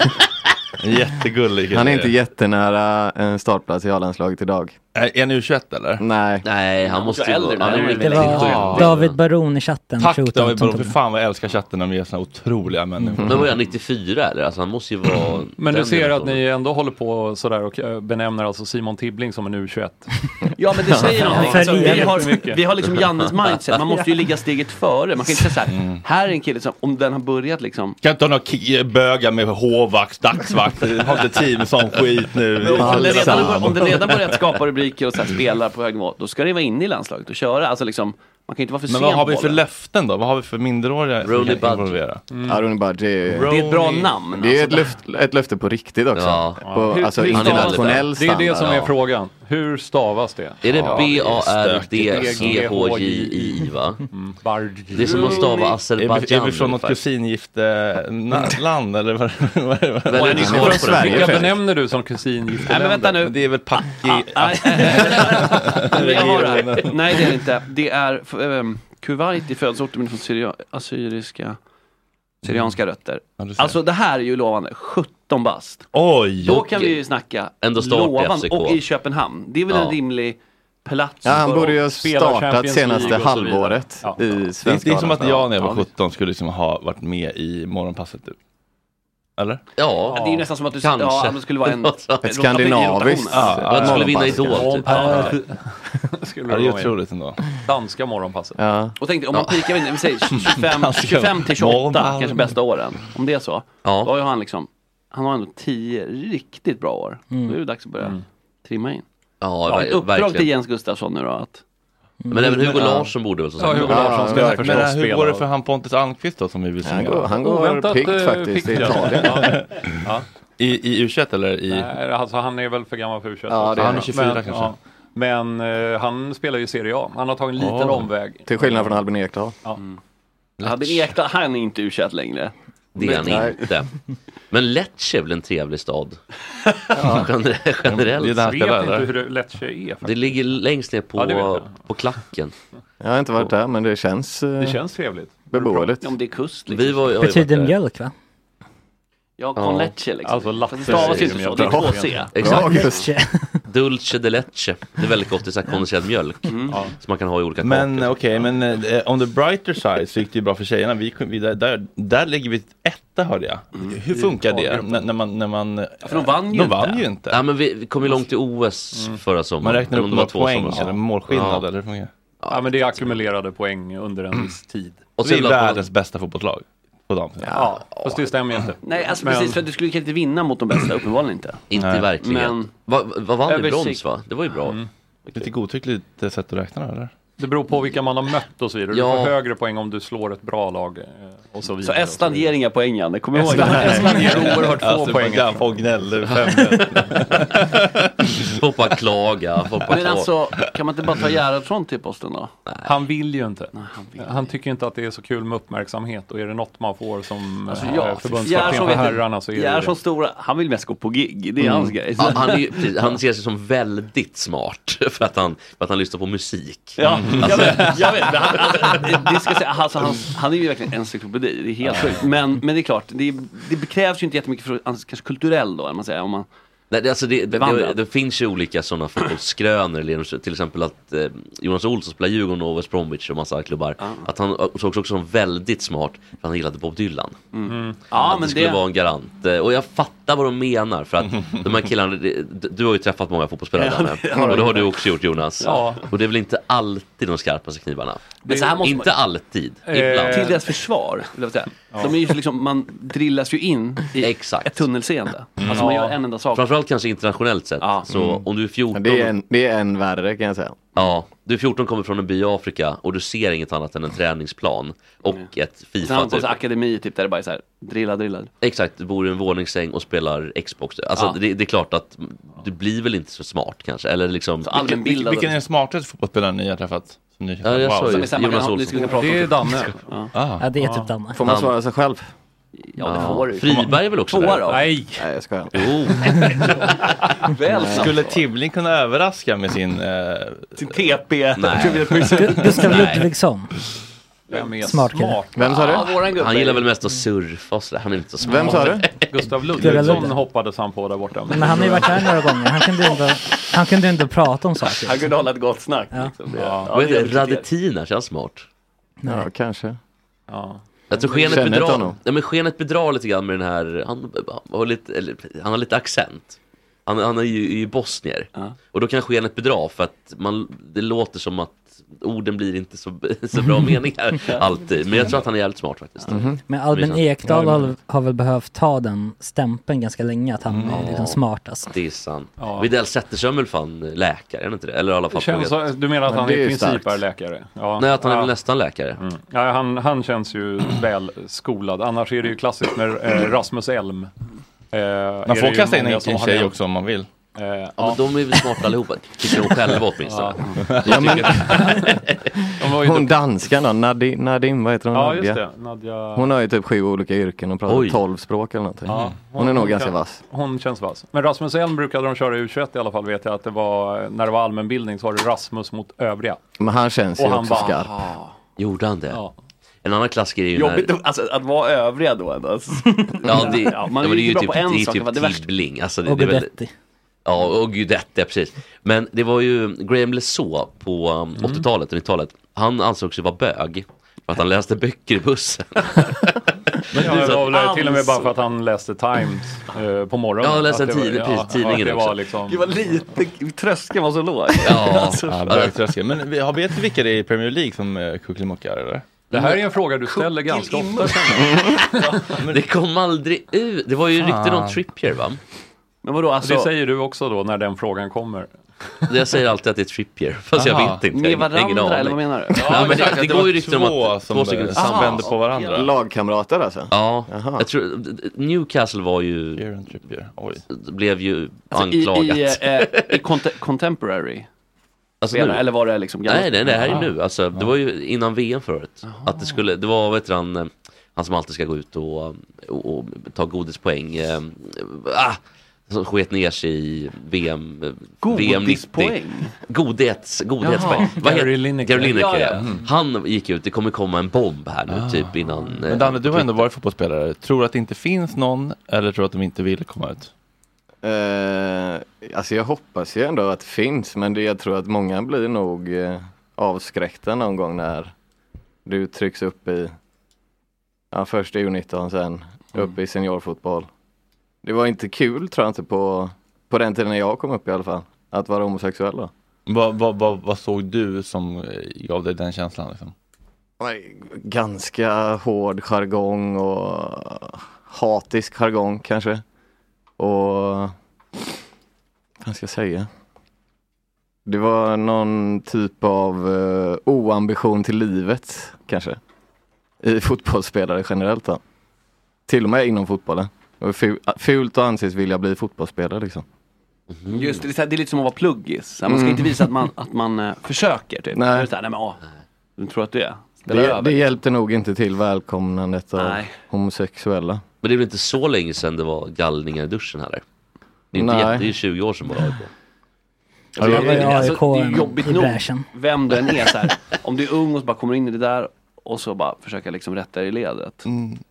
[SPEAKER 1] Jättegullig.
[SPEAKER 11] Mm. Han är inte jättenära en startplats i A-landslaget idag.
[SPEAKER 1] Är är han U21 eller?
[SPEAKER 11] Nej.
[SPEAKER 7] Nej,
[SPEAKER 1] han måste ju- Äldre, han är nej. ju
[SPEAKER 8] Det var David Baron i chatten.
[SPEAKER 1] Tack
[SPEAKER 8] shootout
[SPEAKER 1] David
[SPEAKER 8] som
[SPEAKER 1] Baron, för
[SPEAKER 8] tog-
[SPEAKER 1] fan vad jag älskar chatten när vi är såna otroliga människor. Mm.
[SPEAKER 7] Men vad är han, 94 eller? Alltså han måste ju vara...
[SPEAKER 9] Men du
[SPEAKER 7] den
[SPEAKER 9] ser att
[SPEAKER 7] generationen.
[SPEAKER 9] ni ändå håller på sådär och eh, benämner alltså Simon Tibbling som en U21.
[SPEAKER 6] Ja men det säger någonting.
[SPEAKER 9] Ja.
[SPEAKER 6] Alltså, vi, har,
[SPEAKER 9] Mycket.
[SPEAKER 6] vi har liksom Jannes mindset, man måste ju ligga steget före. Man kan inte säga
[SPEAKER 1] Mm.
[SPEAKER 6] såhär, här är en kille som, om den har börjat liksom.
[SPEAKER 1] Kan inte ha några ki- bögar med hårvax, dagsvakt, ha inte tid med sån skit nu.
[SPEAKER 6] Men Om den, redan, har bör- om den redan börjat skapa rubriker och så här, spelar på hög nivå, då ska det vara inne i landslaget och köra. Alltså liksom, man kan ju inte vara för
[SPEAKER 1] Men
[SPEAKER 6] sen
[SPEAKER 1] vad har
[SPEAKER 6] på
[SPEAKER 1] vi för
[SPEAKER 6] bollen.
[SPEAKER 1] löften då? Vad har vi för minderåriga som
[SPEAKER 6] Rooney
[SPEAKER 1] kan
[SPEAKER 6] Budge.
[SPEAKER 1] involvera?
[SPEAKER 6] Mm.
[SPEAKER 11] Ja, Rooney Budge är,
[SPEAKER 1] Det är ett bra
[SPEAKER 6] namn,
[SPEAKER 11] Det är
[SPEAKER 6] alltså.
[SPEAKER 11] ett, löft, ett löfte på riktigt också. På,
[SPEAKER 9] Hur-
[SPEAKER 11] alltså
[SPEAKER 9] hur stavas det?
[SPEAKER 11] internationell
[SPEAKER 9] Det är
[SPEAKER 11] standard.
[SPEAKER 9] det som är
[SPEAKER 11] Ja.
[SPEAKER 9] frågan. Hur stavas det?
[SPEAKER 7] Är det
[SPEAKER 9] Ja,
[SPEAKER 7] B-A-R-D-C-H-J-I va?
[SPEAKER 9] Mm.
[SPEAKER 7] Det är som att
[SPEAKER 6] Mm.
[SPEAKER 7] stava
[SPEAKER 1] Är vi- Är
[SPEAKER 7] Azerbajdzjan
[SPEAKER 1] vi från något
[SPEAKER 7] ungefär.
[SPEAKER 1] kusingift eh, na- land eller vad vad är det?
[SPEAKER 9] Väldigt Ni är svårt från på det. Sverige, Vilka Felix. benämner du som kusin?
[SPEAKER 6] Nej men vänta nu.
[SPEAKER 1] Det är väl Paki?
[SPEAKER 6] Jag har Ah, det här. Nej det är det inte. Det är f- ehm, Kuwait i födelseorten men från syria, assyriska, syrianska rötter.
[SPEAKER 1] du ser.
[SPEAKER 6] Alltså det här är ju lovande. 17 bast.
[SPEAKER 1] Oj!
[SPEAKER 6] Då kan vi ju snacka
[SPEAKER 7] Ändå start i
[SPEAKER 6] lovande.
[SPEAKER 7] FCK.
[SPEAKER 6] Och i Köpenhamn. Det är väl
[SPEAKER 7] Ja.
[SPEAKER 6] en rimlig plats.
[SPEAKER 11] Ja, han
[SPEAKER 6] för
[SPEAKER 11] borde ju ha
[SPEAKER 6] att spela
[SPEAKER 11] startat
[SPEAKER 6] Champions League
[SPEAKER 11] senaste
[SPEAKER 6] och så vidare.
[SPEAKER 11] halvåret i
[SPEAKER 1] Det är,
[SPEAKER 11] svenska
[SPEAKER 1] det är som att jag när jag var
[SPEAKER 11] Ja.
[SPEAKER 1] 17 skulle liksom ha varit med i Morgonpasset. Typ. Eller?
[SPEAKER 7] Ja,
[SPEAKER 6] Det är ju nästan som att du
[SPEAKER 7] Kanske.
[SPEAKER 6] ja, men det skulle vara en...
[SPEAKER 1] Ett skandinaviskt
[SPEAKER 6] Ja, ja,
[SPEAKER 1] Att skulle vinna
[SPEAKER 6] Idol, typ. Ja.
[SPEAKER 9] Skulle
[SPEAKER 1] Ja, det är
[SPEAKER 9] vara med.
[SPEAKER 1] otroligt ändå.
[SPEAKER 9] Danska morgonpasset.
[SPEAKER 11] Ja. Alltså,
[SPEAKER 6] Och tänk dig, om man pikar in, vi säger 25,
[SPEAKER 9] Ganska
[SPEAKER 6] 25 till 28,
[SPEAKER 9] målbarn.
[SPEAKER 6] kanske bästa åren. Om det är så. Då har ju han liksom, han har ändå 10 riktigt bra år.
[SPEAKER 7] Mm.
[SPEAKER 6] Då är det dags att börja trimma in.
[SPEAKER 7] Ja,
[SPEAKER 6] ett
[SPEAKER 7] ver-
[SPEAKER 6] uppdrag
[SPEAKER 7] verkligen.
[SPEAKER 6] till Jens Gustafsson nu då att...
[SPEAKER 7] Men även Hugo Larsson borde väl som sagt- Ja, Hugo Larsson ska
[SPEAKER 1] men,
[SPEAKER 7] förstås
[SPEAKER 1] Mm. men eh, hur
[SPEAKER 7] spela.
[SPEAKER 1] går det för han Pontus Almqvist då som vi vill
[SPEAKER 11] Han
[SPEAKER 1] signera?
[SPEAKER 11] går- han går Oväntat, piggt eh, faktiskt i piggt, ja. Italien. Ja.
[SPEAKER 1] I, I U21 eller? I...
[SPEAKER 9] Nej, alltså han är väl för gammal för u
[SPEAKER 1] Ja, det är han. 24 kanske.
[SPEAKER 9] Men eh, han spelar ju Serie A. Han har tagit en liten
[SPEAKER 6] Ja.
[SPEAKER 9] omväg.
[SPEAKER 11] Till skillnad från Albin Ekdal.
[SPEAKER 9] Ja.
[SPEAKER 6] Albin Ekdal, han är inte u längre.
[SPEAKER 7] Det är han
[SPEAKER 6] Nej.
[SPEAKER 7] inte. Men Lecce är väl en trevlig stad? Gener- Generellt.
[SPEAKER 9] Jag vet inte hur lätt tjej är.
[SPEAKER 7] Det ligger längst ner
[SPEAKER 9] Ja, det vet
[SPEAKER 7] på,
[SPEAKER 9] jag.
[SPEAKER 7] på klacken.
[SPEAKER 11] Jag har inte varit där men det känns, eh,
[SPEAKER 9] Det känns trevligt.
[SPEAKER 11] beboeligt.
[SPEAKER 6] Om det är kust liksom.
[SPEAKER 7] Vi var, ju-
[SPEAKER 8] Betyder mjölk va?
[SPEAKER 6] Ja,
[SPEAKER 7] Ja.
[SPEAKER 6] con leche liksom.
[SPEAKER 7] Alltså, latte
[SPEAKER 6] Fast det stavas ju
[SPEAKER 7] säger de
[SPEAKER 6] inte så,
[SPEAKER 7] ju
[SPEAKER 6] det är
[SPEAKER 7] alltid.
[SPEAKER 6] två
[SPEAKER 7] Exakt.
[SPEAKER 6] C. Leche.
[SPEAKER 7] Dulce de leche. Det är väldigt gott, det är så här kondenserad mjölk. Som man kan ha i olika alltså.
[SPEAKER 1] Men eh, okej, men eh, on the brighter side så gick det ju bra för tjejerna. Vi, kom- vi, där, där, där ligger vi etta hörde jag. Hur
[SPEAKER 7] I
[SPEAKER 1] funkar det?
[SPEAKER 7] kvalgruppen.
[SPEAKER 1] När, när man, när man,
[SPEAKER 7] för de vann ju
[SPEAKER 1] de
[SPEAKER 7] inte.
[SPEAKER 1] vann ju inte.
[SPEAKER 7] Ja, men vi, vi kom ju långt i OS
[SPEAKER 9] Mm.
[SPEAKER 7] förra sommaren.
[SPEAKER 1] Man räknar
[SPEAKER 7] Eller om
[SPEAKER 1] upp
[SPEAKER 7] det var
[SPEAKER 1] några
[SPEAKER 7] två
[SPEAKER 1] poäng
[SPEAKER 7] somrar sedan.
[SPEAKER 1] eller målskillnad
[SPEAKER 7] Ja.
[SPEAKER 1] eller hur fungerar
[SPEAKER 9] Ja, men det är ackumulerade poäng under Alltså, en viss tid.
[SPEAKER 1] Och vi är världens bästa fotbollslag. På dem.
[SPEAKER 9] Ja, fast det stämmer ju inte.
[SPEAKER 6] Nej, alltså
[SPEAKER 9] Men-
[SPEAKER 6] precis, för att du skulle kanske inte vinna mot de bästa, uppenbarligen inte.
[SPEAKER 7] Inte i verkligheten.
[SPEAKER 6] Men-
[SPEAKER 7] Vad va, vann ni?
[SPEAKER 6] Översikt.
[SPEAKER 7] Brons va? Det var ju bra.
[SPEAKER 1] Mm. Lite godtyckligt eh, sätt att räkna eller?
[SPEAKER 9] Det beror på vilka man har mött och så vidare.
[SPEAKER 7] Ja.
[SPEAKER 9] Du får högre poäng om du slår ett bra lag eh, och så
[SPEAKER 6] Så
[SPEAKER 9] vidare.
[SPEAKER 6] Estland ger inga poäng, Janne, kom ihåg
[SPEAKER 9] Estland-
[SPEAKER 6] det.
[SPEAKER 9] Estland ger oerhört få
[SPEAKER 1] Alltså,
[SPEAKER 9] poäng.
[SPEAKER 1] man kan få gnäll, fem-
[SPEAKER 7] Folk bara klaga. Folk bara
[SPEAKER 6] Men alltså, kan man inte bara ta Gerhardsson till posten då?
[SPEAKER 9] Han vill ju inte. han, tycker inte att det är så kul med uppmärksamhet och är det något man får som
[SPEAKER 6] Alltså,
[SPEAKER 9] eh,
[SPEAKER 6] ja,
[SPEAKER 9] förbundskapten
[SPEAKER 6] Gerhardsson
[SPEAKER 9] för
[SPEAKER 6] vet jag-
[SPEAKER 9] herrarna så är det ju
[SPEAKER 6] Gerhardsson
[SPEAKER 9] det.
[SPEAKER 6] stora, han vill mest gå på gig, det är
[SPEAKER 7] Mm.
[SPEAKER 6] hans grej.
[SPEAKER 7] Ja, han, är, ju- precis, han ser sig som väldigt smart för att han, för att han lyssnar på musik.
[SPEAKER 6] Ja, jag
[SPEAKER 7] Alltså-
[SPEAKER 6] vet, jag vet. Men Han, alltså, det ska säga, alltså, han, han är ju verkligen en encyklopedi, det är helt sjukt. Men, men det är klart, det, det krävs ju inte jättemycket för hans kanske kulturell då, om man säger. Om man,
[SPEAKER 7] Nej, det, alltså det, det, det,
[SPEAKER 6] Bevandrad.
[SPEAKER 7] det finns ju olika sådana fotbollsskrönor, eller till exempel att eh, Jonas Olsson spelar Djurgården och West Bromwich och massa klubbar.
[SPEAKER 6] Ah.
[SPEAKER 7] Att han eh, sågs också som väldigt smart, för han gillade Bob Dylan.
[SPEAKER 6] Mm.
[SPEAKER 7] att
[SPEAKER 6] Ja,
[SPEAKER 7] det
[SPEAKER 6] men
[SPEAKER 7] skulle
[SPEAKER 6] det...
[SPEAKER 7] vara en garant. Eh, Och jag fattar vad de menar, för att de här killarna, det- d- du har ju träffat många fotbollsspelare
[SPEAKER 6] Ja,
[SPEAKER 7] Danne.
[SPEAKER 6] det har jag
[SPEAKER 7] och det har du
[SPEAKER 6] gjort.
[SPEAKER 7] också gjort Jonas.
[SPEAKER 6] Ja.
[SPEAKER 7] Och det är väl inte alltid de skarpaste knivarna?
[SPEAKER 6] Men så här måste
[SPEAKER 7] inte
[SPEAKER 6] man-
[SPEAKER 7] alltid, Eh, ibland.
[SPEAKER 6] Till deras försvar, vill jag säga. De är ju liksom, man drillas ju in i ett tunnelseende.
[SPEAKER 7] Mm.
[SPEAKER 6] Alltså man gör en enda sak.
[SPEAKER 7] Framförallt kanske internationellt sett. Så
[SPEAKER 11] Mm.
[SPEAKER 7] om du är 14
[SPEAKER 11] Det är, en, det är en värre kan jag säga.
[SPEAKER 7] Ja, du är 14 kommer från en by i Afrika och du ser inget annat än en träningsplan och ett
[SPEAKER 6] Sen har
[SPEAKER 7] Fifa.
[SPEAKER 6] de på
[SPEAKER 7] Typ.
[SPEAKER 6] sig akademi typ där det bara är så här, drilla, drilla.
[SPEAKER 7] Exakt, du bor i en våningssäng och spelar Xbox. Alltså
[SPEAKER 6] Ja.
[SPEAKER 7] det, det är klart att du blir väl inte så smart kanske. Eller liksom...
[SPEAKER 1] Vilken, vilken, vilken är den smartaste fotbollsspelaren ni har träffat? Som ni
[SPEAKER 7] Ja, jag sa ju
[SPEAKER 1] så-
[SPEAKER 7] Jonas
[SPEAKER 1] Ah.
[SPEAKER 7] Som vi kan- Olsson. vi skulle kunna prata om det.
[SPEAKER 1] Ja,
[SPEAKER 8] Ja, det är typ Danne.
[SPEAKER 11] Får man svara sig själv?
[SPEAKER 6] Ja, det får du.
[SPEAKER 7] Friberg är väl också
[SPEAKER 6] Tvåa
[SPEAKER 7] där? Oh.
[SPEAKER 6] då?
[SPEAKER 9] Nej.
[SPEAKER 11] Nej, jag skojar.
[SPEAKER 7] Jo.
[SPEAKER 6] Väl snabbt.
[SPEAKER 1] Skulle Tibbling kunna överraska med sin... Eh...
[SPEAKER 6] Sin TP?
[SPEAKER 1] Nej.
[SPEAKER 8] Gustav Ludvigsson.
[SPEAKER 9] Vem är
[SPEAKER 8] Smart kille.
[SPEAKER 9] smart?
[SPEAKER 8] Vem sa du?
[SPEAKER 9] Ah, våran gubbe.
[SPEAKER 7] Han gillar väl mest att surfa och sådär. Han är inte så smart.
[SPEAKER 9] Gustav
[SPEAKER 8] Gustav
[SPEAKER 9] Ludvigsson
[SPEAKER 8] Ludvig.
[SPEAKER 9] hoppades han på där borta.
[SPEAKER 8] Men han har ju varit här några gånger. Han kunde ju inte, han kunde ju inte prata om saker.
[SPEAKER 6] Han kunde hålla ett gott snack.
[SPEAKER 8] Ja.
[SPEAKER 6] Liksom. Det,
[SPEAKER 7] Ja.
[SPEAKER 6] ja,
[SPEAKER 7] Vad heter
[SPEAKER 6] det
[SPEAKER 7] det?
[SPEAKER 6] är riktigt.
[SPEAKER 7] Radetina, känns smart.
[SPEAKER 11] Ja, kanske.
[SPEAKER 9] Ja.
[SPEAKER 7] Jag tror
[SPEAKER 11] Känner
[SPEAKER 7] Alltså, skenet
[SPEAKER 11] inte
[SPEAKER 7] bedrar,
[SPEAKER 11] honom.
[SPEAKER 7] ja, men skenet bedrar lite grann med den här, han, han, har, lite, eller, han har lite accent. Han, han är ju, är ju bosnier. Och då kan skenet bedra för att man, det låter som att orden blir inte så, så bra meningar alltid. Men jag tror att han är jävligt smart faktiskt.
[SPEAKER 9] Mhm.
[SPEAKER 8] Men Albin
[SPEAKER 1] Liksom.
[SPEAKER 7] Minns jag.
[SPEAKER 8] Ekdal har, har väl behövt ta den stämpeln ganska länge att han
[SPEAKER 1] Mm.
[SPEAKER 8] är liksom smartast.
[SPEAKER 7] Det är sant.
[SPEAKER 8] Ja.
[SPEAKER 7] Widell Zetterström är väl fan läkare, är han inte det? Eller i alla fall
[SPEAKER 9] Känns
[SPEAKER 7] pluggat.
[SPEAKER 9] som- du menar att Men han det i är princip starkt. är läkare? Ja.
[SPEAKER 7] Nej, att han är
[SPEAKER 9] Ja. Mm.
[SPEAKER 7] väl nästan läkare.
[SPEAKER 9] Ja, han, han känns ju väl skolad. Annars är det ju klassiskt med eh, Rasmus Elm. Eh,
[SPEAKER 1] Man får kasta in en en tjej också
[SPEAKER 9] om man vill.
[SPEAKER 8] Eh,
[SPEAKER 7] Ja, men de är väl smarta allihopa, tycker de själva åtminstone.
[SPEAKER 11] Ja, men,
[SPEAKER 9] var ju
[SPEAKER 11] hon
[SPEAKER 9] dukt-
[SPEAKER 11] danskan då, Nadi, Nadim, vad heter hon?
[SPEAKER 9] Ja, just
[SPEAKER 11] Nadja?
[SPEAKER 9] det. Nadja-
[SPEAKER 11] Hon har ju typ sju olika yrken och pratar
[SPEAKER 9] Oj.
[SPEAKER 11] tolv språk eller någonting.
[SPEAKER 9] Ja,
[SPEAKER 11] Mm. hon, är nog ganska
[SPEAKER 9] kan-
[SPEAKER 11] vass.
[SPEAKER 9] Hon känns vass. Men Rasmus Elm brukade de köra i U21 i alla fall vet jag att det var, när det var allmänbildning så var det Rasmus mot övriga.
[SPEAKER 11] Men han känns
[SPEAKER 9] Och
[SPEAKER 11] ju
[SPEAKER 9] han
[SPEAKER 11] också
[SPEAKER 9] vann.
[SPEAKER 11] skarp.
[SPEAKER 7] Gjorde han det? En annan klassiker är ju
[SPEAKER 6] Jobbigt
[SPEAKER 7] när...
[SPEAKER 6] att- alltså, att vara övriga då. ändå. Alltså.
[SPEAKER 7] Ja, det, ja,
[SPEAKER 6] man
[SPEAKER 7] men
[SPEAKER 6] är
[SPEAKER 7] det är ju
[SPEAKER 6] bra
[SPEAKER 7] typ,
[SPEAKER 6] på
[SPEAKER 7] det är
[SPEAKER 6] en
[SPEAKER 7] ju
[SPEAKER 6] sak, vad det
[SPEAKER 7] typ
[SPEAKER 6] värsta.
[SPEAKER 7] dribbling. Alltså, det,
[SPEAKER 6] Och
[SPEAKER 7] det är väl-
[SPEAKER 6] Guidetti.
[SPEAKER 7] Ja, och Guidetti, ja, precis. Men det var ju Graham Lesaw på um,
[SPEAKER 6] Mm.
[SPEAKER 7] 80-talet och 90-talet. Han ansågs ju vara bög. För att han läste böcker i bussen.
[SPEAKER 9] Men ja,
[SPEAKER 7] du-
[SPEAKER 9] det var väl
[SPEAKER 7] Alltså.
[SPEAKER 9] till och med bara för att han läste Times eh, på morgonen.
[SPEAKER 7] Ja, han läste
[SPEAKER 9] Att
[SPEAKER 7] en
[SPEAKER 9] det var-
[SPEAKER 7] tidning, precis,
[SPEAKER 9] ja,
[SPEAKER 7] tidningen
[SPEAKER 9] att det
[SPEAKER 7] också.
[SPEAKER 9] Var liksom,
[SPEAKER 6] Det var lite, tröskeln var så låg. Alltså,
[SPEAKER 1] ja, det var tröskel. Men vi- har vet du vilka det är i Premier League som eh, kuckelimuckar eller?
[SPEAKER 9] det här är en fråga du ställer ganska ofta. känner jag.
[SPEAKER 7] det kom aldrig ut. Det var ju rykten om
[SPEAKER 9] Fan.
[SPEAKER 7] Trippier va?
[SPEAKER 6] Men vadå, alltså-
[SPEAKER 9] Det säger du också då när den frågan kommer.
[SPEAKER 7] Jag säger alltid att det är Trippier. Fast jag
[SPEAKER 9] Aha.
[SPEAKER 7] vet inte.
[SPEAKER 9] Med
[SPEAKER 7] Jag har ingen
[SPEAKER 9] varandra,
[SPEAKER 7] aning.
[SPEAKER 9] eller vad menar du?
[SPEAKER 7] Ja, men det, det går ju rykten om att två
[SPEAKER 6] eh,
[SPEAKER 7] stycken tillsammans.
[SPEAKER 11] Lagkamrater alltså?
[SPEAKER 7] Ja, jag tror, Newcastle var ju... Blev ju
[SPEAKER 6] Alltså,
[SPEAKER 7] anklagat.
[SPEAKER 6] I, i, eh, i cont- contemporary.
[SPEAKER 7] Alltså
[SPEAKER 6] Spela,
[SPEAKER 7] nu?
[SPEAKER 6] eller var det liksom gammalt?
[SPEAKER 7] Nej, nej, det här är
[SPEAKER 6] Aha.
[SPEAKER 7] ju nu. Alltså, det var ju innan VM förut. Att det skulle, det var, vad heter han, eh, han som alltid ska gå ut och, och, och ta godispoäng. eh, Ah! Som sket ner sig i VM, eh, VM 90.
[SPEAKER 6] Godispoäng?
[SPEAKER 7] Godhets, godhetspoäng.
[SPEAKER 6] Jaha.
[SPEAKER 7] Vad heter-
[SPEAKER 6] Gary Lineker.
[SPEAKER 7] Gary Lineker,
[SPEAKER 6] Ja, Mm. Ah.
[SPEAKER 7] ja,
[SPEAKER 6] ja.
[SPEAKER 7] Han gick ut, det kommer komma en bomb här nu, typ innan. eh,
[SPEAKER 1] Men Danne, du har ändå varit fotbollsspelare. Tror du att det inte finns någon eller tror du att de inte vill komma ut?
[SPEAKER 11] Eh, alltså jag hoppas ju ändå att det finns men det, jag tror att många blir nog eh, avskräckta någon gång när du trycks upp i ja, först i U19 sen
[SPEAKER 1] Mm.
[SPEAKER 11] upp i seniorfotboll. Det var inte kul tror jag inte på, på den tiden när jag kom upp i alla fall att vara homosexuell då.
[SPEAKER 1] Vad, vad, vad, vad såg du som eh, gav dig den känslan? Liksom?
[SPEAKER 11] Nej, Ganska hård jargong och hatisk jargong kanske. Och vad ska jag säga? Det var någon typ av eh, oambition till livet kanske. I fotbollsspelare generellt då. Till och med inom fotbollen. Det var fu- Fult att anses vilja bli fotbollsspelare liksom.
[SPEAKER 7] Mm-hmm.
[SPEAKER 6] Just det, det, är så här- det är lite som att vara pluggis. Så här, Man ska
[SPEAKER 11] Mm.
[SPEAKER 6] inte visa att man, att man eh, försöker. Typ.
[SPEAKER 11] Nej.
[SPEAKER 6] Det är Så här, nej men, åh, du tror att du är. Spela
[SPEAKER 11] Det,
[SPEAKER 6] över.
[SPEAKER 11] det hjälpte nog inte till välkomnandet av
[SPEAKER 7] Nej.
[SPEAKER 11] homosexuella.
[SPEAKER 7] Men det är väl inte så länge sedan det var gallningar i duschen heller? Det är, inte
[SPEAKER 11] Nej.
[SPEAKER 7] jätte, det är 20 år sedan bara.
[SPEAKER 6] Alltså,
[SPEAKER 8] Ja,
[SPEAKER 6] det,
[SPEAKER 8] det
[SPEAKER 6] är-
[SPEAKER 8] var
[SPEAKER 6] alltså, det är
[SPEAKER 8] AIK
[SPEAKER 6] jobbigt
[SPEAKER 8] i
[SPEAKER 6] nog,
[SPEAKER 8] bräschen.
[SPEAKER 6] vem du än är. Så här, om du är ung och så bara kommer in i det där och så bara försöka liksom rätta dig i
[SPEAKER 1] Mm.
[SPEAKER 6] ledet.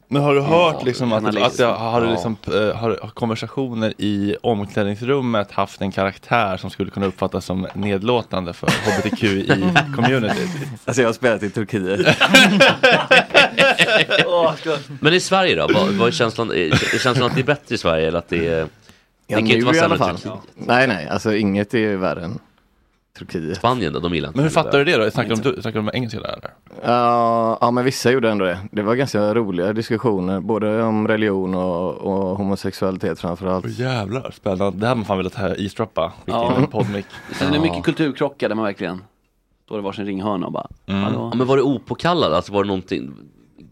[SPEAKER 1] Men har du hört
[SPEAKER 6] Ja,
[SPEAKER 1] liksom att,
[SPEAKER 6] analys.
[SPEAKER 1] att jag, har, du
[SPEAKER 6] Ja.
[SPEAKER 1] liksom, eh, har, har konversationer i omklädningsrummet haft en karaktär som skulle kunna uppfattas som nedlåtande för hbtqi-communityt?
[SPEAKER 11] alltså jag har spelat i Turkiet.
[SPEAKER 7] Men i Sverige då? Vad, vad är känslan? Är är känslan att det är bättre i Sverige eller att det är... det
[SPEAKER 11] Ja, nu
[SPEAKER 7] kan ju inte vara
[SPEAKER 11] i
[SPEAKER 7] sämre
[SPEAKER 11] alla
[SPEAKER 7] än
[SPEAKER 11] fall.
[SPEAKER 7] Turkiet.
[SPEAKER 11] Nej, nej, alltså inget är ju värre än Turkiet.
[SPEAKER 7] Spanien då, de gillar inte
[SPEAKER 1] Men hur fattar du det då? Snackar de, snackar de engelska där? eller?
[SPEAKER 11] Ja, ja, men vissa gjorde ändå det. Det var ganska roliga diskussioner, både om religion och, och homosexualitet framförallt.
[SPEAKER 1] Åh, jävlar, spännande. Det hade man fan velat här eavesdroppa.
[SPEAKER 6] Ja.
[SPEAKER 1] Ja. in en poddmick.
[SPEAKER 6] Så det är mycket kulturkrockar där man verkligen står i varsin ringhörna och bara
[SPEAKER 11] Mm.
[SPEAKER 6] hallå.
[SPEAKER 7] Mm. Ja, men var det opåkallad? Alltså var det någonting...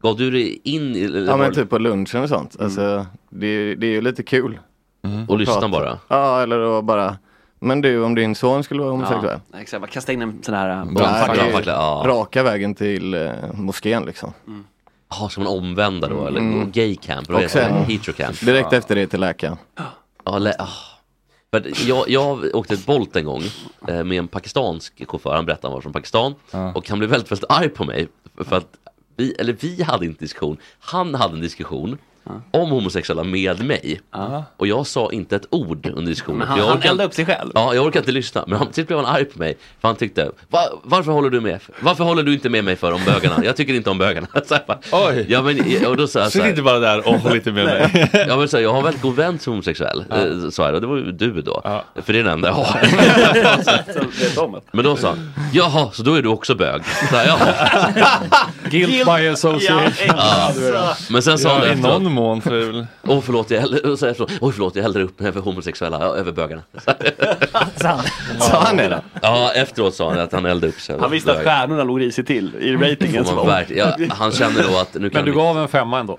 [SPEAKER 7] Gav du dig in i... eller
[SPEAKER 11] Ja,
[SPEAKER 7] var
[SPEAKER 11] men
[SPEAKER 7] det-
[SPEAKER 11] typ på lunchen och sånt. Alltså, det, är- det är ju lite kul.
[SPEAKER 1] Mm.
[SPEAKER 7] Och lyssna
[SPEAKER 11] Prata.
[SPEAKER 7] bara.
[SPEAKER 11] Ja, eller då bara, men du om din son skulle vara homosexuell?
[SPEAKER 6] Ja, exakt, bara kasta in en sån här
[SPEAKER 11] Nej,
[SPEAKER 6] eh,
[SPEAKER 11] det är ju
[SPEAKER 6] brandfackla.
[SPEAKER 11] Raka vägen till eh, moskén liksom.
[SPEAKER 6] Mm.
[SPEAKER 7] Jaha, ska man omvända då? Eller
[SPEAKER 11] Mm.
[SPEAKER 7] gay camp? Eller
[SPEAKER 11] Och
[SPEAKER 7] vad heter det?
[SPEAKER 11] sen-
[SPEAKER 7] Hetero camp?
[SPEAKER 11] Direkt efter det till läkaren.
[SPEAKER 7] Ja, lä- ah. För att jag, jag åkte ett Bolt en gång eh, med en pakistansk chaufför, han berättade han var från Pakistan. Och han blev väldigt, väldigt arg på mig. För att vi, eller vi hade inte diskussion, han hade en diskussion om homosexuella med mig. Och jag sa inte ett ord under diskussionen.
[SPEAKER 6] Men han-
[SPEAKER 7] jag
[SPEAKER 6] han eldade upp sig själv.
[SPEAKER 7] Ja, jag orkade inte lyssna. Men han, till slut blev han arg på mig. För han tyckte, Va, varför håller du med? Varför håller du inte med mig för om bögarna? Jag tycker inte om bögarna. Så jag bara,
[SPEAKER 5] Oj.
[SPEAKER 7] Ja, men, och då sa jag så
[SPEAKER 5] Sitt
[SPEAKER 7] här,
[SPEAKER 5] inte bara där och håll inte med mig.
[SPEAKER 7] Ja, men så här, jag har en väldigt god vän som är homosexuell, eh, ja. sa jag då. Det var ju du då. För det är den enda jag har. Men då sa han, jaha, så då är du också bög. Så här, jaha.
[SPEAKER 1] Ah,
[SPEAKER 9] Guilt by association.
[SPEAKER 7] Ja. Men sen sa
[SPEAKER 1] Ja,
[SPEAKER 7] han
[SPEAKER 1] i
[SPEAKER 7] efteråt,
[SPEAKER 1] någon mån ful.
[SPEAKER 7] Åh förlåt, jag häller, och så efteråt, Oj, förlåt, jag häller upp mig över homosexuella, ja, över bögarna.
[SPEAKER 6] Sa han det då?
[SPEAKER 7] Ja, efteråt sa han att han hällde upp sig.
[SPEAKER 6] Han visste att
[SPEAKER 7] över bögar.
[SPEAKER 6] stjärnorna låg risigt till i
[SPEAKER 9] Mm.
[SPEAKER 6] ratingen.
[SPEAKER 7] Får man verkligen- ja, han kände nog att nu kan
[SPEAKER 9] Men du
[SPEAKER 7] vi-
[SPEAKER 9] gav en femma ändå?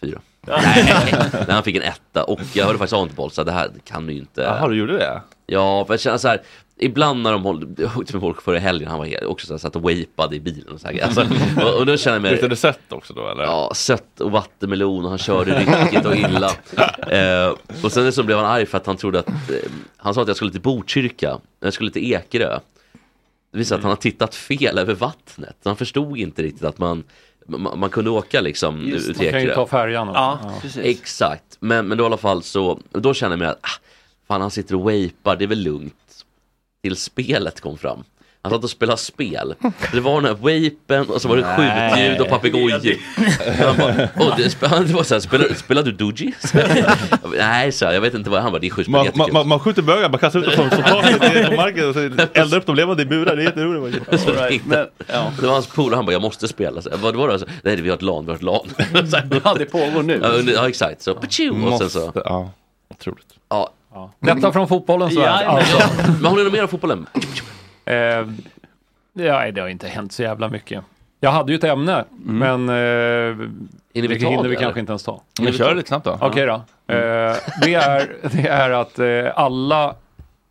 [SPEAKER 7] Fyra. Nej, nej, han fick en etta och jag hörde faktiskt Antboll så här, det här kan du ju inte.
[SPEAKER 5] Jaha, du gjorde det?
[SPEAKER 7] Ja, för jag känner så här, ibland när de håller, jag åkte med folk förra helgen, han var he- också så här, satt och wapade i bilen och så här, alltså, och, och då känner jag mig...
[SPEAKER 5] Luktade det
[SPEAKER 7] sött också då eller? Ja, sött och vattenmelon och han körde ryckigt och illa. Eh, och sen så blev han arg för att han trodde att, eh, han sa att jag skulle till Botkyrka, jag skulle till Ekerö. Det visade att han har tittat fel över vattnet, han förstod inte riktigt att man man, man kunde åka liksom
[SPEAKER 9] Just det,
[SPEAKER 7] ut
[SPEAKER 9] man
[SPEAKER 7] till
[SPEAKER 9] kan ju
[SPEAKER 7] Ekerö.
[SPEAKER 9] ta färjan och-
[SPEAKER 7] ja,
[SPEAKER 9] Ja.
[SPEAKER 7] precis. Exakt, men, men då i alla fall så, då känner jag mig att ah, fan han sitter och wapar, det är väl lugnt. Till spelet kom fram. Han satt och spelade spel. Det var den här vapen och så var det
[SPEAKER 6] Nej.
[SPEAKER 7] skjutljud och papegojljud. Han bara, "Åh, det, sp- han var så här, spelar, spelar du Doji? Så jag bara, Nej, så jag vet inte vad han bara, det är typ. skjutspel,
[SPEAKER 5] Man,
[SPEAKER 7] jättekul."
[SPEAKER 5] man, man, man skjuter bögar, man kastar ut dem som som potatis ner på marken och så eldar upp dem levande i burar. Det är jätteroligt.
[SPEAKER 7] Så ringde- Det var hans polare, han bara jag måste spela. Så, jag, vad var det? Så, Nej, vi har ett LAN, vi har ett LAN. ja, det pågår nu. Ja, under- ja exakt. Så, patju, och sen så.
[SPEAKER 5] Måste, ja, otroligt.
[SPEAKER 7] Ja.
[SPEAKER 9] Detta från fotbollens värld.
[SPEAKER 7] Ja,
[SPEAKER 9] alltså.
[SPEAKER 7] men- men håller du med om fotbollen?
[SPEAKER 9] Eh, ja, det har inte hänt så jävla mycket. Jag hade ju ett ämne, men eh,
[SPEAKER 1] vi
[SPEAKER 9] det
[SPEAKER 1] ta
[SPEAKER 9] hinner
[SPEAKER 1] det,
[SPEAKER 9] vi
[SPEAKER 1] eller?
[SPEAKER 9] kanske inte ens ta.
[SPEAKER 1] Mm. Men Hinner vi kör ta? lite snabbt då. Mm.
[SPEAKER 9] Okej då. Eh, det, är, det är att eh, alla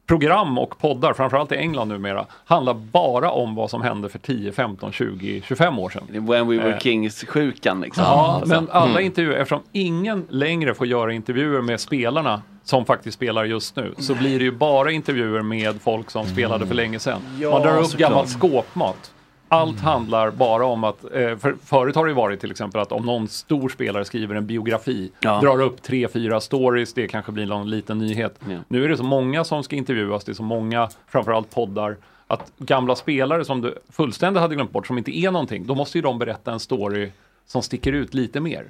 [SPEAKER 9] program och poddar, framförallt i England numera, handlar bara om vad som hände för 10, 15, 20, 25 år sedan.
[SPEAKER 6] When we were
[SPEAKER 9] Eh.
[SPEAKER 6] kings-sjukan liksom.
[SPEAKER 9] Ja, men alla
[SPEAKER 6] Mm.
[SPEAKER 9] intervjuer, eftersom ingen längre får göra intervjuer med spelarna som faktiskt spelar just nu, så blir det ju bara intervjuer med folk som spelade för länge sedan.
[SPEAKER 6] Mm. Ja,
[SPEAKER 9] Man drar upp
[SPEAKER 6] såklart.
[SPEAKER 9] gammal skåpmat. Allt handlar bara om att, eh, för, förut har det ju varit till exempel att om någon stor spelare skriver en biografi,
[SPEAKER 6] Ja.
[SPEAKER 9] drar upp tre, fyra stories, det kanske blir någon liten nyhet.
[SPEAKER 6] Ja.
[SPEAKER 9] Nu är det så många som ska intervjuas, det är så många, framförallt poddar, att gamla spelare som du fullständigt hade glömt bort, som inte är någonting, då måste ju de berätta en story som sticker ut lite mer.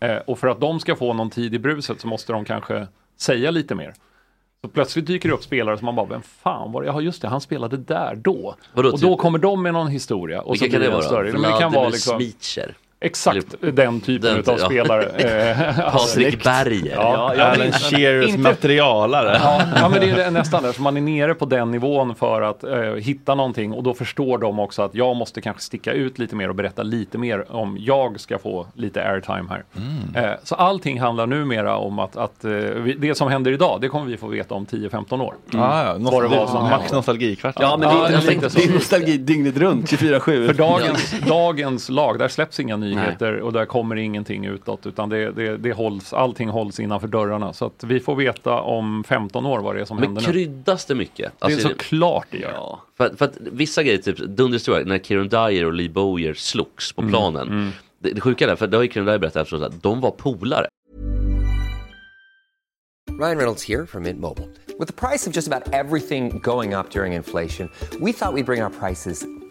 [SPEAKER 9] Eh, och för att de ska få någon tid i bruset så måste de kanske säga lite mer. Så plötsligt dyker det upp spelare som man bara, vem fan var det? Ja just det, han spelade där då.
[SPEAKER 7] Vadå,
[SPEAKER 9] och då
[SPEAKER 7] typ?
[SPEAKER 9] kommer de med någon historia. Och
[SPEAKER 7] Vilka
[SPEAKER 9] så
[SPEAKER 7] kan
[SPEAKER 9] blir
[SPEAKER 7] det vara?
[SPEAKER 9] Större. Men det kan vara
[SPEAKER 7] Vladimir
[SPEAKER 9] liksom,
[SPEAKER 7] Smitcher.
[SPEAKER 9] Exakt den typen
[SPEAKER 7] Den-
[SPEAKER 9] av
[SPEAKER 7] ja.
[SPEAKER 9] spelare. Eh, alltså-
[SPEAKER 7] Patrik Berger.
[SPEAKER 9] Ja, jag
[SPEAKER 5] Alan
[SPEAKER 9] vet inte.
[SPEAKER 5] Shearers
[SPEAKER 9] Inte-
[SPEAKER 5] materialare.
[SPEAKER 9] Ja, ja, men det är nästan där, så man är nere på den nivån för att eh, hitta någonting och då förstår de också att jag måste kanske sticka ut lite mer och berätta lite mer om jag ska få lite airtime här. Eh, så allting handlar numera om att, att eh, vi, det som händer idag, det kommer vi få veta om 10-15 år.
[SPEAKER 5] Ah, ja,
[SPEAKER 9] Vad det var som
[SPEAKER 5] Max
[SPEAKER 9] hände.
[SPEAKER 5] nostalgikvart.
[SPEAKER 6] Ja, men det är inte
[SPEAKER 9] lite så.
[SPEAKER 6] det är nostalgi dygnet runt, 24-7.
[SPEAKER 9] För dagens, dagens lag, där släpps inga nyheter och där kommer ingenting utåt utan det, det, det hålls, allting hålls innanför dörrarna. Så att vi får veta om 15 år vad det är som
[SPEAKER 7] Men
[SPEAKER 9] händer nu.
[SPEAKER 7] kryddas det mycket? Alltså,
[SPEAKER 9] det är såklart det gör.
[SPEAKER 7] För, att- för att vissa grejer, typ dunderhistoria, när Kieran Dyer och Lee Bowyer slogs på
[SPEAKER 6] Mm,
[SPEAKER 7] planen. Det, det sjuka där, för det har ju Kieran Dyer berättat efteråt, att de var polare.
[SPEAKER 12] Ryan Reynolds here from Mint Mobile. With the price of just about everything going up during inflation, we thought we'd bring our prices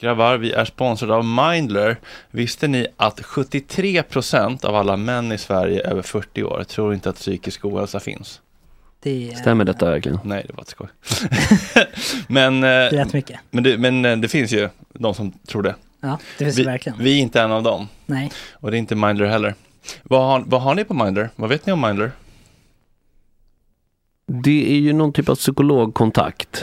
[SPEAKER 1] Grabbar, vi är sponsrade av Mindler. Visste ni att 73% av alla män i Sverige över 40 år tror inte att psykisk ohälsa finns?
[SPEAKER 8] Det är...
[SPEAKER 1] Stämmer detta verkligen? Nej, det var ett skoj. men, det
[SPEAKER 8] lät mycket.
[SPEAKER 1] Men det, men eh, det finns ju de som tror det.
[SPEAKER 8] Ja, det finns
[SPEAKER 1] vi,
[SPEAKER 8] det verkligen.
[SPEAKER 1] Vi är inte en av dem.
[SPEAKER 8] Nej.
[SPEAKER 1] Och det är inte Mindler heller. Vad har, vad har ni på Mindler? Vad vet ni om Mindler?
[SPEAKER 13] Det är ju någon typ av psykologkontakt.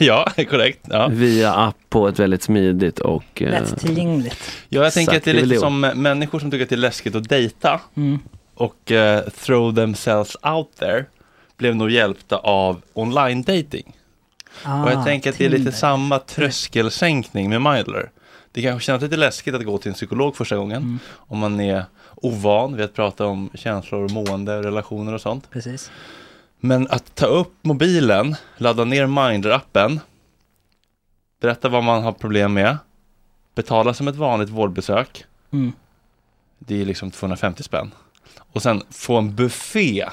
[SPEAKER 1] ja, korrekt.
[SPEAKER 13] Via app på ett väldigt smidigt och... eh,
[SPEAKER 8] Lättillgängligt.
[SPEAKER 1] Ja, jag tänker
[SPEAKER 13] Exakt,
[SPEAKER 1] att det är
[SPEAKER 13] det är väl
[SPEAKER 1] lite
[SPEAKER 13] det.
[SPEAKER 1] som människor som tycker att det är läskigt att dejta.
[SPEAKER 8] Mm.
[SPEAKER 1] och eh, throw themselves out there blev nog hjälpta av online dating. och jag
[SPEAKER 5] Ah,
[SPEAKER 1] tänker att det är lite
[SPEAKER 5] Tinder.
[SPEAKER 1] samma tröskelsänkning med Mindler. Det kanske känns lite läskigt att gå till en psykolog första gången om man är ovan vid att prata om känslor, mående, relationer och sånt.
[SPEAKER 8] Precis.
[SPEAKER 1] Men att ta upp mobilen, ladda ner Mindler-appen, berätta vad man har problem med, betala som ett vanligt vårdbesök,
[SPEAKER 8] Mm.
[SPEAKER 1] det är liksom 250 spänn. Och sen få en buffé,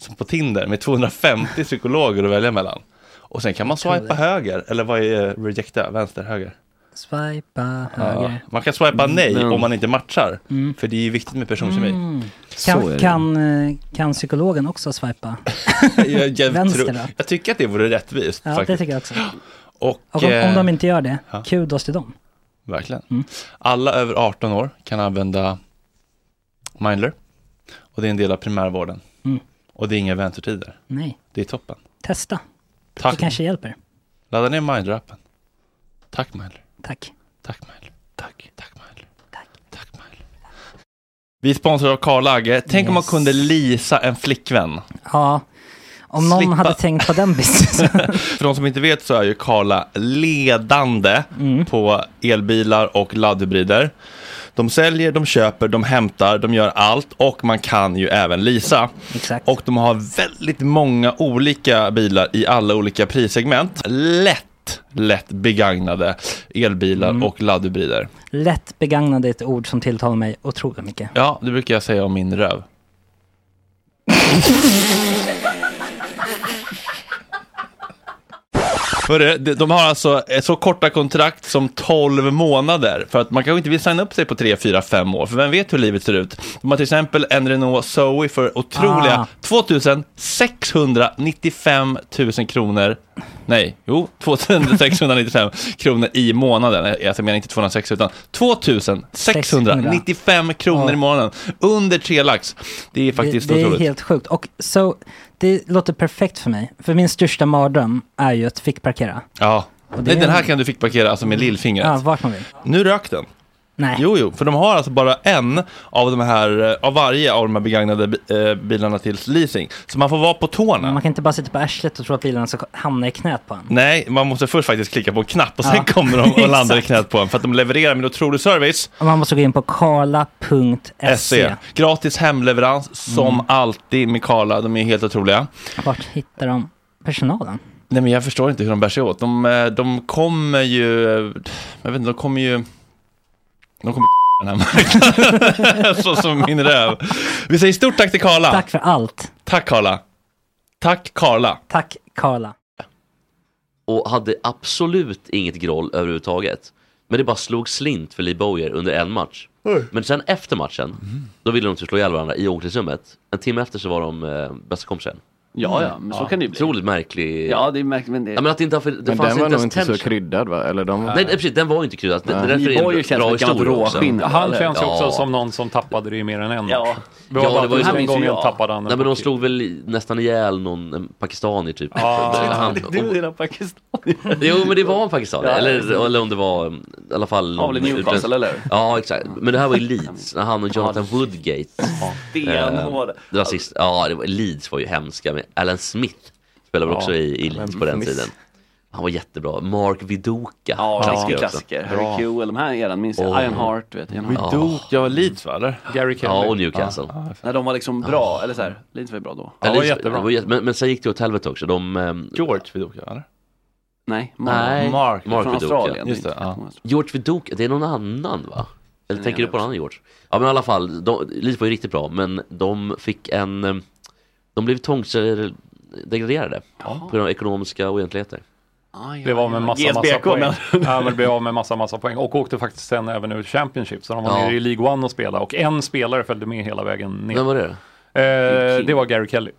[SPEAKER 1] som på Tinder, med 250 psykologer att välja mellan. Och sen kan man
[SPEAKER 8] tror
[SPEAKER 1] swipa
[SPEAKER 8] det.
[SPEAKER 1] höger, eller vad är rejecta, vänster, höger?
[SPEAKER 8] Swipa
[SPEAKER 1] Ja.
[SPEAKER 8] höger.
[SPEAKER 1] Man kan swipa nej
[SPEAKER 8] Men-
[SPEAKER 1] om man inte matchar,
[SPEAKER 8] Mm.
[SPEAKER 1] för det är ju viktigt med personkemi.
[SPEAKER 8] Mm.
[SPEAKER 1] Så är
[SPEAKER 8] Kan,
[SPEAKER 1] det.
[SPEAKER 8] kan, eh, kan psykologen också swipa?
[SPEAKER 1] jag, jag,
[SPEAKER 8] Vänster
[SPEAKER 1] tror,
[SPEAKER 8] då?
[SPEAKER 1] jag tycker att det vore rättvist.
[SPEAKER 8] Ja, det
[SPEAKER 1] faktiskt.
[SPEAKER 8] tycker jag också.
[SPEAKER 1] Och,
[SPEAKER 8] Och om, om
[SPEAKER 1] eh,
[SPEAKER 8] de Mm. inte gör det,
[SPEAKER 1] ja.
[SPEAKER 8] kudos till dem.
[SPEAKER 1] Verkligen. Alla över 18 år kan använda Mindler. Och det är en del av primärvården.
[SPEAKER 8] Mm.
[SPEAKER 1] Och det är inga väntetider.
[SPEAKER 8] Nej,
[SPEAKER 1] Det är toppen.
[SPEAKER 8] testa.
[SPEAKER 1] Tack.
[SPEAKER 8] Det kanske hjälper.
[SPEAKER 1] Ladda ner Mindler-appen. Tack Mindler.
[SPEAKER 8] Tack.
[SPEAKER 1] Tack Mindler. Tack. Tack Mindler. Tack. Tack Mindler. Vi är sponsrade av Karl Agge. Tänk om man
[SPEAKER 8] Yes.
[SPEAKER 1] kunde lisa en flickvän.
[SPEAKER 8] Ja, om någon
[SPEAKER 1] Slippa-
[SPEAKER 8] hade tänkt på den businessen.
[SPEAKER 1] För de som inte vet så är ju Karla ledande på elbilar och laddhybrider. De säljer, de köper, de hämtar, de gör allt och man kan ju även leasa. Och de har väldigt många olika bilar i alla olika prissegment. Lätt, lätt begagnade elbilar och laddhybrider.
[SPEAKER 8] Lätt begagnade är ett ord som tilltalar mig otroligt mycket.
[SPEAKER 1] Ja, det brukar jag säga om min röv. Hörru, de de har alltså eh, så korta kontrakt som 12 månader. För att man kanske inte vill signa upp sig på 3, 4, 5 år. För vem vet hur livet ser ut. De har till exempel en Renault Zoe för otroliga
[SPEAKER 5] Ah.
[SPEAKER 1] 2695 000 kronor. Nej, jo, 2695 kronor i månaden. Eh, Jag menar inte 206 utan 2695 kronor i månaden. Under tre lax. Det är faktiskt
[SPEAKER 8] det, det
[SPEAKER 1] otroligt.
[SPEAKER 8] är helt sjukt. Och så, det låter perfekt för mig. För min största mardröm är ju att fick parkera.
[SPEAKER 1] Ja.
[SPEAKER 8] Och det
[SPEAKER 1] Nej,
[SPEAKER 8] är-
[SPEAKER 1] den här kan du fickparkera alltså med lillfingret.
[SPEAKER 8] Ja, vart man vill.
[SPEAKER 1] Nu rök den.
[SPEAKER 8] Nej.
[SPEAKER 1] Jo, jo, för de har alltså bara en av de här, eh, av varje av de här begagnade bi- eh, bilarna till leasing. Så man får vara på tårna.
[SPEAKER 8] Man kan inte bara sitta på arslet och tro att bilarna ska hamna i knät på en.
[SPEAKER 1] Nej, man måste först faktiskt klicka på en knapp och sen
[SPEAKER 8] Ja.
[SPEAKER 1] kommer de och landar i
[SPEAKER 8] Exakt.
[SPEAKER 1] knät på en. För att de levererar med otrolig service.
[SPEAKER 8] Och man måste gå in på karla.se.
[SPEAKER 1] SE. Gratis hemleverans som
[SPEAKER 8] Mm.
[SPEAKER 1] alltid med Karla. De är helt otroliga.
[SPEAKER 8] Vart hittar de personalen?
[SPEAKER 1] Nej men jag förstår inte hur de bär sig åt. De, eh, de kommer ju, eh, jag vet inte, de kommer ju, de kommer den här marknaden. Så som min röv. Vi säger stort tack till Karla.
[SPEAKER 8] Tack för allt.
[SPEAKER 1] Tack Karla. Tack Karla.
[SPEAKER 8] Tack Karla.
[SPEAKER 7] och hade absolut inget groll överhuvudtaget. Men det bara slog slint för Lee Bowyer under en match.
[SPEAKER 8] Oj.
[SPEAKER 7] Men sen efter matchen, då ville de inte slå ihjäl varandra i omklädningsrummet. En timme efter så var de eh, bästa kompisar.
[SPEAKER 6] Ja, ja, men
[SPEAKER 9] Mm.
[SPEAKER 6] så kan det ju bli.
[SPEAKER 7] Otroligt märklig.
[SPEAKER 6] Ja, det är märkligt. Men, det...
[SPEAKER 7] Ja, men att det inte har- för- det
[SPEAKER 6] Men
[SPEAKER 7] fanns
[SPEAKER 6] den
[SPEAKER 7] inte
[SPEAKER 6] var
[SPEAKER 7] ens
[SPEAKER 6] nog inte så
[SPEAKER 7] tension.
[SPEAKER 14] Kryddad va? Eller de...
[SPEAKER 7] Nej, nej, precis, den var ju inte kryddad. Det, det är därför det är en
[SPEAKER 14] Borg känns som
[SPEAKER 7] bra
[SPEAKER 14] ett gammalt
[SPEAKER 7] historia också.
[SPEAKER 14] råskinn.
[SPEAKER 9] Han känns ju också
[SPEAKER 7] Ja.
[SPEAKER 9] som någon som tappade det i mer än en match. Det var
[SPEAKER 7] Ja,
[SPEAKER 9] bara typ
[SPEAKER 7] det var ju
[SPEAKER 9] att
[SPEAKER 7] så.
[SPEAKER 9] den gången tappade han
[SPEAKER 7] Nej, men de slog väl i- nästan ihjäl någon en pakistanier typ. Han-
[SPEAKER 6] Ah. dina Pakistan.
[SPEAKER 7] Jo men det var en pakistanare,
[SPEAKER 6] Ja, just det.
[SPEAKER 7] eller, eller om det var um, i alla fall
[SPEAKER 6] Ja, väl i Newcastle,
[SPEAKER 7] utländsk-
[SPEAKER 6] eller?
[SPEAKER 7] Ja exakt, men det här var i Leeds, när han och Jonathan Woodgate
[SPEAKER 6] Stenhård.
[SPEAKER 7] eh, Det var sist, ja det var, Leeds var ju hemska men Alan Smith spelade väl
[SPEAKER 6] Ja,
[SPEAKER 7] också i, i Leeds
[SPEAKER 6] Alan
[SPEAKER 7] på den
[SPEAKER 6] Smith.
[SPEAKER 7] tiden Han var jättebra, Mark Viduka
[SPEAKER 6] Ja, klassiker,
[SPEAKER 7] också.
[SPEAKER 6] klassiker. Harry Kewell, de här eran minns
[SPEAKER 7] Åh.
[SPEAKER 6] jag. Ironheart, vet jag.
[SPEAKER 7] Viduka
[SPEAKER 1] Jag var Leeds va eller?
[SPEAKER 6] Gary
[SPEAKER 7] Kelly. Ja, och Newcastle.
[SPEAKER 6] När de var liksom bra, eller så här, Leeds var ju bra då.
[SPEAKER 7] Ja, Leeds- det var jätte- men, men sen gick det åt helvete också, de... ehm,
[SPEAKER 1] George Viduka eller?
[SPEAKER 6] Nej,
[SPEAKER 7] Nej,
[SPEAKER 6] Mark,
[SPEAKER 7] Mark,
[SPEAKER 6] från
[SPEAKER 7] Viduka.
[SPEAKER 6] Australien.
[SPEAKER 7] Just det, ja. George Viduka, det är någon annan va? Eller tänker du på någon annan George? Ja men i alla fall, de, Leeds var ju riktigt bra men de fick en... eh, De blev tvångsdegraderade på grund av ekonomiska oegentligheter.
[SPEAKER 6] Ah,
[SPEAKER 9] Blev av med massa, massa
[SPEAKER 6] GSBK,
[SPEAKER 9] poäng.
[SPEAKER 6] men-
[SPEAKER 9] ja, men blev av med massa, massa poäng. Och åkte faktiskt sen även ur Championship. Så de var
[SPEAKER 7] Ja.
[SPEAKER 9] nere i League One och spelade. Och en spelare följde med hela vägen ner.
[SPEAKER 7] Vem var det?
[SPEAKER 9] Eh, det var Gary Kelly.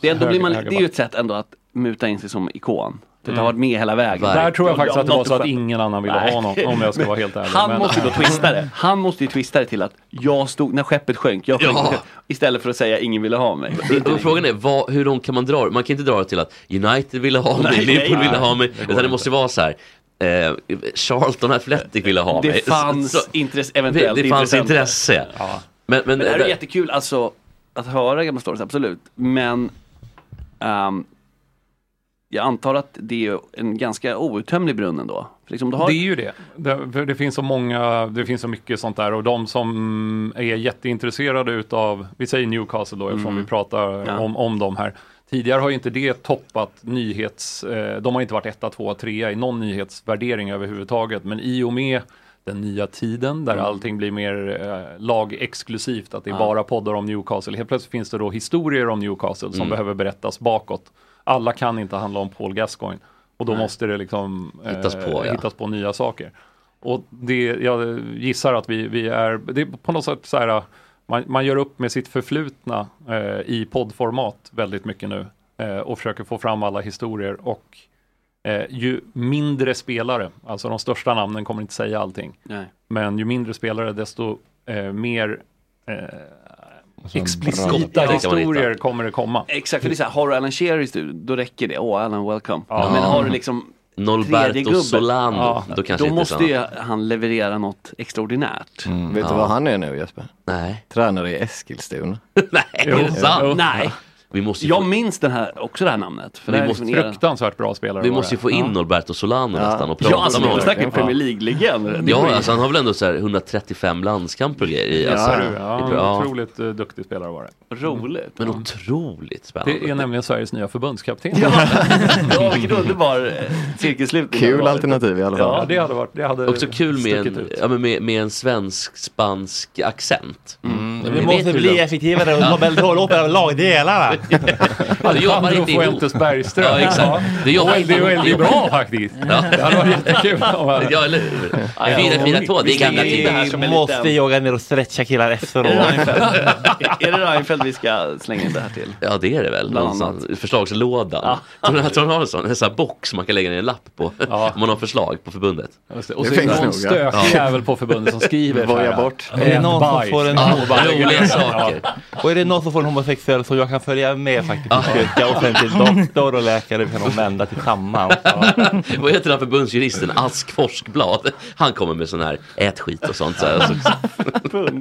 [SPEAKER 6] Det, är ändå blir man, det
[SPEAKER 9] Höger-
[SPEAKER 6] är ju ett sätt ändå att muta in sig som ikon. Det
[SPEAKER 9] Mm.
[SPEAKER 6] har varit med hela vägen.
[SPEAKER 9] Där tror jag faktiskt att det var så att
[SPEAKER 6] Något-
[SPEAKER 9] ingen annan ville
[SPEAKER 6] Nej.
[SPEAKER 9] ha honom, om jag ska vara helt ärlig.
[SPEAKER 6] Han
[SPEAKER 9] Men-
[SPEAKER 6] måste ju då twista det. Han måste ju twista det till att jag stod, när skeppet sjönk, jag sjönk.
[SPEAKER 7] Ja.
[SPEAKER 6] Istället för att säga ingen ville ha mig. Det är inte
[SPEAKER 7] Och frågan är, vad, hur långt kan man dra det? Man kan inte dra det till att United ville ha mig,
[SPEAKER 6] Nej,
[SPEAKER 7] Liverpool
[SPEAKER 6] nej,
[SPEAKER 7] ville ha
[SPEAKER 6] nej,
[SPEAKER 7] mig,
[SPEAKER 6] det går
[SPEAKER 7] utan det
[SPEAKER 6] inte.
[SPEAKER 7] måste vara så här. Eh, Charlton Athletic ville ha
[SPEAKER 6] Det
[SPEAKER 7] mig.
[SPEAKER 6] fanns
[SPEAKER 7] Så- så-
[SPEAKER 6] intresse- eventuellt
[SPEAKER 7] Det fanns
[SPEAKER 6] intressenter.
[SPEAKER 7] intresse. Men, men,
[SPEAKER 6] Men det här är
[SPEAKER 7] där-
[SPEAKER 6] jättekul alltså, att höra gamla stories, absolut. Men ehm, jag antar att det är en ganska outtömlig brunn ändå. För liksom, du har...
[SPEAKER 9] Det är ju det. Det, för det finns så många, det finns så mycket sånt där och de som är jätteintresserade utav, vi säger Newcastle då eftersom
[SPEAKER 6] Mm.
[SPEAKER 9] vi pratar
[SPEAKER 6] Ja.
[SPEAKER 9] om, om dem här. Tidigare har ju inte det toppat nyhets, eh, de har inte varit etta, tvåa, trea i någon nyhetsvärdering överhuvudtaget. Men i och med den nya tiden där
[SPEAKER 6] Mm.
[SPEAKER 9] allting blir mer eh, lagexklusivt, att det är
[SPEAKER 6] Ja.
[SPEAKER 9] bara poddar om Newcastle. Helt plötsligt finns det då historier om Newcastle som
[SPEAKER 6] Mm.
[SPEAKER 9] behöver berättas bakåt. Alla kan inte handla om Paul Gascoigne och då
[SPEAKER 6] Nej.
[SPEAKER 9] måste det liksom eh,
[SPEAKER 6] Hittas på, ja.
[SPEAKER 9] hittas på nya saker. Och det, jag gissar att vi, vi är, det är på något sätt så här, man, man gör upp med sitt förflutna eh, i poddformat väldigt mycket nu eh, och försöker få fram alla historier och eh, ju mindre spelare, alltså de största namnen kommer inte säga allting,
[SPEAKER 6] Nej.
[SPEAKER 9] men ju mindre spelare desto eh, mer eh, explicita
[SPEAKER 6] Skottar kan man
[SPEAKER 9] historier
[SPEAKER 6] hitta.
[SPEAKER 9] kommer det komma.
[SPEAKER 6] Exakt, för det är så här, har du Alan Shearer i studion, då räcker det. Åh, Alan, welcome.
[SPEAKER 7] Ja.
[SPEAKER 6] Men har du liksom
[SPEAKER 7] Norberto
[SPEAKER 6] tredje gubben,
[SPEAKER 7] Solano, då kanske
[SPEAKER 6] då
[SPEAKER 7] inte
[SPEAKER 6] måste
[SPEAKER 7] samma.
[SPEAKER 6] ju han leverera något extraordinärt.
[SPEAKER 11] Mm. Vet du vad han är nu Jesper?
[SPEAKER 7] Nej.
[SPEAKER 11] Tränare i Eskilstuna.
[SPEAKER 6] Nej, är det sant? Nej.
[SPEAKER 7] Vi måste ju
[SPEAKER 6] jag minns den här, också det här namnet.
[SPEAKER 7] Vi
[SPEAKER 6] För det här är
[SPEAKER 7] måste-
[SPEAKER 6] liksom era-
[SPEAKER 9] Fruktansvärt bra spelare.
[SPEAKER 7] Vi
[SPEAKER 9] var
[SPEAKER 7] måste ju
[SPEAKER 9] det.
[SPEAKER 7] få in
[SPEAKER 9] Ja.
[SPEAKER 7] Norberto Solano nästan och prata
[SPEAKER 6] Ja, alltså,
[SPEAKER 7] med honom.
[SPEAKER 6] vi snackar Premier League-legend. Det var
[SPEAKER 7] Ja,
[SPEAKER 6] ju-
[SPEAKER 7] alltså han har väl ändå så här 135 landskamper och grejer. i-
[SPEAKER 9] Ja,
[SPEAKER 7] Alltså,
[SPEAKER 9] du,
[SPEAKER 7] i-
[SPEAKER 9] ja,
[SPEAKER 7] ja.
[SPEAKER 9] otroligt eh, duktig spelare var det.
[SPEAKER 6] Roligt.
[SPEAKER 7] Men otroligt spännande.
[SPEAKER 9] Det är nämligen Sveriges nya förbundskapten.
[SPEAKER 6] Ja, vilken underbar eh, cirkelslutning.
[SPEAKER 7] Kul
[SPEAKER 6] det var.
[SPEAKER 7] alternativ i alla fall.
[SPEAKER 9] Ja, det hade varit. Det hade
[SPEAKER 7] Också kul med
[SPEAKER 9] stuckit
[SPEAKER 7] en,
[SPEAKER 9] ut.
[SPEAKER 7] ja, men med, med en svensk-spansk accent.
[SPEAKER 9] Mm.
[SPEAKER 15] Vi måste bli effektivare och hålla- väl hålla upp alla lagdelarna.
[SPEAKER 7] Det jobbar
[SPEAKER 9] Alejandro
[SPEAKER 7] inte ihop.
[SPEAKER 9] Fuentes Bergström.
[SPEAKER 7] Ja, exakt. Det
[SPEAKER 9] Ja,
[SPEAKER 7] jobbar
[SPEAKER 9] det är väldigt bra faktiskt.
[SPEAKER 7] Ja.
[SPEAKER 9] Det hade varit jättekul. om han-
[SPEAKER 7] Ja, eller hur? Fyra, fyra, två. Det är gamla tider.
[SPEAKER 15] Vi måste jaga ner och stretcha killar
[SPEAKER 6] Är det
[SPEAKER 15] efteråt.
[SPEAKER 6] Reinfeldt- Är det Reinfeldt vi ska slänga in det här till?
[SPEAKER 7] Ja det är det väl.
[SPEAKER 6] Bland
[SPEAKER 7] Någon
[SPEAKER 6] annat.
[SPEAKER 7] sån Förslagslådan. Tror du att de har en sån? En sån här box man kan lägga ner en lapp på. Om man har förslag på förbundet.
[SPEAKER 9] Just det. Och så är det någon stökig jävel på förbundet som skriver. så här,
[SPEAKER 7] Voja bort.
[SPEAKER 15] Är det någon som får en
[SPEAKER 7] Ja,
[SPEAKER 15] homo-
[SPEAKER 7] roliga saker.
[SPEAKER 15] Och är det någon som får en homosexuell som jag kan följa med faktiskt till kyrka och sen till doktor och läkare vi kan omvända tillsammans.
[SPEAKER 7] Vad heter den här förbundsjuristen? Ask Forskblad. Han kommer med sån här ät skit och sånt. Så här. Så-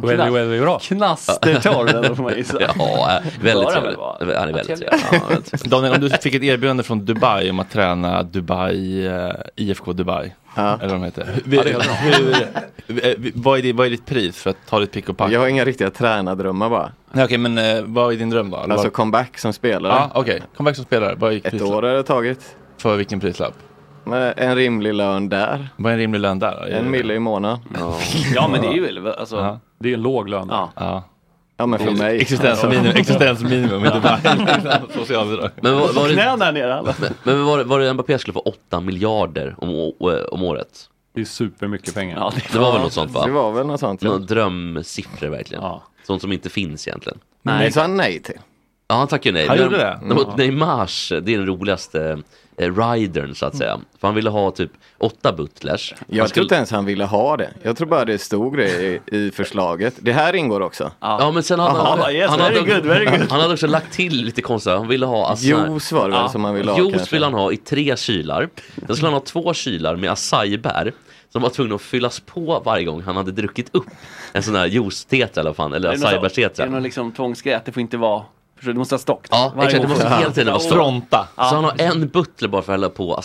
[SPEAKER 9] Väldigt, väldigt bra.
[SPEAKER 6] Knastertorr, eller får man gissa.
[SPEAKER 7] Ja, eh, väldigt
[SPEAKER 6] Bör han
[SPEAKER 7] trevlig.
[SPEAKER 6] väl vara?
[SPEAKER 7] Han är väldigt
[SPEAKER 6] Trevlig.
[SPEAKER 7] trevlig. Ja, väldigt trevlig.
[SPEAKER 1] Daniel, om du fick ett erbjudande från Dubai om att träna Dubai, eh, IFK Dubai. Eller vad de heter. Hur,
[SPEAKER 11] Ja, det är bra.
[SPEAKER 1] hur, eh, vad, är ditt, vad är ditt pris för att ta ditt pick och pack?
[SPEAKER 11] Jag har inga riktiga tränardrömmar bara.
[SPEAKER 1] Nej, okej, men eh, vad är din dröm då? Eller
[SPEAKER 11] Alltså
[SPEAKER 1] vad-
[SPEAKER 11] comeback som spelare.
[SPEAKER 1] Ja, okej. Comeback som spelare. Vad gick
[SPEAKER 11] Ett år har det tagit.
[SPEAKER 1] För vilken prislapp?
[SPEAKER 11] Men En rimlig lön där.
[SPEAKER 1] Vad är en rimlig lön där?
[SPEAKER 11] En mille i månaden.
[SPEAKER 6] Ja, men det är ju väl, alltså,
[SPEAKER 11] Ja.
[SPEAKER 9] Det är en låg lön.
[SPEAKER 6] Ja.
[SPEAKER 1] Ja.
[SPEAKER 11] Ja men för mig. Alltså.
[SPEAKER 1] Existensminimum, existensminimum i Dubai. Socialbidrag.
[SPEAKER 7] Men vad- vad är det-
[SPEAKER 6] Knän där nere. alla.
[SPEAKER 7] Men, men var, det- var det Mbappé skulle få 8 miljarder om, å- om året?
[SPEAKER 9] Det är supermycket pengar.
[SPEAKER 7] Ja, det, det var väl något sånt va?
[SPEAKER 11] Det var väl något sånt. Ja.
[SPEAKER 7] Några drömsiffror verkligen. Sånt som inte finns egentligen.
[SPEAKER 11] Nej. Det sa han nej till.
[SPEAKER 7] Ja, han tackade nej.
[SPEAKER 11] Han
[SPEAKER 7] Men-
[SPEAKER 11] gjorde det?
[SPEAKER 7] men mot
[SPEAKER 11] Ja.
[SPEAKER 7] Neymars, det är den roligaste eh, ridern så att säga. För han ville ha typ åtta butlers.
[SPEAKER 11] Jag
[SPEAKER 7] Han
[SPEAKER 11] tror inte ens han ville ha det. Jag tror bara det stod det i, i förslaget. Det här ingår också.
[SPEAKER 7] Ja men sen hade
[SPEAKER 11] Aha.
[SPEAKER 7] han,
[SPEAKER 11] Ja, yes,
[SPEAKER 7] han,
[SPEAKER 11] very
[SPEAKER 7] hade,
[SPEAKER 11] good, very good.
[SPEAKER 7] han hade också lagt till lite konstigt. Han ville ha alltså,
[SPEAKER 11] Juice var det väl som han ville ha,
[SPEAKER 7] Juice
[SPEAKER 11] kanske.
[SPEAKER 7] ville han ha i tre kylar. Sen skulle han ha två kylar med acai-bär som var tvungna att fyllas på varje gång han hade druckit upp en sån här juice-tetra eller vad fan, eller
[SPEAKER 6] Är det någon sån- Är det
[SPEAKER 7] acai-bär-tetra.
[SPEAKER 6] någon liksom tvångsgrej? Det får inte vara... Förstår du? Det måste ha stock.
[SPEAKER 7] Ja,
[SPEAKER 6] Varje
[SPEAKER 7] exakt. Det
[SPEAKER 6] gång.
[SPEAKER 7] måste hela tiden vara stopp. Så
[SPEAKER 6] Ja.
[SPEAKER 7] han har en butler bara för att hälla på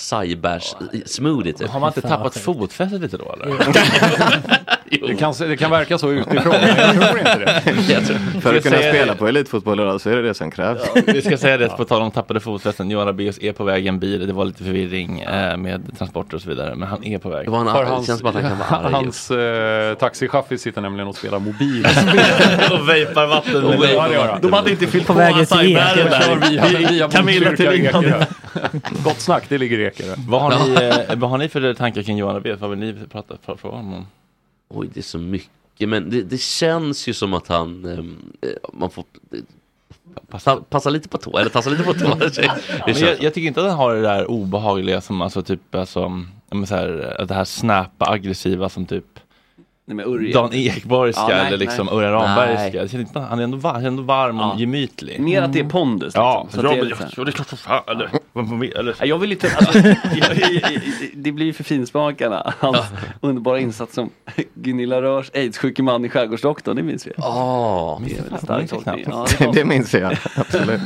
[SPEAKER 7] acai-bärs-smoothie typ.
[SPEAKER 1] Har man inte tappat fotfästet lite då eller?
[SPEAKER 9] Det kan, se- det kan verka så utifrån, men jag tror inte det.
[SPEAKER 11] För att kunna
[SPEAKER 1] säga
[SPEAKER 11] spela på elitfotboll idag så är det det som krävs.
[SPEAKER 1] Vi ska säga det på tal om tappade fotfästen. Johan Rabaeus är på väg i en bil. Det var lite förvirring eh, med transporter och så vidare. Men han är på väg.
[SPEAKER 9] För hans, hans eh, taxichaufför sitter nämligen och spelar mobil.
[SPEAKER 1] och vejpar vatten.
[SPEAKER 9] Och vejpar vatten.
[SPEAKER 1] De hade inte fyllt
[SPEAKER 9] På
[SPEAKER 1] på
[SPEAKER 9] vägen till
[SPEAKER 1] acai-bären
[SPEAKER 9] Ekerö. Kör via- via
[SPEAKER 1] där.
[SPEAKER 9] Botkyrka,
[SPEAKER 1] Camilla till Ekerö.
[SPEAKER 9] Ekerö. Gott snack, det ligger i Ekerö.
[SPEAKER 1] Vad har, ni, eh, vad har ni för tankar kring Johan Rabaeus? Vad vill ni prata för, för honom om?
[SPEAKER 7] Oj, det är så mycket. Men det, det känns ju som att han, ehm, eh, man får eh, passa, passa lite på tå, eller tassa lite på tå. Det
[SPEAKER 1] Men
[SPEAKER 7] känns-
[SPEAKER 1] jag, jag tycker inte att han har det där obehagliga som alltså typ alltså, ja, men så här, eh, det här snäppa aggressiva som typ
[SPEAKER 6] Nej, men Urge.
[SPEAKER 1] Dan Ekborgska
[SPEAKER 6] Ja, nej,
[SPEAKER 1] eller liksom
[SPEAKER 6] nej.
[SPEAKER 1] Örjan
[SPEAKER 6] Nej.
[SPEAKER 1] Rambergska. Jag känner inte- Han är ändå varm, han är ändå varm och gemytlig.
[SPEAKER 6] Mer att det
[SPEAKER 7] Mm.
[SPEAKER 6] är pondus. Liksom.
[SPEAKER 1] Ja,
[SPEAKER 6] Så att
[SPEAKER 1] ja,
[SPEAKER 6] det är
[SPEAKER 1] men-
[SPEAKER 6] lite så här.
[SPEAKER 1] ja, det är klart som fan. Eller, eller.
[SPEAKER 6] Ja, Jag vill inte, alltså, jag, jag, jag, det blir ju för finsmakarna. Hans underbara insats som Gunilla Rörs aidssjuke man i Skärgårdsdoktorn, det minns vi.
[SPEAKER 7] Oh,
[SPEAKER 6] det är väl en stark tolkning. Ja,
[SPEAKER 11] det minns jag, absolut.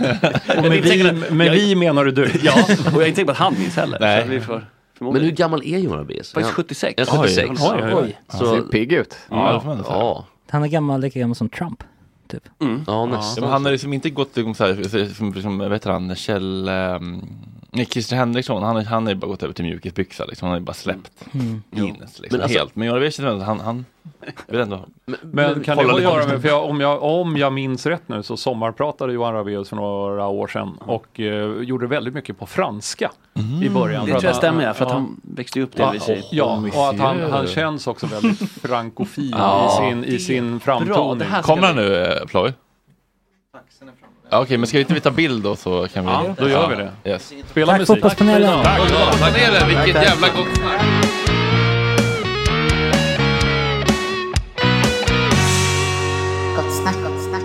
[SPEAKER 6] Jag är inte säker på att- jag-
[SPEAKER 9] menar du du.
[SPEAKER 6] Ja, och jag är inte säker på att han minns heller.
[SPEAKER 7] Nej.
[SPEAKER 6] Så vi får,
[SPEAKER 7] Men hur gammal är Jonas Bias?
[SPEAKER 6] Faktiskt 76.
[SPEAKER 7] Ja, 76.
[SPEAKER 6] Oj, oj, oj. Han ser pigg
[SPEAKER 11] ut.
[SPEAKER 7] Ja,
[SPEAKER 1] det får man ändå säga.
[SPEAKER 7] ja.
[SPEAKER 8] Han är gammal, lika gammal som Trump. Typ.
[SPEAKER 9] Mm.
[SPEAKER 7] Ja,
[SPEAKER 1] Ja,
[SPEAKER 7] nästan.
[SPEAKER 1] men han har liksom inte gått liksom, så här, som, som, vad heter han, Kjell, ehm, nej Christer Henriksson, han, har- han har ju bara gått över till mjukisbyxa liksom, han har ju bara släppt
[SPEAKER 9] Mm.
[SPEAKER 1] in liksom, men
[SPEAKER 9] Men alltså-
[SPEAKER 1] helt. Men jag vet inte, vem- han, han, jag vet ändå.
[SPEAKER 9] Men kan det
[SPEAKER 1] Kolla
[SPEAKER 9] ha att
[SPEAKER 1] lite
[SPEAKER 9] göra
[SPEAKER 1] på-
[SPEAKER 9] med, för jag, om, jag, om jag minns rätt nu så sommarpratade Johan Rabaeus för några år sedan och eh, gjorde väldigt mycket på franska i början.
[SPEAKER 6] Det
[SPEAKER 9] För att
[SPEAKER 6] tror jag
[SPEAKER 9] han-
[SPEAKER 6] stämmer, ja, för att han växte upp
[SPEAKER 9] Ja,
[SPEAKER 6] delvis i-
[SPEAKER 9] ja, och att han,
[SPEAKER 6] Monsieur.
[SPEAKER 9] han känns också väldigt frankofil
[SPEAKER 1] Ja,
[SPEAKER 9] i sin, i sin framtoning.
[SPEAKER 1] Kommer han nu eh, Ploy? Ja, Okej, men ska vi inte vi ta bild då så kan vi?
[SPEAKER 9] Ja, då gör vi det.
[SPEAKER 1] Yes.
[SPEAKER 9] Spela Tack, musik. fotbollspanelen.
[SPEAKER 1] Tack fotbollspanelen, vilket
[SPEAKER 9] Tack.
[SPEAKER 1] jävla gott snack.
[SPEAKER 16] Gott snack, gott snack.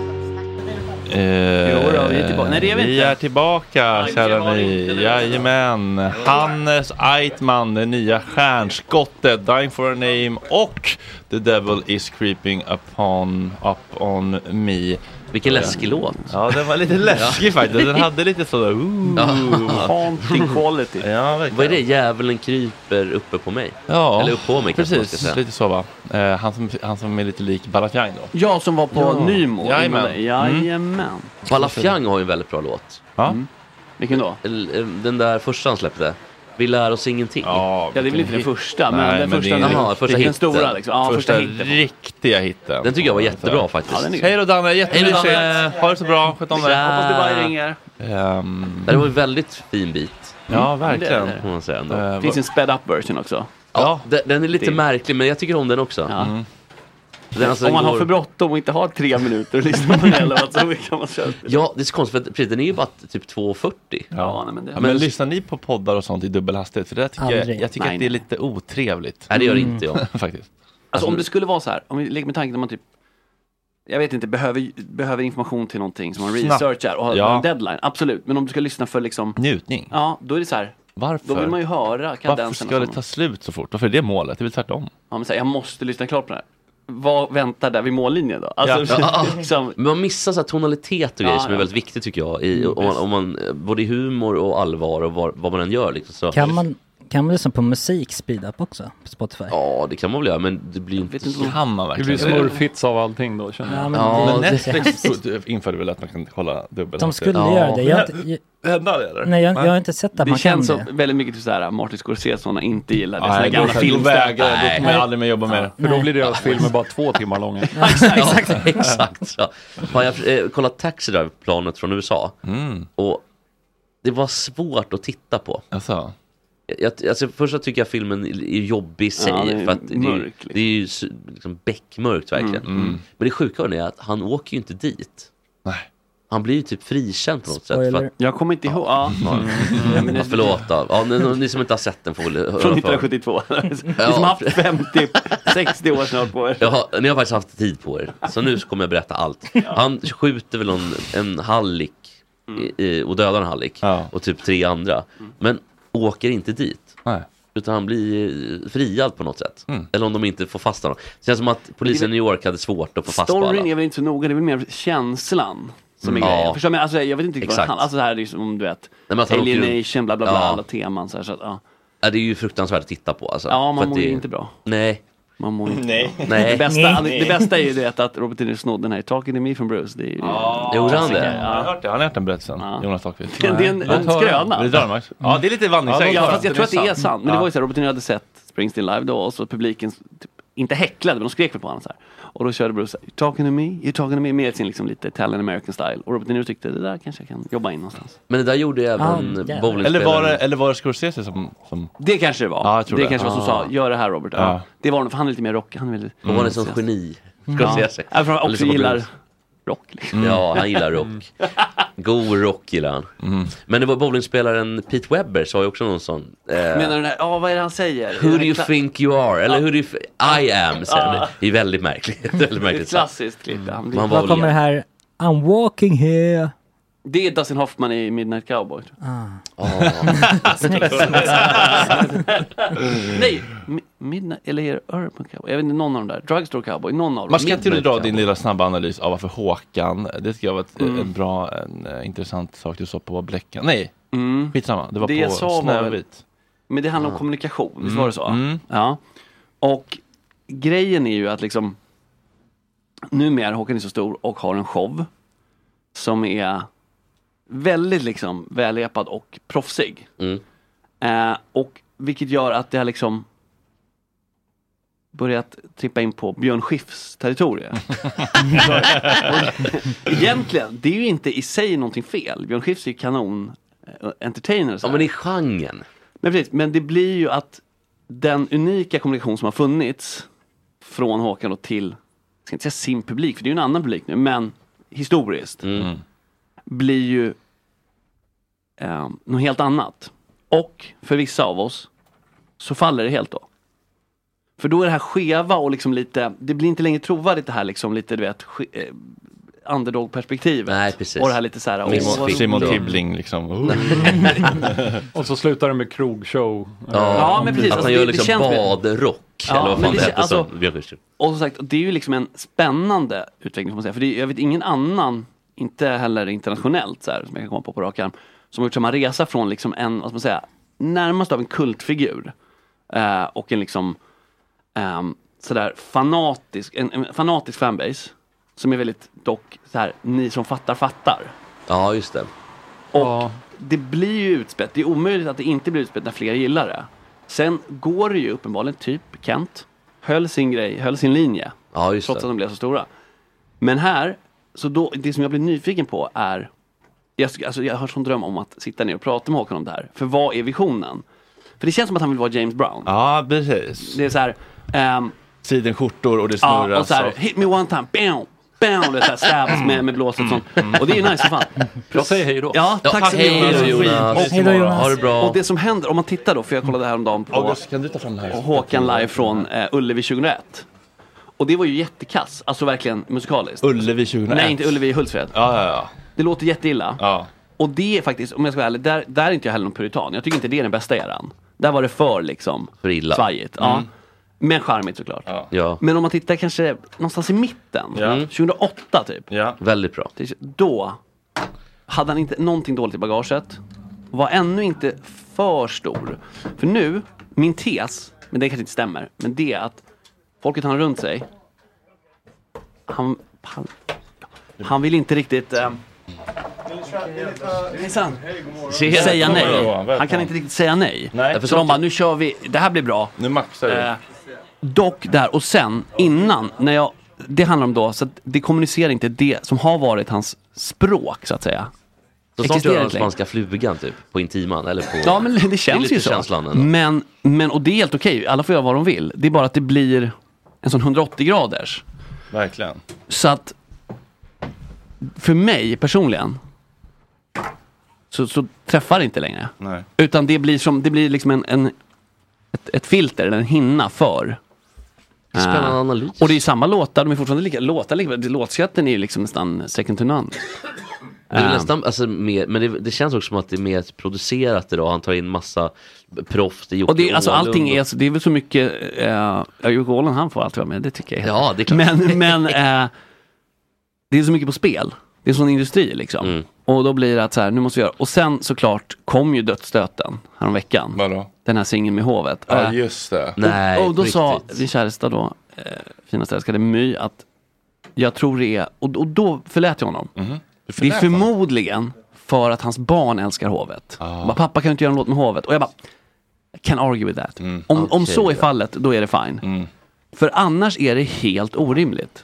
[SPEAKER 1] Jo
[SPEAKER 6] då, vi är tillbaka. Nej, det är vi
[SPEAKER 1] Eh, Vi
[SPEAKER 6] inte.
[SPEAKER 1] är tillbaka, kära ni. Jajamän. Hannes Eitman, det nya stjärnskottet, Dying for a name och The Devil is creeping upon, up on me.
[SPEAKER 7] Vilken läskig låt.
[SPEAKER 1] Ja, den var lite läskig faktiskt. Den hade lite sådär...
[SPEAKER 7] Ja.
[SPEAKER 1] ooh.
[SPEAKER 7] Haunting
[SPEAKER 6] quality.
[SPEAKER 1] Ja,
[SPEAKER 7] Vad är det? Djävulen kryper uppe på mig?
[SPEAKER 1] Ja,
[SPEAKER 7] Eller upp på mig kanske man ska
[SPEAKER 1] precis.
[SPEAKER 7] säga.
[SPEAKER 1] Lite så va. Eh, han, som, han som är lite lik Balafiang då.
[SPEAKER 6] Jag som var på
[SPEAKER 1] Ja.
[SPEAKER 6] Nymo. innan
[SPEAKER 1] Jajamän. Mm.
[SPEAKER 6] dig. Jajamän.
[SPEAKER 7] Balafiang har ju en väldigt bra låt.
[SPEAKER 1] Ja.
[SPEAKER 6] Mm. Vilken då?
[SPEAKER 7] Den där första han släppte. Vi lär oss ingenting.
[SPEAKER 1] Ja,
[SPEAKER 6] det är väl inte den första, men den liksom. första- Jaha, första hiten.
[SPEAKER 7] Ja, första hiten.
[SPEAKER 1] riktiga hiten.
[SPEAKER 7] Den tycker jag var jättebra faktiskt.
[SPEAKER 1] Hej då Danne, jättemysigt. Ha det så bra, sköt om dig.
[SPEAKER 7] Hoppas Dubai
[SPEAKER 6] ringer.
[SPEAKER 1] Ehm,
[SPEAKER 7] Det var en väldigt fin bit.
[SPEAKER 1] Ja,
[SPEAKER 6] Mm.
[SPEAKER 1] verkligen.
[SPEAKER 7] Det får man säga ändå.
[SPEAKER 1] Eh, Finns vad- en
[SPEAKER 6] sped up version också.
[SPEAKER 7] Ja, den, den är lite
[SPEAKER 6] Det-
[SPEAKER 7] märklig men jag tycker om den också.
[SPEAKER 6] Mm.
[SPEAKER 7] Den, alltså,
[SPEAKER 6] om
[SPEAKER 7] den
[SPEAKER 6] man har
[SPEAKER 7] går-
[SPEAKER 6] för bråttom och inte har tre minuter liksom. att lyssna på den här låten så kan man köra.
[SPEAKER 7] Ja, det är så konstigt för att, precis, den är ju bara typ 2.40.
[SPEAKER 6] Ja, nej, men det-
[SPEAKER 1] men, lyssnar ni på poddar och sånt i dubbelhastighet? För det där tycker jag,
[SPEAKER 6] Aldrig.
[SPEAKER 1] jag tycker
[SPEAKER 6] Nej,
[SPEAKER 1] att det är
[SPEAKER 6] nej.
[SPEAKER 1] lite otrevligt. Mm.
[SPEAKER 7] Nej, det gör inte jag.
[SPEAKER 1] Faktiskt.
[SPEAKER 6] Alltså om det skulle vara så här, om vi leker med tanken att man typ jag vet inte, behöver, behöver information till någonting som man
[SPEAKER 1] Snabbt.
[SPEAKER 6] researchar och har
[SPEAKER 1] Ja.
[SPEAKER 6] en deadline, absolut. Men om du ska lyssna för liksom
[SPEAKER 1] Njutning.
[SPEAKER 6] Ja, då är det så här.
[SPEAKER 1] Varför?
[SPEAKER 6] Då vill man ju höra
[SPEAKER 1] Varför
[SPEAKER 6] kadensen. och
[SPEAKER 1] ska det
[SPEAKER 6] sånt.
[SPEAKER 1] ta slut så fort? Varför är det målet? Det är väl tvärtom?
[SPEAKER 6] Ja, men så här, jag måste lyssna klart på det här. Vad väntar där vid mållinjen då? Alltså,
[SPEAKER 7] Ja.
[SPEAKER 6] liksom,
[SPEAKER 7] Men man missar så här tonalitet och grejer
[SPEAKER 6] Ja,
[SPEAKER 7] som är
[SPEAKER 6] ja.
[SPEAKER 7] väldigt viktigt tycker jag. I, om man, om man, eh, både i humor och allvar och vad, vad man än gör. Liksom, så.
[SPEAKER 8] Kan man, kan man lyssna på musik speed-up också? På Spotify?
[SPEAKER 7] Ja, det kan man väl göra men det blir inte...
[SPEAKER 1] Kan man
[SPEAKER 9] Det blir
[SPEAKER 1] verkligen
[SPEAKER 9] smurfhits av allting då känner jag.
[SPEAKER 8] Ja, men
[SPEAKER 1] men,
[SPEAKER 8] det- det-
[SPEAKER 1] Netflix införde väl att man kan kolla dubbelhastighet?
[SPEAKER 8] De skulle göra det. Jag har inte-
[SPEAKER 1] Hände det eller?
[SPEAKER 8] Nej, jag, jag har inte sett att
[SPEAKER 6] det
[SPEAKER 8] man kan
[SPEAKER 6] känns som
[SPEAKER 8] det.
[SPEAKER 6] väldigt mycket typ såhär, Martin Scorsese och sådana inte gillar det.
[SPEAKER 1] Nej,
[SPEAKER 6] Såna
[SPEAKER 1] då-
[SPEAKER 6] gamla
[SPEAKER 1] då
[SPEAKER 6] filmställ.
[SPEAKER 1] vägrar jag. Då kommer jag aldrig mer jobba med det.
[SPEAKER 9] För då blir deras filmer bara två timmar långa.
[SPEAKER 7] exakt, exakt. Ja. Fan, jag eh, kollade Taxi Drive-planet från USA
[SPEAKER 6] Mm.
[SPEAKER 7] och det var svårt att titta på.
[SPEAKER 1] Alltså.
[SPEAKER 7] Jag, alltså, först så tycker jag filmen är jobbig i sig.
[SPEAKER 6] Ja, den är
[SPEAKER 7] för att det är ju,
[SPEAKER 6] mörk,
[SPEAKER 7] det är ju s- liksom beckmörkt verkligen.
[SPEAKER 6] Mm, mm.
[SPEAKER 7] Men det sjuka är att han åker ju inte dit. Han blir ju typ frikänd på något sätt. För
[SPEAKER 6] Spoiler.
[SPEAKER 7] att,
[SPEAKER 6] Jag kommer inte ihåg. Ja.
[SPEAKER 7] ja, men förlåt. då. Ja, ni, ni som inte har sett den får väl höra
[SPEAKER 6] Från
[SPEAKER 7] för.
[SPEAKER 6] 1972. Ni som
[SPEAKER 7] Ja.
[SPEAKER 6] haft 50, 60 år snart på er.
[SPEAKER 7] Jag har, ni har faktiskt haft tid på er, så nu så kommer jag berätta allt. Han skjuter väl någon, en hallick i, i, och dödar en hallick och typ tre andra. Men åker inte dit.
[SPEAKER 1] Nej.
[SPEAKER 7] Utan han blir eh, friad på något sätt.
[SPEAKER 6] Mm.
[SPEAKER 7] Eller om de inte får fast honom. Det känns som att polisen i New York hade svårt att få fast på alla.
[SPEAKER 6] Storyn är väl inte så noga, det är väl mer känslan som är
[SPEAKER 7] Mm.
[SPEAKER 6] grejen.
[SPEAKER 7] Ja.
[SPEAKER 6] Förstår du? Men alltså, jag vet inte riktigt vad det
[SPEAKER 7] Exakt.
[SPEAKER 6] handlar alltså, det här är ju som du vet,
[SPEAKER 7] men att han åker
[SPEAKER 6] alienation,
[SPEAKER 7] runt.
[SPEAKER 6] bla bla
[SPEAKER 7] Ja.
[SPEAKER 6] bla, alla teman så här. Så att, ja.
[SPEAKER 7] Ja, det är ju fruktansvärt att titta på. Alltså.
[SPEAKER 6] Ja, man
[SPEAKER 7] För att
[SPEAKER 6] mår
[SPEAKER 7] det-
[SPEAKER 6] ju inte bra.
[SPEAKER 7] Nej.
[SPEAKER 6] Man mår inte
[SPEAKER 7] Nej.
[SPEAKER 6] bra.
[SPEAKER 7] Nej.
[SPEAKER 6] Det, bästa,
[SPEAKER 7] Nej.
[SPEAKER 6] det bästa är ju du vet att Robert De Niro snodde den här Talking to me från Bruce. Det är ju
[SPEAKER 1] Ja.
[SPEAKER 7] Gjorde han det?
[SPEAKER 1] Har ni hört det? Har ni hört den berättelsen? Jonas Dahlqvist?
[SPEAKER 6] Det är en- det är en-
[SPEAKER 1] Nej.
[SPEAKER 6] en skröna.
[SPEAKER 1] Det är dramatiskt. Ja, det är lite vandringssägen.
[SPEAKER 6] Ja, fast jag tror att det är sant. Men det var ju
[SPEAKER 1] Ja.
[SPEAKER 6] så här, Robert De Niro hade sett Springsteen live då och så publiken, typ, inte häcklade, men de skrek väl på honom så här. Och då körde Bruce så här, you're talking to me, you're talking to me, med sin liksom lite Italian American style. Och Robert De Niro tyckte, det där kanske jag kan jobba in någonstans.
[SPEAKER 7] Men det där gjorde ju även
[SPEAKER 6] Ja, jävlar.
[SPEAKER 7] bowlingspelaren.
[SPEAKER 1] Eller var det, eller var det Scorsese som... som...
[SPEAKER 6] Det kanske det var.
[SPEAKER 1] Ja, jag tror
[SPEAKER 6] det,
[SPEAKER 1] det.
[SPEAKER 6] kanske var som
[SPEAKER 1] Ah.
[SPEAKER 6] sa, gör det här Robert. Ja.
[SPEAKER 1] Ja.
[SPEAKER 6] Det var nog, för han är lite mer rock. Han är väldigt...
[SPEAKER 7] Hon var liksom geni. Ska jag säga sig.
[SPEAKER 6] Ja, för han också
[SPEAKER 7] Liksom på
[SPEAKER 6] gillar
[SPEAKER 7] Bruce.
[SPEAKER 6] rock. liksom.
[SPEAKER 7] Ja, han gillar rock. God rock gillar han.
[SPEAKER 6] Mm.
[SPEAKER 7] Men det var bowlingspelaren Pete Webber sa ju också någon sån. eh,
[SPEAKER 6] Menar du det här? Ja, vad är det han säger?
[SPEAKER 7] Who do you think you are? Eller who do you f- I am? säger han.
[SPEAKER 6] Ah.
[SPEAKER 7] Det är väldigt märkligt. Det är väldigt
[SPEAKER 6] Det är
[SPEAKER 7] märkligt. sagt.
[SPEAKER 6] klassiskt klipp.
[SPEAKER 1] Mm.
[SPEAKER 7] Man
[SPEAKER 6] Det-
[SPEAKER 7] var
[SPEAKER 8] Vad kommer det här? I'm walking here.
[SPEAKER 6] Det är Dustin Hoffman i Midnight Cowboy. tror jag.
[SPEAKER 8] Ah.
[SPEAKER 6] Ah.
[SPEAKER 8] Snyggt.
[SPEAKER 6] Nej, Mi- Midnight, eller är det Urban Cowboy? Jag vet inte, någon av de där. Drugstore Cowboy, någon av dem.
[SPEAKER 1] Man ska inte du
[SPEAKER 6] Midnight
[SPEAKER 1] dra din
[SPEAKER 6] Cowboy.
[SPEAKER 1] lilla snabba analys av varför Håkan, det ska vara ett,
[SPEAKER 6] Mm.
[SPEAKER 1] en bra, en, eh, intressant sak du sa på Bläckan. Nej,
[SPEAKER 6] Mm.
[SPEAKER 1] skitsamma, det var
[SPEAKER 6] jag sa
[SPEAKER 1] på
[SPEAKER 6] var väl-
[SPEAKER 1] Snövit.
[SPEAKER 6] Men det handlar om
[SPEAKER 1] Ja.
[SPEAKER 6] kommunikation, visst
[SPEAKER 1] Mm.
[SPEAKER 6] var det så?
[SPEAKER 1] Mm.
[SPEAKER 6] Ja. Och grejen är ju att liksom numera, Håkan är så stor och har en show som är väldigt liksom vällепad och proffsig. Eh, och vilket gör att det har liksom börjat trippa in på Björn Skifs territorium. Och Egentligen, det är ju inte i sig någonting fel. Björn Skifs är ju kanon eh, entertainer. Ja men
[SPEAKER 7] i genren.
[SPEAKER 6] Nej precis, men det blir ju att den unika kommunikation som har funnits från Håkan då till, jag ska inte säga sin publik, för det är ju en annan publik nu, men historiskt blir ju eh, något helt annat. Och för vissa av oss så faller det helt då. För då är det här skeva och liksom lite, det blir inte längre trovärdigt det här liksom lite du vet ske- eh, underdog-perspektivet. Nej,
[SPEAKER 7] precis.
[SPEAKER 6] Och det här lite så här, åh, vad-
[SPEAKER 1] Simon Tibbling liksom.
[SPEAKER 9] Och så slutar det med krogshow.
[SPEAKER 7] Ja,
[SPEAKER 6] Ja, men precis.
[SPEAKER 7] Att
[SPEAKER 6] Alltså,
[SPEAKER 7] han
[SPEAKER 6] det-
[SPEAKER 7] gör
[SPEAKER 6] det
[SPEAKER 7] liksom
[SPEAKER 6] känns-
[SPEAKER 7] badrock.
[SPEAKER 6] Ja,
[SPEAKER 7] eller vad
[SPEAKER 6] men
[SPEAKER 7] fan
[SPEAKER 6] det
[SPEAKER 7] det,
[SPEAKER 6] kän-
[SPEAKER 7] hette
[SPEAKER 6] alltså-
[SPEAKER 7] som Björn Skifs.
[SPEAKER 6] Och som sagt, det är ju liksom en spännande utveckling får man säga. För det är, jag vet ingen annan, inte heller internationellt så här, som jag kan komma på på rak arm, som har gjort samma resa från liksom en, vad ska man säga, närmast av en kultfigur eh, och en liksom ehm, sådär fanatisk, en, en fanatisk fanbase som är väldigt dock så här, ni som fattar fattar.
[SPEAKER 7] Ja, just det.
[SPEAKER 6] Och det blir ju utspätt. Det är omöjligt att det inte blir utspätt när fler gillar det. Sen går det ju uppenbarligen, typ Kent, höll sin grej, höll sin linje.
[SPEAKER 7] Ja, just
[SPEAKER 6] trots
[SPEAKER 7] det.
[SPEAKER 6] att de blev så stora. Men här, så då, det som jag blir nyfiken på är, jag, sk- alltså jag har sån dröm om att sitta ner och prata med Håkan om det här. För vad är visionen? För det känns som att han vill vara James Brown.
[SPEAKER 1] Ja, precis.
[SPEAKER 6] Det är så här, ehm,
[SPEAKER 1] Sidenskjortor och det snurras.
[SPEAKER 6] Ja, och så här,
[SPEAKER 1] och-
[SPEAKER 6] hit me one time, bam, bam, det är så här stabs med, med blåset
[SPEAKER 1] Mm.
[SPEAKER 6] och sånt. Mm. Och det är ju nice som fan. Jag säger hej då. Ja,
[SPEAKER 1] Ja,
[SPEAKER 6] tack så
[SPEAKER 1] hej
[SPEAKER 6] mycket
[SPEAKER 1] då, Jonas.
[SPEAKER 6] Skit-
[SPEAKER 1] Hej då, Jonas. Ha det bra.
[SPEAKER 6] Och det som händer, om man tittar då, för jag kollade häromdagen på
[SPEAKER 1] August, kan du ta fram den här?
[SPEAKER 6] Håkan live från eh, Ullevi 2001. Och det var ju jättekass, alltså verkligen musikaliskt.
[SPEAKER 1] Ullevi 2001.
[SPEAKER 6] Nej, inte Ullevi, Hultsfred.
[SPEAKER 1] Ja, ja, ja.
[SPEAKER 6] Det låter jätteilla.
[SPEAKER 1] Ja.
[SPEAKER 6] Och det är faktiskt, om jag ska vara ärlig, där, där är inte jag heller någon puritan. Jag tycker inte det är den bästa eran. Där var det för liksom
[SPEAKER 7] För illa.
[SPEAKER 6] svajigt. Ja.
[SPEAKER 1] Mm.
[SPEAKER 6] Men charmigt såklart.
[SPEAKER 7] Ja.
[SPEAKER 6] Men om man tittar kanske någonstans i mitten, 2008 typ.
[SPEAKER 7] Mm. Väldigt bra.
[SPEAKER 6] Då hade han inte någonting dåligt i bagaget. Var ännu inte för stor. För nu, min tes, men det kanske inte stämmer, men det är att folket han har runt sig, han, han, han vill inte riktigt eh, Hejsan!
[SPEAKER 7] Tjena.
[SPEAKER 6] säga
[SPEAKER 7] Välkommen, Johan.
[SPEAKER 6] nej.
[SPEAKER 7] Välkommen.
[SPEAKER 6] Han kan inte riktigt säga nej.
[SPEAKER 7] Nej.
[SPEAKER 6] Så de bara, nu kör vi, det här blir bra. Eh,
[SPEAKER 1] Nu maxar vi.
[SPEAKER 6] dock där och sen, innan, när jag, det handlar om då, så att det kommunicerar inte det som har varit hans språk så att säga.
[SPEAKER 7] Så snart gör
[SPEAKER 6] Existerar
[SPEAKER 7] han
[SPEAKER 6] inte längre.
[SPEAKER 7] spanska flugan typ, på Intiman eller på...
[SPEAKER 6] Ja men det känns
[SPEAKER 7] lite
[SPEAKER 6] ju så.
[SPEAKER 7] känslan ändå.
[SPEAKER 6] men, men, och det är helt okej, alla får göra vad de vill. Det är bara att det blir en sån 180 graders.
[SPEAKER 1] Verkligen.
[SPEAKER 6] Så att för mig personligen så, så träffar det inte längre.
[SPEAKER 1] Nej.
[SPEAKER 6] Utan det blir, som, det blir liksom en, en, ett, ett filter, eller en hinna för.
[SPEAKER 7] Spännande
[SPEAKER 6] Eh,
[SPEAKER 7] analys.
[SPEAKER 6] Och det är samma låtar, de är fortfarande lika, låtar lika, låtskatten är ju liksom nästan second to none.
[SPEAKER 7] Det är väl
[SPEAKER 6] Eh,
[SPEAKER 7] nästan, alltså, mer, men det, det känns också som att det är mer producerat idag. Han tar in massa proffs. Det är Jocke
[SPEAKER 6] Och det, är- alltså,
[SPEAKER 7] Åhlund
[SPEAKER 6] allting är,
[SPEAKER 7] och-
[SPEAKER 6] så- det är väl så mycket, eh, ja, Jocke Åhlund han får alltid vara med, det tycker jag. Ja,
[SPEAKER 7] det är klart.
[SPEAKER 6] Men, men eh, det är så mycket på spel. Det är en sån industri liksom.
[SPEAKER 7] Mm.
[SPEAKER 6] Och då blir det att så här, nu måste vi göra. Och sen såklart kom ju dödsstöten häromveckan.
[SPEAKER 1] Vadå?
[SPEAKER 6] Den här singeln med hovet.
[SPEAKER 1] Ja,
[SPEAKER 6] Eh,
[SPEAKER 1] just det.
[SPEAKER 6] och, och då sa din käresta då, eh, finaste älskade My, att jag tror det är, och, och då förlät jag honom.
[SPEAKER 1] Mhm. Du
[SPEAKER 6] Det är
[SPEAKER 1] förlät honom? Ah.
[SPEAKER 6] förmodligen för att hans barn älskar hovet. Han Bara, Pappa kan du inte göra en låt med hovet? Och jag bara, I can argue with that.
[SPEAKER 1] Mm.
[SPEAKER 6] om, om
[SPEAKER 1] okej,
[SPEAKER 6] så är
[SPEAKER 1] ja.
[SPEAKER 6] fallet, då är det fine.
[SPEAKER 1] Mm.
[SPEAKER 6] För annars är det helt orimligt.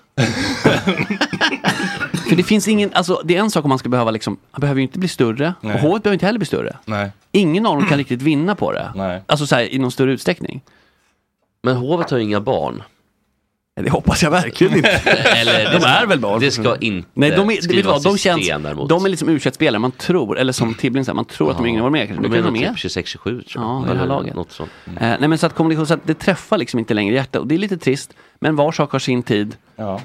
[SPEAKER 6] För det finns ingen, alltså det är en sak om man ska behöva liksom, han behöver ju inte bli större, och hovet behöver inte heller bli större.
[SPEAKER 1] Nej.
[SPEAKER 6] Ingen av dem kan riktigt vinna på det. Alltså så här, i någon större utsträckning.
[SPEAKER 7] Men hovet har ju inga barn.
[SPEAKER 17] Det hoppas jag verkligen inte.
[SPEAKER 7] Eller,
[SPEAKER 6] de är väl barn?
[SPEAKER 7] Det ska inte
[SPEAKER 6] Nej, de, är, vet du vad,
[SPEAKER 7] skrivas
[SPEAKER 6] de
[SPEAKER 7] i
[SPEAKER 6] känns,
[SPEAKER 7] sten däremot. Mm.
[SPEAKER 6] de är liksom u spelare man tror, eller som Tibbling säger, man tror att de är yngre än vad de är kanske.
[SPEAKER 7] De
[SPEAKER 6] Men
[SPEAKER 7] är
[SPEAKER 6] kanske
[SPEAKER 7] nog typ
[SPEAKER 6] de är.
[SPEAKER 7] 26-27 tror
[SPEAKER 6] Ja,
[SPEAKER 7] jag.
[SPEAKER 6] vid det här
[SPEAKER 7] Eller
[SPEAKER 6] laget.
[SPEAKER 7] Något sånt. Mm.
[SPEAKER 6] Eh, nej men så att kommunikation, så att det träffar liksom inte längre hjärtat och det är lite trist. Men var sak har sin tid.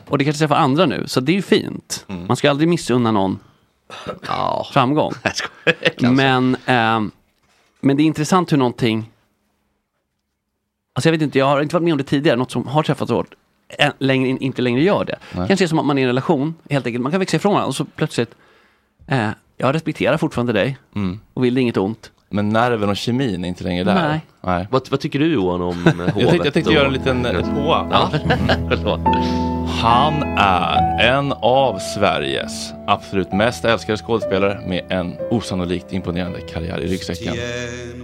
[SPEAKER 6] Och det kanske träffar andra nu, så det är ju fint.
[SPEAKER 7] Mm.
[SPEAKER 6] Man ska aldrig missunna någon framgång. men, ehm, men det är intressant hur någonting Alltså jag vet inte, jag har inte varit med om det tidigare, något som har träffats hårt, ä- längre, in- inte längre gör det.
[SPEAKER 7] Nej.
[SPEAKER 6] kanske är som att man är i en relation, helt enkelt, man kan växa ifrån varandra och så plötsligt, eh, jag respekterar fortfarande dig och vill dig inget ont.
[SPEAKER 1] Mm. Men nerven och kemin är inte längre där.
[SPEAKER 6] Nej.
[SPEAKER 7] Vad, vad tycker du Johan om eh, hovet?
[SPEAKER 1] Jag tänkte, jag tänkte
[SPEAKER 7] och-
[SPEAKER 1] göra en liten eh, påa.
[SPEAKER 7] Ja. Förlåt.
[SPEAKER 1] Han är en av Sveriges absolut mest älskade skådespelare med en osannolikt imponerande karriär i ryggsäcken.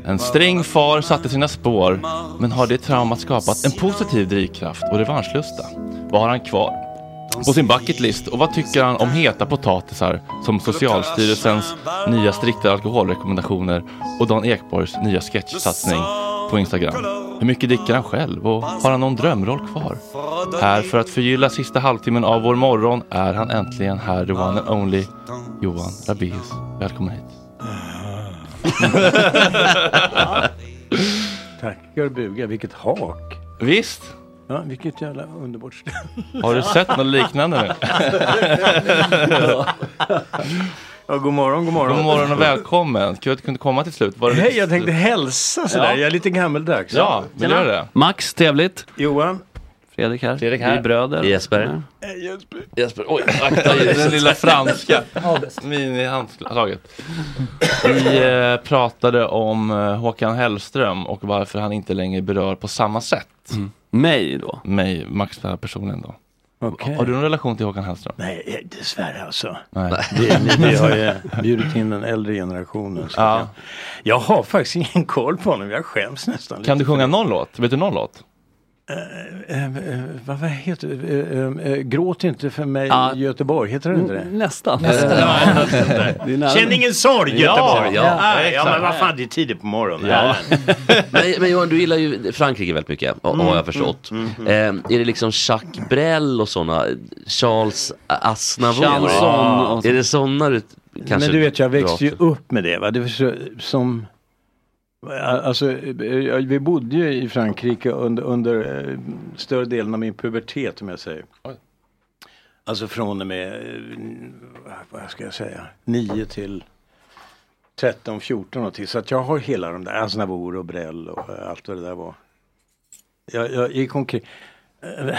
[SPEAKER 1] En sträng far satte sina spår, men har det traumat skapat en positiv drivkraft och revanschlusta? Vad har han kvar på sin bucketlist och vad tycker han om heta potatisar som Socialstyrelsens nya striktare alkoholrekommendationer och Dan Ekborgs nya sketchsatsning på Instagram? Hur mycket dricker han själv och har han någon drömroll kvar? Här för att förgylla sista halvtimmen av vår morgon är han äntligen här, the one and only Johan Rabaeus. Välkommen hit.
[SPEAKER 18] Tackar bugar, vilket hak.
[SPEAKER 1] Visst,
[SPEAKER 18] Ja, vilket jävla underbart ställe.
[SPEAKER 1] Har du sett något liknande nu?
[SPEAKER 18] ja. ja, god morgon, god morgon.
[SPEAKER 1] god morgon och välkommen. Kul att du kunde komma till slut. Var det
[SPEAKER 18] Hej,
[SPEAKER 1] lite-
[SPEAKER 18] jag tänkte hälsa sådär.
[SPEAKER 1] Ja.
[SPEAKER 18] Jag är lite gammeldags.
[SPEAKER 1] Ja, vill du göra det?
[SPEAKER 6] Max, trevligt.
[SPEAKER 18] Johan.
[SPEAKER 6] Fredrik här.
[SPEAKER 1] Fredrik här.
[SPEAKER 6] Vi är bröder. Mm.
[SPEAKER 7] Jesper. Jesper, oj,
[SPEAKER 1] Akta den lilla franska minihandslaget. Vi eh, pratade om eh, Håkan Hellström och varför han inte längre berör på samma sätt.
[SPEAKER 18] Mm.
[SPEAKER 6] Mig då?
[SPEAKER 1] Mig, Max den här personen då.
[SPEAKER 18] Okej.
[SPEAKER 1] Har du någon relation till Håkan Hellström?
[SPEAKER 18] Nej, dessvärre alltså.
[SPEAKER 1] Nej.
[SPEAKER 18] Det, ni, vi har ju bjudit in den äldre generationen. Så
[SPEAKER 1] Ja.
[SPEAKER 18] jag, jag har faktiskt ingen koll på honom. Jag skäms nästan.
[SPEAKER 1] Kan
[SPEAKER 18] lite.
[SPEAKER 1] du sjunga någon låt? Vet du någon låt?
[SPEAKER 18] Eh, eh, vad, vad heter eh, eh, Gråt inte för mig
[SPEAKER 1] Ja.
[SPEAKER 18] Göteborg, heter det Eh. inte det?
[SPEAKER 6] Nästan.
[SPEAKER 18] Nästan.
[SPEAKER 7] nära.
[SPEAKER 18] Känn ingen sorg
[SPEAKER 7] Ja,
[SPEAKER 18] Göteborg!
[SPEAKER 7] ja,
[SPEAKER 18] Ah, ja
[SPEAKER 7] exakt.
[SPEAKER 18] men vad fan det är tidigt på morgonen.
[SPEAKER 7] Ja. men, men Johan, du gillar ju Frankrike väldigt mycket, har
[SPEAKER 6] Mm,
[SPEAKER 7] har jag förstått. Eh, är det liksom Jacques Brel och sådana? Charles Aznavour?
[SPEAKER 18] Chanson och så.
[SPEAKER 7] Är det sådana du t- kanske
[SPEAKER 18] men du vet, jag
[SPEAKER 7] drar
[SPEAKER 18] växte ju
[SPEAKER 7] till?
[SPEAKER 18] upp med det. Va? det var så, som, alltså, eh, vi bodde ju i Frankrike under, under eh, större delen av min pubertet, om jag säger. Alltså från och med, eh, vad ska jag säga, 9 till 13, 14 någonting. Så att jag har hela de där, Aznavour och Brell och eh, allt vad det där var. Jag, jag gick omkring. Eh,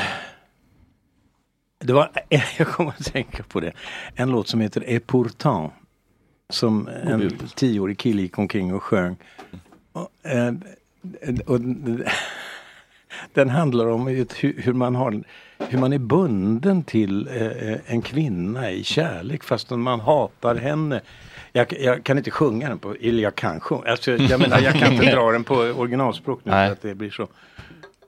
[SPEAKER 18] Det var, jag kommer att tänka på det, en låt som heter Et pourtant. Som en
[SPEAKER 1] Otroligt.
[SPEAKER 18] tioårig kille gick omkring och sjöng. Och, eh, och, den handlar om ett, hur, hur, man har, hur man är bunden till eh, en kvinna i kärlek fastän man hatar henne. Jag, jag kan inte sjunga den på, eller jag kan sjunga, alltså, jag menar jag kan inte dra den på originalspråk nu för att det blir så.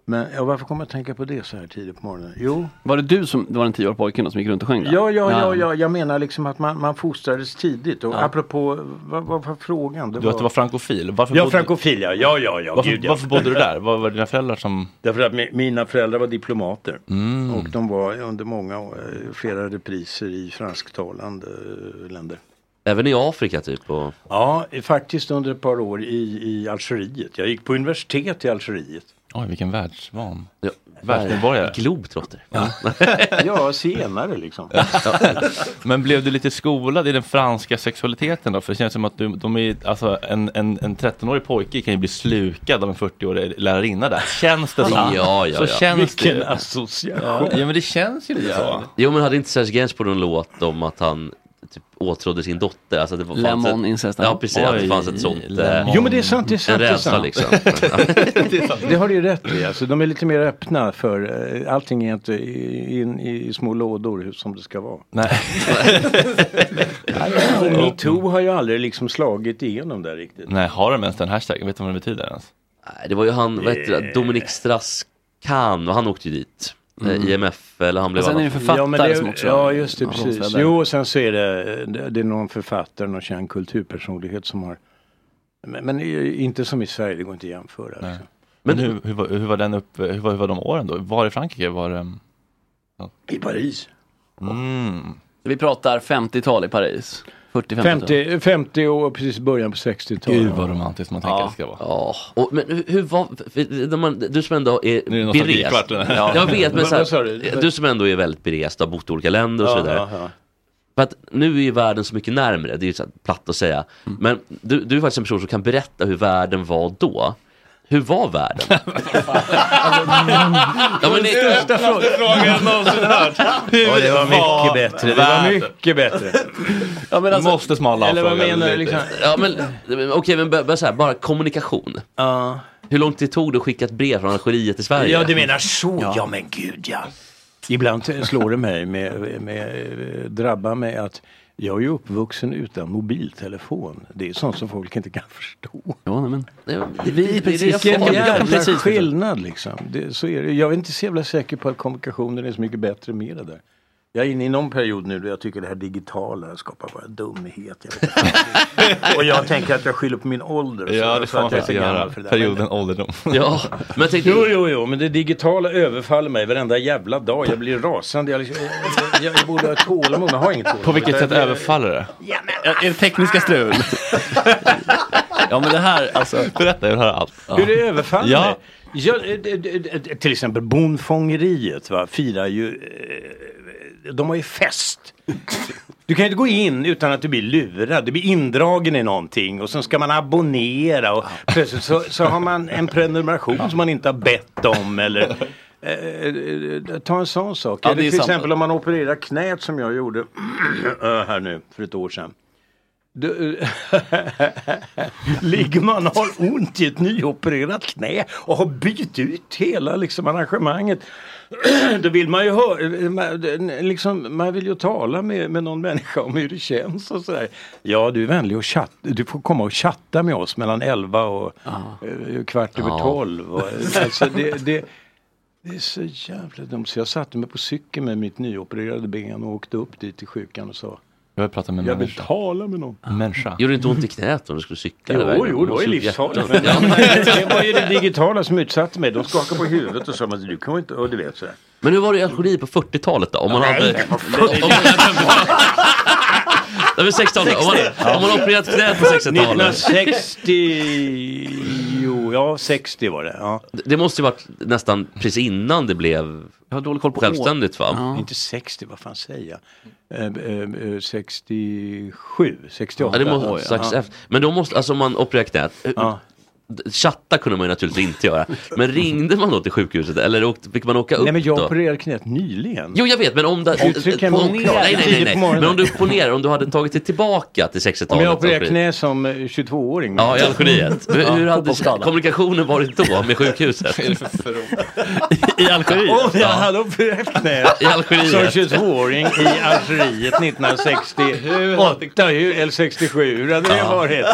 [SPEAKER 18] Men ja, varför kommer jag att tänka på det så här tidigt på morgonen? Jo,
[SPEAKER 6] Var det du som det var den tioåriga pojken då, som gick runt och sjöng där?
[SPEAKER 18] Ja, ja, ja, ja, jag menar liksom att man, man fostrades tidigt. Och
[SPEAKER 6] Ja.
[SPEAKER 18] apropå, vad vad var frågan?
[SPEAKER 1] Du att du var frankofil. Varför
[SPEAKER 18] Ja,
[SPEAKER 1] bodde-
[SPEAKER 18] frankofil, ja. Ja, ja, ja.
[SPEAKER 1] Varför,
[SPEAKER 18] Gud, ja.
[SPEAKER 1] varför bodde du där? Vad var dina föräldrar som...
[SPEAKER 18] Därför att mi- mina föräldrar var diplomater.
[SPEAKER 1] Mm.
[SPEAKER 18] Och de var under många, eh, flera repriser i fransktalande eh, länder.
[SPEAKER 7] Även i Afrika typ? Och...
[SPEAKER 18] Ja, eh, faktiskt under ett par år i, i Algeriet. Jag gick på universitet i Algeriet.
[SPEAKER 1] Oj, vilken världsvan.
[SPEAKER 7] Ja.
[SPEAKER 1] Världsmedborgare.
[SPEAKER 7] Globetrotter.
[SPEAKER 18] Ja, ja senare liksom.
[SPEAKER 1] Men blev du lite skolad i den franska sexualiteten då? För det känns som att du, de är, alltså, en, en, en 13-årig pojke kan ju bli slukad av en 40-årig lärarinna där. Känns det så?
[SPEAKER 7] Ja, ja, ja.
[SPEAKER 1] Så känns det. ju.
[SPEAKER 18] association.
[SPEAKER 1] Ja, ja, men det känns ju lite så.
[SPEAKER 7] Jo men hade inte Serge Gainsbourg någon låt om att han typ åtrådde sin dotter? Alltså det var- fanns
[SPEAKER 6] Lemon
[SPEAKER 7] ett-
[SPEAKER 6] incest.
[SPEAKER 7] Ja precis, att det
[SPEAKER 6] Oj,
[SPEAKER 7] fanns ett sånt.
[SPEAKER 6] lemon.
[SPEAKER 18] Jo men det är sant, det är
[SPEAKER 7] en
[SPEAKER 18] sant. Det, är
[SPEAKER 7] rädsla,
[SPEAKER 18] sant.
[SPEAKER 7] liksom.
[SPEAKER 18] det har du ju rätt i. Alltså, de är lite mer öppna för eh, allting är inte i- in i små lådor hur- som det ska vara.
[SPEAKER 1] Nej.
[SPEAKER 18] Och Metoo har ju aldrig liksom slagit igenom där riktigt.
[SPEAKER 1] Nej, har de ens den hashtaggen? Vet du vad den betyder ens?
[SPEAKER 7] Nej, Det var ju han, vad heter det, Dominik Straskan och han åkte ju dit.
[SPEAKER 18] Mm.
[SPEAKER 7] Mm. IMF, eller han blev annat.
[SPEAKER 18] ja, men det, Ja, just det, precis. Jo, och sen så är det, det det är någon författare, någon känd kulturpersonlighet som har... Men, men inte som i Sverige, det går inte att jämför. Alltså.
[SPEAKER 1] Men hur, hur, var, ehm, hur var den upp, hur var, hur var de åren då? Var i Frankrike var det?
[SPEAKER 18] I Paris.
[SPEAKER 1] Mm.
[SPEAKER 6] Vi pratar 50-tal i Paris. 40-50-tal.
[SPEAKER 18] 50, 50 och precis början på 60-talet.
[SPEAKER 1] Gud, vad romantiskt man tänker att det ska vara.
[SPEAKER 7] Ja, och, men hur, hur var, för, när man, du som ändå är
[SPEAKER 1] är det
[SPEAKER 7] berest.
[SPEAKER 1] nostalgikvarten.
[SPEAKER 7] Ja. Jag vet, men
[SPEAKER 1] Vad-
[SPEAKER 7] så
[SPEAKER 1] vad sa du?
[SPEAKER 7] här, du som ändå är väldigt berest, har bott i olika länder och så
[SPEAKER 1] Ja,
[SPEAKER 7] vidare.
[SPEAKER 1] ja, ja.
[SPEAKER 7] För att nu är ju världen så mycket närmre, det är ju så här platt att säga.
[SPEAKER 1] Mm.
[SPEAKER 7] Men du, du är faktiskt en person som kan berätta hur världen var då. Hur var världen? ja, men det,
[SPEAKER 1] Största frågan jag någonsin hört.
[SPEAKER 7] Ja, det var mycket bättre. Det var
[SPEAKER 18] mycket bättre.
[SPEAKER 6] Ja, men alltså,
[SPEAKER 1] Måste smala av
[SPEAKER 7] eller vad
[SPEAKER 1] frågan
[SPEAKER 7] menar du,
[SPEAKER 1] lite.
[SPEAKER 7] liksom? Ja, men, men okej, men bara, bara, så här, bara kommunikation. Hur lång tid tog det att skicka ett brev från Algeriet till Sverige?
[SPEAKER 18] Ja, du menar så. Ja,
[SPEAKER 7] Ja.
[SPEAKER 18] men gud ja. Ibland slår det mig, med, med, eh, drabbar mig att jag är ju uppvuxen utan mobiltelefon. Det är sånt som folk inte kan förstå.
[SPEAKER 6] Ja, men,
[SPEAKER 18] Vi,
[SPEAKER 6] precis,
[SPEAKER 18] vilken
[SPEAKER 6] jag kan
[SPEAKER 18] jävla
[SPEAKER 6] precis förstå.
[SPEAKER 18] skillnad liksom. Det, så är det. Jag är inte så jävla säker på att kommunikationen är så mycket bättre med det där. Jag är inne i någon period nu där jag tycker det här digitala skapar bara dumhet. Jag vet inte fan. och jag tänker att jag skyller på min ålder. och så,
[SPEAKER 1] Ja, det
[SPEAKER 18] för
[SPEAKER 1] får man
[SPEAKER 18] att jag är
[SPEAKER 1] faktiskt
[SPEAKER 18] så gammal
[SPEAKER 1] göra.
[SPEAKER 18] för det där.
[SPEAKER 1] Perioden ålderdom.
[SPEAKER 7] Ja, men jag tänkte...
[SPEAKER 18] Jo, jo, jo, men det digitala överfaller mig varenda jävla dag. Jag blir rasande. Jag, liksom, jag, jag, jag borde ha tålamod, men jag har inget tålamod.
[SPEAKER 1] På vilket sätt
[SPEAKER 7] eh,
[SPEAKER 18] Jag- jag-
[SPEAKER 1] överfaller det?
[SPEAKER 6] Är det tekniska strul? ja men det här alltså.
[SPEAKER 1] Berätta, jag vill höra allt.
[SPEAKER 18] Hur det överfaller
[SPEAKER 1] Ja.
[SPEAKER 18] mig? Ja, eh, d- d- d- till exempel bondfångeriet va, firar ju... eh, De har ju fest. Du kan ju inte gå in utan att du blir lurad. Du blir indragen i någonting och sen ska man abonnera och plötsligt så, så har man en prenumeration som man inte har bett om eller... eh, eh, Ta en sån sak.
[SPEAKER 6] Ja, det
[SPEAKER 18] Eller
[SPEAKER 6] är
[SPEAKER 18] till
[SPEAKER 6] sant.
[SPEAKER 18] exempel om man opererar knät som jag gjorde eh, här nu för ett år sedan. Du, eh, ligger man och har ont i ett nyopererat knä och har bytt ut hela liksom arrangemanget. Då vill man ju höra, man- liksom, man vill ju tala med, med någon människa om hur det känns och sådär. Ja, du är vänlig och chatt, du får komma och chatta med oss mellan 11 och eh, kvart över Ja. 12. Och, alltså, det, det, det är så jävla dumt. Så jag satte mig på cykeln med mitt nyopererade ben och åkte upp dit till sjukan och sa
[SPEAKER 1] Jag vill prata med en
[SPEAKER 18] jag vill
[SPEAKER 1] människa.
[SPEAKER 18] tala med någon.
[SPEAKER 1] Människa.
[SPEAKER 7] Gjorde det inte ont i knät om du skulle cykla?
[SPEAKER 18] Jo,
[SPEAKER 7] hela vägen?
[SPEAKER 18] jo, det var ju
[SPEAKER 7] Slog
[SPEAKER 18] livsfarligt.
[SPEAKER 7] hjärtat. Ja.
[SPEAKER 18] Det var ju det digitala som utsatte mig. De skakade på huvudet och sa men du kan ju inte, och du vet sådär.
[SPEAKER 7] Men hur var det i Algeriet på 40-talet då? Om man hade... Nej, det var 60-talet. Om man, om man har opererat knät på 60-talet.
[SPEAKER 18] 1960, ja 60 var det. Ja.
[SPEAKER 7] Det måste ju varit nästan precis innan det blev
[SPEAKER 18] Jag har dålig koll
[SPEAKER 7] på självständigt va?
[SPEAKER 18] Inte 60, vad fan säger jag? Eh, eh, eh, 67, 68.
[SPEAKER 7] Ja, det måste,
[SPEAKER 18] Oj,
[SPEAKER 7] strax
[SPEAKER 18] ja.
[SPEAKER 7] efter. Men då måste, alltså om man opererar knät.
[SPEAKER 18] Ja.
[SPEAKER 7] d- Chatta kunde man ju naturligtvis inte göra. Men ringde man då till sjukhuset eller åkte, fick man åka upp
[SPEAKER 18] Nej men jag
[SPEAKER 7] då?
[SPEAKER 18] opererade knät nyligen.
[SPEAKER 7] Jo jag vet men om du...
[SPEAKER 18] Uttryck är
[SPEAKER 7] nej,
[SPEAKER 18] oklart.
[SPEAKER 7] nej, nej,
[SPEAKER 18] Tidigt
[SPEAKER 7] nej.
[SPEAKER 18] på morgonen.
[SPEAKER 7] Men om du opponerar, om du hade tagit dig tillbaka till 60-talet.
[SPEAKER 18] Om jag
[SPEAKER 7] så-
[SPEAKER 18] opererade knä som eh, 22-åring.
[SPEAKER 7] alltså. Ja, i Algeriet. Hur, hur hade
[SPEAKER 18] fotbollsskada.
[SPEAKER 7] kommunikationen varit då med sjukhuset? I Algeriet?
[SPEAKER 18] Om jag
[SPEAKER 7] Ja.
[SPEAKER 18] hade opererat knät
[SPEAKER 7] I Algeriet.
[SPEAKER 18] som 22-åring i Algeriet 1968 hur, eller 67, hur hade det
[SPEAKER 7] Ja.
[SPEAKER 18] varit?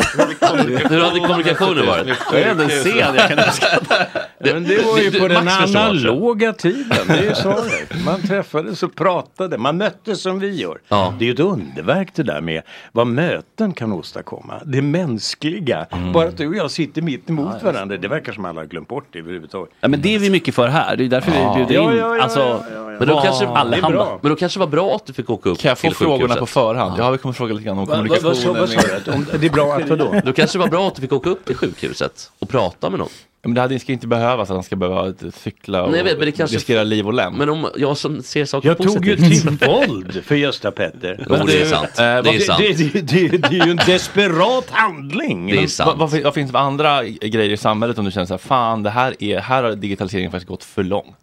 [SPEAKER 7] Hur hade kommunikationen varit?
[SPEAKER 18] Jag är även sen, jag kan Ja, Men det var ju
[SPEAKER 7] Du-
[SPEAKER 18] på
[SPEAKER 7] du-
[SPEAKER 18] den
[SPEAKER 7] Max förstår också.
[SPEAKER 18] analoga tiden, det är ju svaret. Man träffades och pratade, man möttes som vi gör. Det är ju ett underverk det där med vad möten kan åstadkomma, det mänskliga.
[SPEAKER 7] Mm.
[SPEAKER 18] Bara att du och jag sitter mitt emot varandra, det verkar som alla har glömt bort det överhuvudtaget.
[SPEAKER 6] Ja, men det är vi mycket för här. Det är därför
[SPEAKER 18] Ja.
[SPEAKER 6] vi bjuder
[SPEAKER 18] Ja,
[SPEAKER 6] in.
[SPEAKER 18] ja, ja,
[SPEAKER 6] alltså,
[SPEAKER 18] ja, ja, ja.
[SPEAKER 7] Men då,
[SPEAKER 6] vad-
[SPEAKER 7] kanske,
[SPEAKER 6] allehanda.
[SPEAKER 7] men då kanske det var bra att du fick åka upp
[SPEAKER 1] Kan jag få
[SPEAKER 7] till
[SPEAKER 1] frågorna
[SPEAKER 7] sjukhuset?
[SPEAKER 1] på förhand? Ja, vi kommer fråga lite grann om
[SPEAKER 18] Va- va- vad sa-
[SPEAKER 1] kommunikationen.
[SPEAKER 18] vad sa du? Om- det är bra att vadå?
[SPEAKER 7] Då kanske det var bra att du fick åka upp till sjukhuset och prata med någon.
[SPEAKER 1] Men det hade ska inte behövas att han ska behöva eh, cykla och
[SPEAKER 7] Nej, jag vet, men det kanske-
[SPEAKER 1] riskera liv och lem.
[SPEAKER 7] Men om jag som ser saker
[SPEAKER 18] Jag tog ju
[SPEAKER 7] positivt.
[SPEAKER 18] till våld för Gösta Petter. eh,
[SPEAKER 7] Jo, det är sant. Det är sant.
[SPEAKER 18] Det, det, det, det är ju en desperat handling.
[SPEAKER 1] Men Vad, vad, fin- vad finns det för andra grejer i samhället om du känner så här, fan det här är, här har digitaliseringen faktiskt gått för långt?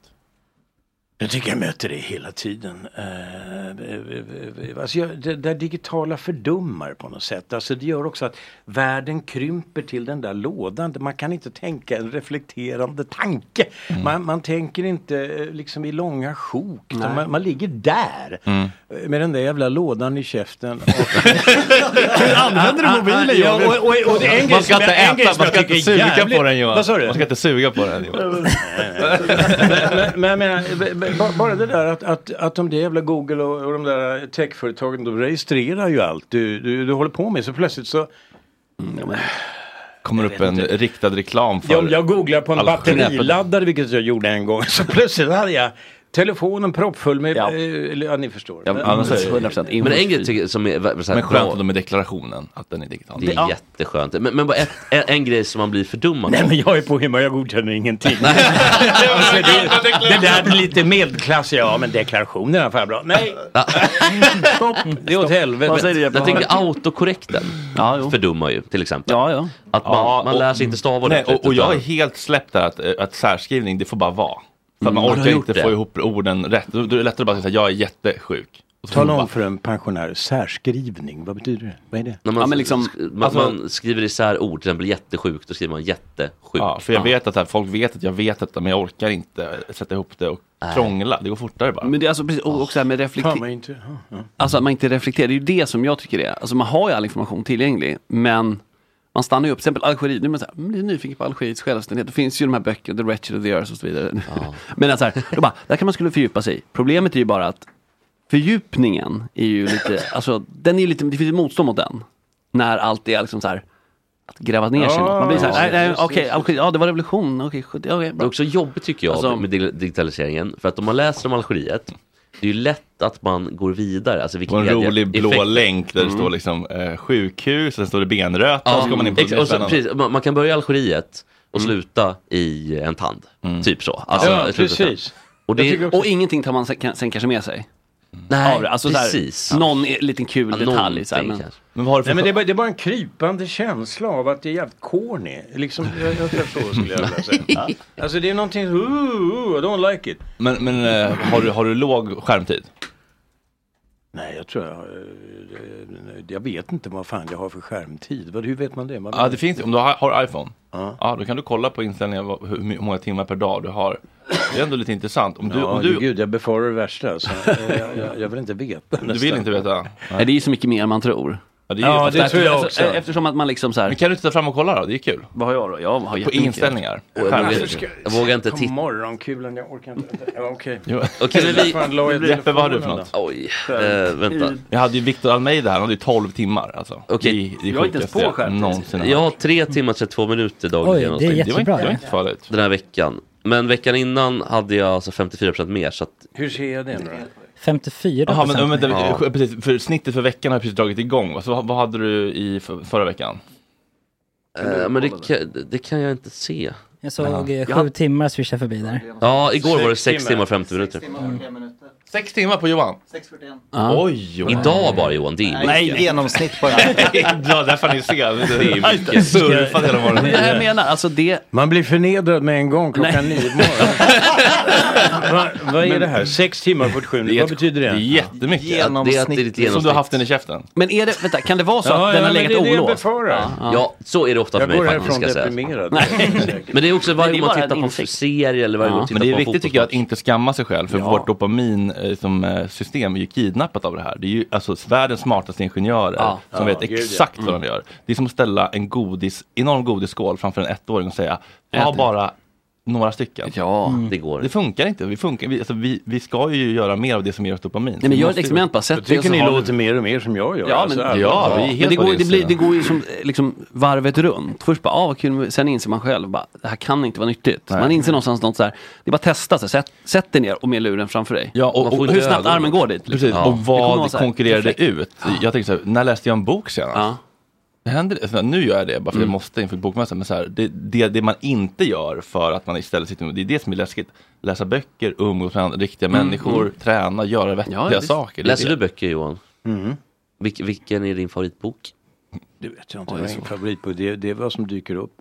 [SPEAKER 18] Jag tycker jag möter det hela tiden. Eh, Uh, alltså jag, det där digitala fördummar på något sätt. Alltså det gör också att världen krymper till den där lådan. Man kan inte tänka en reflekterande tanke.
[SPEAKER 1] Mm.
[SPEAKER 18] Man, man tänker inte eh, liksom i långa sjok. utan Man, man ligger där eh, med den där jävla lådan i käften. Hur
[SPEAKER 1] använder du mobilen,
[SPEAKER 18] Ja,
[SPEAKER 1] Johan?
[SPEAKER 18] och, och, och, det är en
[SPEAKER 1] man
[SPEAKER 18] grej
[SPEAKER 1] ska
[SPEAKER 18] som
[SPEAKER 1] inte
[SPEAKER 18] jag- en grej
[SPEAKER 1] äta,
[SPEAKER 18] som
[SPEAKER 1] man
[SPEAKER 18] jag
[SPEAKER 1] ska inte
[SPEAKER 18] tycker är
[SPEAKER 1] suga
[SPEAKER 18] jävligt-
[SPEAKER 1] på den Johan.
[SPEAKER 18] Vad sa du?
[SPEAKER 1] Man ska inte suga på den Johan.
[SPEAKER 18] men, men jag menar, b- b- bara det där att, att, att de där jävla Google och, och de där techföretagen, de registrerar ju allt du, du, du håller på med. Så plötsligt så...
[SPEAKER 1] Kommer upp en riktad reklam för
[SPEAKER 18] Ja, Om jag googlar på en
[SPEAKER 1] Allt skräpet.
[SPEAKER 18] batteriladdare, vilket jag gjorde en gång, så plötsligt hade jag Telefonen proppfull med... Ja. ja, ni förstår. Alltså,
[SPEAKER 7] Ja, men annars är det 100%
[SPEAKER 1] info.
[SPEAKER 7] Men en grej tycker jag som är vä- så här
[SPEAKER 1] Men skönt
[SPEAKER 7] bra-
[SPEAKER 1] då med deklarationen, att den är digital.
[SPEAKER 7] Det är jätteskönt. Men, men bara ett, en, en grej som man blir fördummad
[SPEAKER 18] Nej
[SPEAKER 7] av.
[SPEAKER 18] men jag är på humör, jag godkänner ingenting. alltså, det, det där är lite medelklass, ja men deklarationerna får jag bra. Nej! Stopp, det är åt helvete.
[SPEAKER 7] jag tänker autokorrekten fördummar ju till exempel. Att man,
[SPEAKER 1] Ja,
[SPEAKER 7] man
[SPEAKER 1] och-
[SPEAKER 7] lär sig inte stava
[SPEAKER 1] Nej,
[SPEAKER 7] ordentligt,
[SPEAKER 1] och, och jag är
[SPEAKER 7] utan-
[SPEAKER 1] helt släppt där att, eh, att särskrivning, det får bara vara. För att man
[SPEAKER 18] Mm. Har
[SPEAKER 1] orkar
[SPEAKER 18] du gjort
[SPEAKER 1] inte få
[SPEAKER 18] det?
[SPEAKER 1] ihop orden rätt. Då då är det lättare att bara säga jag är jättesjuk. Och så får
[SPEAKER 18] Tala
[SPEAKER 1] man
[SPEAKER 18] om för en pensionär, särskrivning, vad betyder det? Vad är det?
[SPEAKER 7] När man, sk- man,
[SPEAKER 18] Alltså-
[SPEAKER 7] man skriver isär ord, till exempel jättesjuk, då skriver man jättesjuk.
[SPEAKER 1] Ja, för jag vet att så här, folk vet att jag vet detta men jag orkar inte sätta ihop det och
[SPEAKER 7] Nej.
[SPEAKER 1] krångla. Det går fortare bara.
[SPEAKER 6] Men det är alltså precis, och också det här med
[SPEAKER 18] Fan,
[SPEAKER 6] reflektion.
[SPEAKER 18] vad inte... ja, ja.
[SPEAKER 6] Alltså att man inte reflekterar, det är ju det som jag tycker är, alltså man har ju all information tillgänglig, men man stannar ju upp, till exempel Algeriet, nu är man så här, "Mm, jag är nyfiken på Algeriets självständighet, det finns ju de här böckerna, The Wretched of the Earth och så vidare. Men att så här, då bara, där kan man skulle fördjupa sig i. Problemet är ju bara att fördjupningen är ju lite, alltså den är ju lite, det finns ju motstånd mot den. När allt är liksom så här, att gräva ner sig i något. Man blir så här, nej, nej, okej, Algeriet, ja det var revolution, okej, okay, okay,
[SPEAKER 7] Det är också jobbigt tycker jag
[SPEAKER 6] Alltså-
[SPEAKER 7] med dig- digitaliseringen. För att om man läser om Algeriet, det är ju lätt att man går vidare. Alltså,
[SPEAKER 1] På en
[SPEAKER 7] Wikipedia-
[SPEAKER 1] rolig blå
[SPEAKER 7] effekter.
[SPEAKER 1] länk där det
[SPEAKER 7] Mm.
[SPEAKER 1] står liksom eh, sjukhus, sen står det benröta och så går man in på
[SPEAKER 7] Ex- och så,
[SPEAKER 1] spännande. Mm.
[SPEAKER 7] precis, man, man kan börja i Algeriet och sluta i en tand. Typ så.
[SPEAKER 6] Ja,
[SPEAKER 7] sluta sen.
[SPEAKER 6] precis.
[SPEAKER 7] Och, det,
[SPEAKER 6] och ingenting tar man sen, kan, sen kanske med sig.
[SPEAKER 7] Nej,
[SPEAKER 6] Av det. alltså,
[SPEAKER 7] precis.
[SPEAKER 6] Så här, någon e- liten kul
[SPEAKER 7] Ja,
[SPEAKER 6] detalj. Så här,
[SPEAKER 7] någonting
[SPEAKER 6] men,
[SPEAKER 7] kanske.
[SPEAKER 1] men vad har du
[SPEAKER 18] Nej men det är, bara, det är bara en krypande känsla av att det är jävligt corny. Liksom, jag, jag tror så skulle jag vilja säga. Ja. Alltså det är någonting, ooh, ooh, I don't like it.
[SPEAKER 1] Men, men eh, har, du, har du låg skärmtid?
[SPEAKER 18] Nej, jag tror jag... eh, Jag vet inte vad fan jag har för skärmtid. Vad- Hur vet man det? Man
[SPEAKER 1] Ja, det finns Om du har, har iPhone, ja, då kan du kolla på inställningar vad- hur my- hur många timmar per dag du har. Det är ändå lite intressant. Om du,
[SPEAKER 18] ja,
[SPEAKER 1] om du,
[SPEAKER 18] gud, jag befarar det värsta. Så, eh, jag, jag, jag vill inte veta.
[SPEAKER 1] du vill inte veta?
[SPEAKER 6] Nej, det är ju så mycket mer än man tror.
[SPEAKER 1] Ja,
[SPEAKER 18] det är ju- Ja, det
[SPEAKER 6] Alltså,
[SPEAKER 18] tror jag
[SPEAKER 6] alltså,
[SPEAKER 18] också.
[SPEAKER 6] e- Eftersom att man liksom så här... Men
[SPEAKER 1] kan du inte ta fram och kolla då? Det är kul.
[SPEAKER 6] Vad har jag då? Jag har
[SPEAKER 1] På
[SPEAKER 6] jättemycket.
[SPEAKER 1] inställningar.
[SPEAKER 7] Och jag vågar- jag vågar inte titta.
[SPEAKER 18] Morgonkulan, jag orkar inte. Ja, Okej.
[SPEAKER 7] Okej, men vi-
[SPEAKER 18] Fan, la jag
[SPEAKER 1] Jeppe, vad har du för
[SPEAKER 18] telefonen
[SPEAKER 1] något?
[SPEAKER 7] då? Oj, eh, vänta.
[SPEAKER 1] Jag hade ju Victor Almeida här, han hade ju 12 timmar. Alltså.
[SPEAKER 7] Okej.
[SPEAKER 1] Det är sjukaste jag någonsin har
[SPEAKER 7] Jag
[SPEAKER 1] hört.
[SPEAKER 7] har tre timmar 32 minuter dagligen.
[SPEAKER 1] Oj, det är
[SPEAKER 7] någonstans.
[SPEAKER 1] jättebra, Det var inte- det var ja. inte farligt.
[SPEAKER 7] Den här veckan. Men veckan innan hade jag alltså 54% mer. Så att,
[SPEAKER 18] Hur ser jag det nu då?
[SPEAKER 8] 54
[SPEAKER 1] Jaha, men, men,
[SPEAKER 7] Ja.
[SPEAKER 1] ja. precis, för snittet för veckan har precis dragit igång. va? Så vad, vad hade du i för, förra veckan?
[SPEAKER 7] eh, men det, kan- det kan jag inte se.
[SPEAKER 8] Jag såg
[SPEAKER 7] Ja.
[SPEAKER 8] eh, sju
[SPEAKER 7] Jag hade-
[SPEAKER 8] timmar swisha förbi där.
[SPEAKER 7] Ja, igår var det
[SPEAKER 1] Sex
[SPEAKER 7] 6 timmar
[SPEAKER 1] timmar.
[SPEAKER 7] och 50 minuter.
[SPEAKER 1] Sex timmar på Johan?
[SPEAKER 19] 6.41.
[SPEAKER 7] Ja.
[SPEAKER 1] Oj, oj.
[SPEAKER 7] Idag bara Johan, det är mycket.
[SPEAKER 19] Nej, genomsnitt bara.
[SPEAKER 1] ja, där får ni se.
[SPEAKER 7] Det är mycket.
[SPEAKER 1] Surfat hela morgonen.
[SPEAKER 6] Det är det jag menar, alltså det...
[SPEAKER 18] Man blir förnedrad med en gång klockan nio på morgonen. Va, vad är
[SPEAKER 6] Men-
[SPEAKER 18] det här? Sex timmar och 47 minuter, vad betyder det?
[SPEAKER 1] Det är jättemycket. Som du har haft den i käften.
[SPEAKER 6] Men är det, vänta, kan det vara så
[SPEAKER 18] Ja,
[SPEAKER 6] att den
[SPEAKER 18] ja, men
[SPEAKER 6] har legat
[SPEAKER 18] det är det jag
[SPEAKER 6] olåst?
[SPEAKER 18] befarar.
[SPEAKER 7] Ja, så är det ofta för
[SPEAKER 18] Jag
[SPEAKER 7] mig
[SPEAKER 18] går
[SPEAKER 7] faktiskt.
[SPEAKER 18] härifrån
[SPEAKER 7] Ska jag säga.
[SPEAKER 18] deprimerad.
[SPEAKER 7] Men det är också
[SPEAKER 1] Men
[SPEAKER 7] varje
[SPEAKER 1] det är
[SPEAKER 7] gång man tittar
[SPEAKER 1] bara en
[SPEAKER 7] på en
[SPEAKER 1] insikt.
[SPEAKER 7] serie eller varje gång man
[SPEAKER 1] Men
[SPEAKER 7] tittar
[SPEAKER 1] det är
[SPEAKER 7] på en
[SPEAKER 1] viktigt tycker jag att inte skamma sig själv för
[SPEAKER 7] Ja.
[SPEAKER 1] vårt dopamin eh, som eh, system är ju kidnappat av det här. Det är ju alltså världens smartaste ingenjörer
[SPEAKER 7] Ja.
[SPEAKER 1] som
[SPEAKER 7] Ja,
[SPEAKER 1] vet
[SPEAKER 7] gud, ja.
[SPEAKER 1] exakt
[SPEAKER 7] Mm.
[SPEAKER 1] vad de gör. Det är som att ställa en godis, enorm godisskål framför en ettåring och säga
[SPEAKER 7] Ät
[SPEAKER 1] ta
[SPEAKER 7] det."
[SPEAKER 1] bara några stycken.
[SPEAKER 6] Ja, Mm.
[SPEAKER 7] det går.
[SPEAKER 1] Det funkar inte. Vi, funkar, vi, alltså, vi, vi ska ju göra mer av det som ger oss dopamin.
[SPEAKER 6] Nej, men gör ett experiment bara. Sätt
[SPEAKER 1] Jag tycker
[SPEAKER 6] det och så
[SPEAKER 1] ni
[SPEAKER 6] har
[SPEAKER 1] låter
[SPEAKER 6] du-
[SPEAKER 18] mer och mer som jag gör.
[SPEAKER 6] Ja, men,
[SPEAKER 1] Alltså, ja, vi är helt
[SPEAKER 6] men det,
[SPEAKER 1] på
[SPEAKER 6] går,
[SPEAKER 1] din
[SPEAKER 6] det, blir,
[SPEAKER 1] sida.
[SPEAKER 6] det går ju som eh, liksom, varvet runt. Först bara, ah, vad kul, men sen inser man själv, bara, det här kan inte vara nyttigt. Man inser någonstans något så här, det är bara att testa, så här, sätt, sätt dig ner och med luren framför dig.
[SPEAKER 1] Ja,
[SPEAKER 6] Man
[SPEAKER 1] och,
[SPEAKER 6] får
[SPEAKER 1] och
[SPEAKER 6] hur snabbt armen går dit. liksom.
[SPEAKER 1] Precis,
[SPEAKER 6] Ja.
[SPEAKER 1] och
[SPEAKER 6] Det kommer vara
[SPEAKER 1] vad
[SPEAKER 6] så här,
[SPEAKER 1] konkurrerar det
[SPEAKER 6] perfekt.
[SPEAKER 1] ut? Jag tänker så här, när läste jag en bok senast? Det händer, alltså, nu gör jag det bara för att jag måste inför bokmässan. Men så här, det, det, det man inte gör för att man istället sitter med, det är det som är läskigt. Läsa böcker, umgås med andra riktiga
[SPEAKER 7] Mm.
[SPEAKER 1] människor,
[SPEAKER 7] Mm.
[SPEAKER 1] träna, göra vettiga saker. Det är
[SPEAKER 7] Läser
[SPEAKER 1] det.
[SPEAKER 7] du böcker Johan?
[SPEAKER 18] Mm.
[SPEAKER 7] Vil- vilken är din favoritbok?
[SPEAKER 18] Det vet jag inte. Jag har ingen favoritbok. Det, det är vad som dyker upp.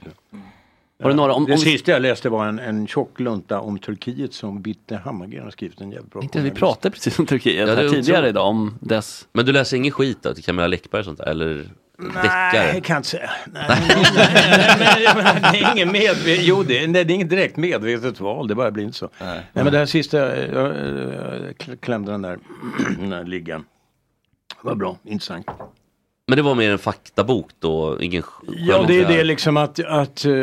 [SPEAKER 6] Har du några om-
[SPEAKER 18] det
[SPEAKER 6] om-
[SPEAKER 18] sista jag läste var en, en tjock lunta om Turkiet som Bitte Hammargren har skrivit. En jävligt bra
[SPEAKER 6] Inte, vi
[SPEAKER 18] journalist.
[SPEAKER 6] pratade precis om Turkiet
[SPEAKER 7] Ja, det
[SPEAKER 6] här
[SPEAKER 7] är otroligt.
[SPEAKER 6] tidigare idag om dess...
[SPEAKER 7] Men du läser ingen skit då till Camilla Läckberg och sånt där? Eller deckare?
[SPEAKER 18] Nej, kan jag inte säga. Nej, nej, nej, men det är ingen medvetet, jo det, nej, det är inget direkt medvetet val, det bara blir inte så. Nej, men det här sista, jag, jag, jag klämde den där, den där liggan. Vad bra, intressant.
[SPEAKER 7] Men det var mer en faktabok då? Ingen sk-
[SPEAKER 18] Ja, det är
[SPEAKER 7] skönlitterär-
[SPEAKER 18] det liksom att, att eh, eh,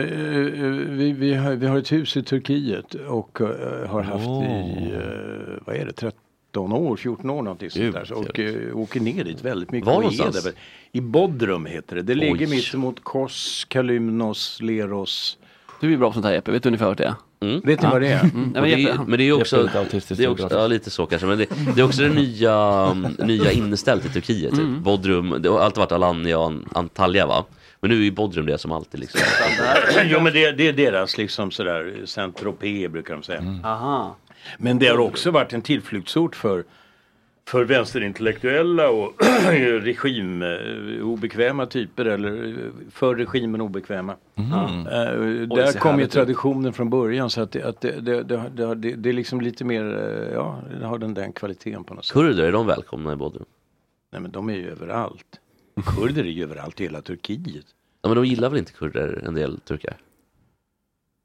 [SPEAKER 18] vi, vi, har, vi har ett hus i Turkiet och eh, har haft i, eh, vad är det, 13 år, 14 år någonting sånt där. Så, Och eh, åker ner dit väldigt mycket.
[SPEAKER 7] Var
[SPEAKER 18] och är
[SPEAKER 7] någonstans?
[SPEAKER 18] där. I Bodrum heter det. Det
[SPEAKER 7] Oj.
[SPEAKER 18] ligger mitt emot Kos, Kalymnos, Leros.
[SPEAKER 6] Du är bra på sånt här Jeppe, vet du ungefär vart det är?
[SPEAKER 7] Mm.
[SPEAKER 18] Vet ni vad det är?
[SPEAKER 7] Mm. Nej, men, det är, men det är ju också,
[SPEAKER 1] Jeppe är autistisk
[SPEAKER 7] det är också
[SPEAKER 1] geografiskt.
[SPEAKER 7] ja, lite så kanske, men det, det är också det nya, um, nya innestället i Turkiet. Typ.
[SPEAKER 6] Mm.
[SPEAKER 7] Bodrum, det har alltid varit Alanya och An- Antalya va? Men nu är ju Bodrum det som alltid liksom.
[SPEAKER 18] Jo men det, det är deras liksom sådär, Saint-Tropez brukar de säga.
[SPEAKER 6] Aha.
[SPEAKER 18] Men det har också varit en tillflyktsort för för vänsterintellektuella och regim, eh, obekväma typer eller eh, för regimen obekväma.
[SPEAKER 11] Mhm.
[SPEAKER 18] Eh,
[SPEAKER 11] Oj,
[SPEAKER 18] där
[SPEAKER 11] så
[SPEAKER 18] kom ju
[SPEAKER 11] härligt.
[SPEAKER 18] traditionen från början så att det, att det, det, det, det, det, det är liksom lite mer, eh, ja, det har den den kvaliteten på något sätt.
[SPEAKER 7] Kurder, är de välkomna i Bodrum?
[SPEAKER 18] Nej men de är ju överallt. Kurder är ju överallt i hela Turkiet.
[SPEAKER 7] Ja men de gillar väl inte kurder, en del turkar?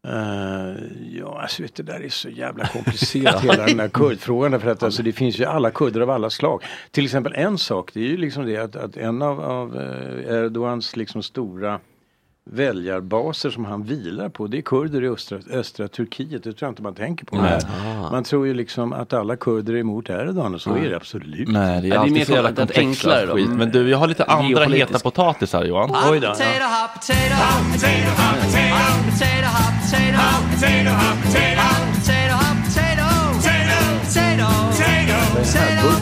[SPEAKER 18] Eh, ja, alltså vet du, det där är så jävla komplicerat hela den här kurdfrågan. Därför att alltså, det finns ju alla kurder av alla slag. Till exempel en sak, det är ju liksom det att, att en av, av eh, Erdogans liksom stora väljarbaser som han vilar på, det är kurder i östra, östra Turkiet. Det tror jag inte man tänker på.
[SPEAKER 1] Nej.
[SPEAKER 18] Man tror ju liksom att alla kurder är emot Erdogan och så är det absolut inte.
[SPEAKER 1] Nej, det är alltid så jävla komplext skit. Men du, jag har lite andra
[SPEAKER 18] Geopolitiskt.
[SPEAKER 1] heta potatisar Johan.
[SPEAKER 18] Oj då.
[SPEAKER 2] Potato, hot potato, hot potato, hot potato, hot potato, hot potato, hot potato, hot potato, hot potato, hot potato, potato, potato, potato, potato, potato.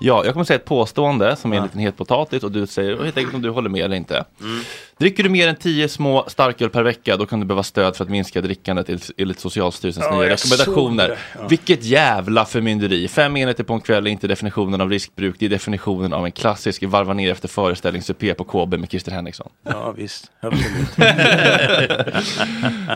[SPEAKER 1] Ja, jag kommer säga ett påstående som är en liten het potatis och du säger helt enkelt om du håller med eller inte.
[SPEAKER 15] Mm.
[SPEAKER 1] Dricker du mer än 10 små starköl per vecka då kan du behöva stöd för att minska drickandet enligt- enligt Socialstyrelsens
[SPEAKER 15] Ja,
[SPEAKER 1] nya
[SPEAKER 15] jag såg
[SPEAKER 1] rekommendationer.
[SPEAKER 15] det. Ja.
[SPEAKER 1] Vilket jävla förmynderi! Fem enheter på en kväll är inte definitionen av riskbruk, det är definitionen av en klassisk varva ner efter föreställningssupé på KB med Christer Henriksson.
[SPEAKER 18] Ja visst, absolut.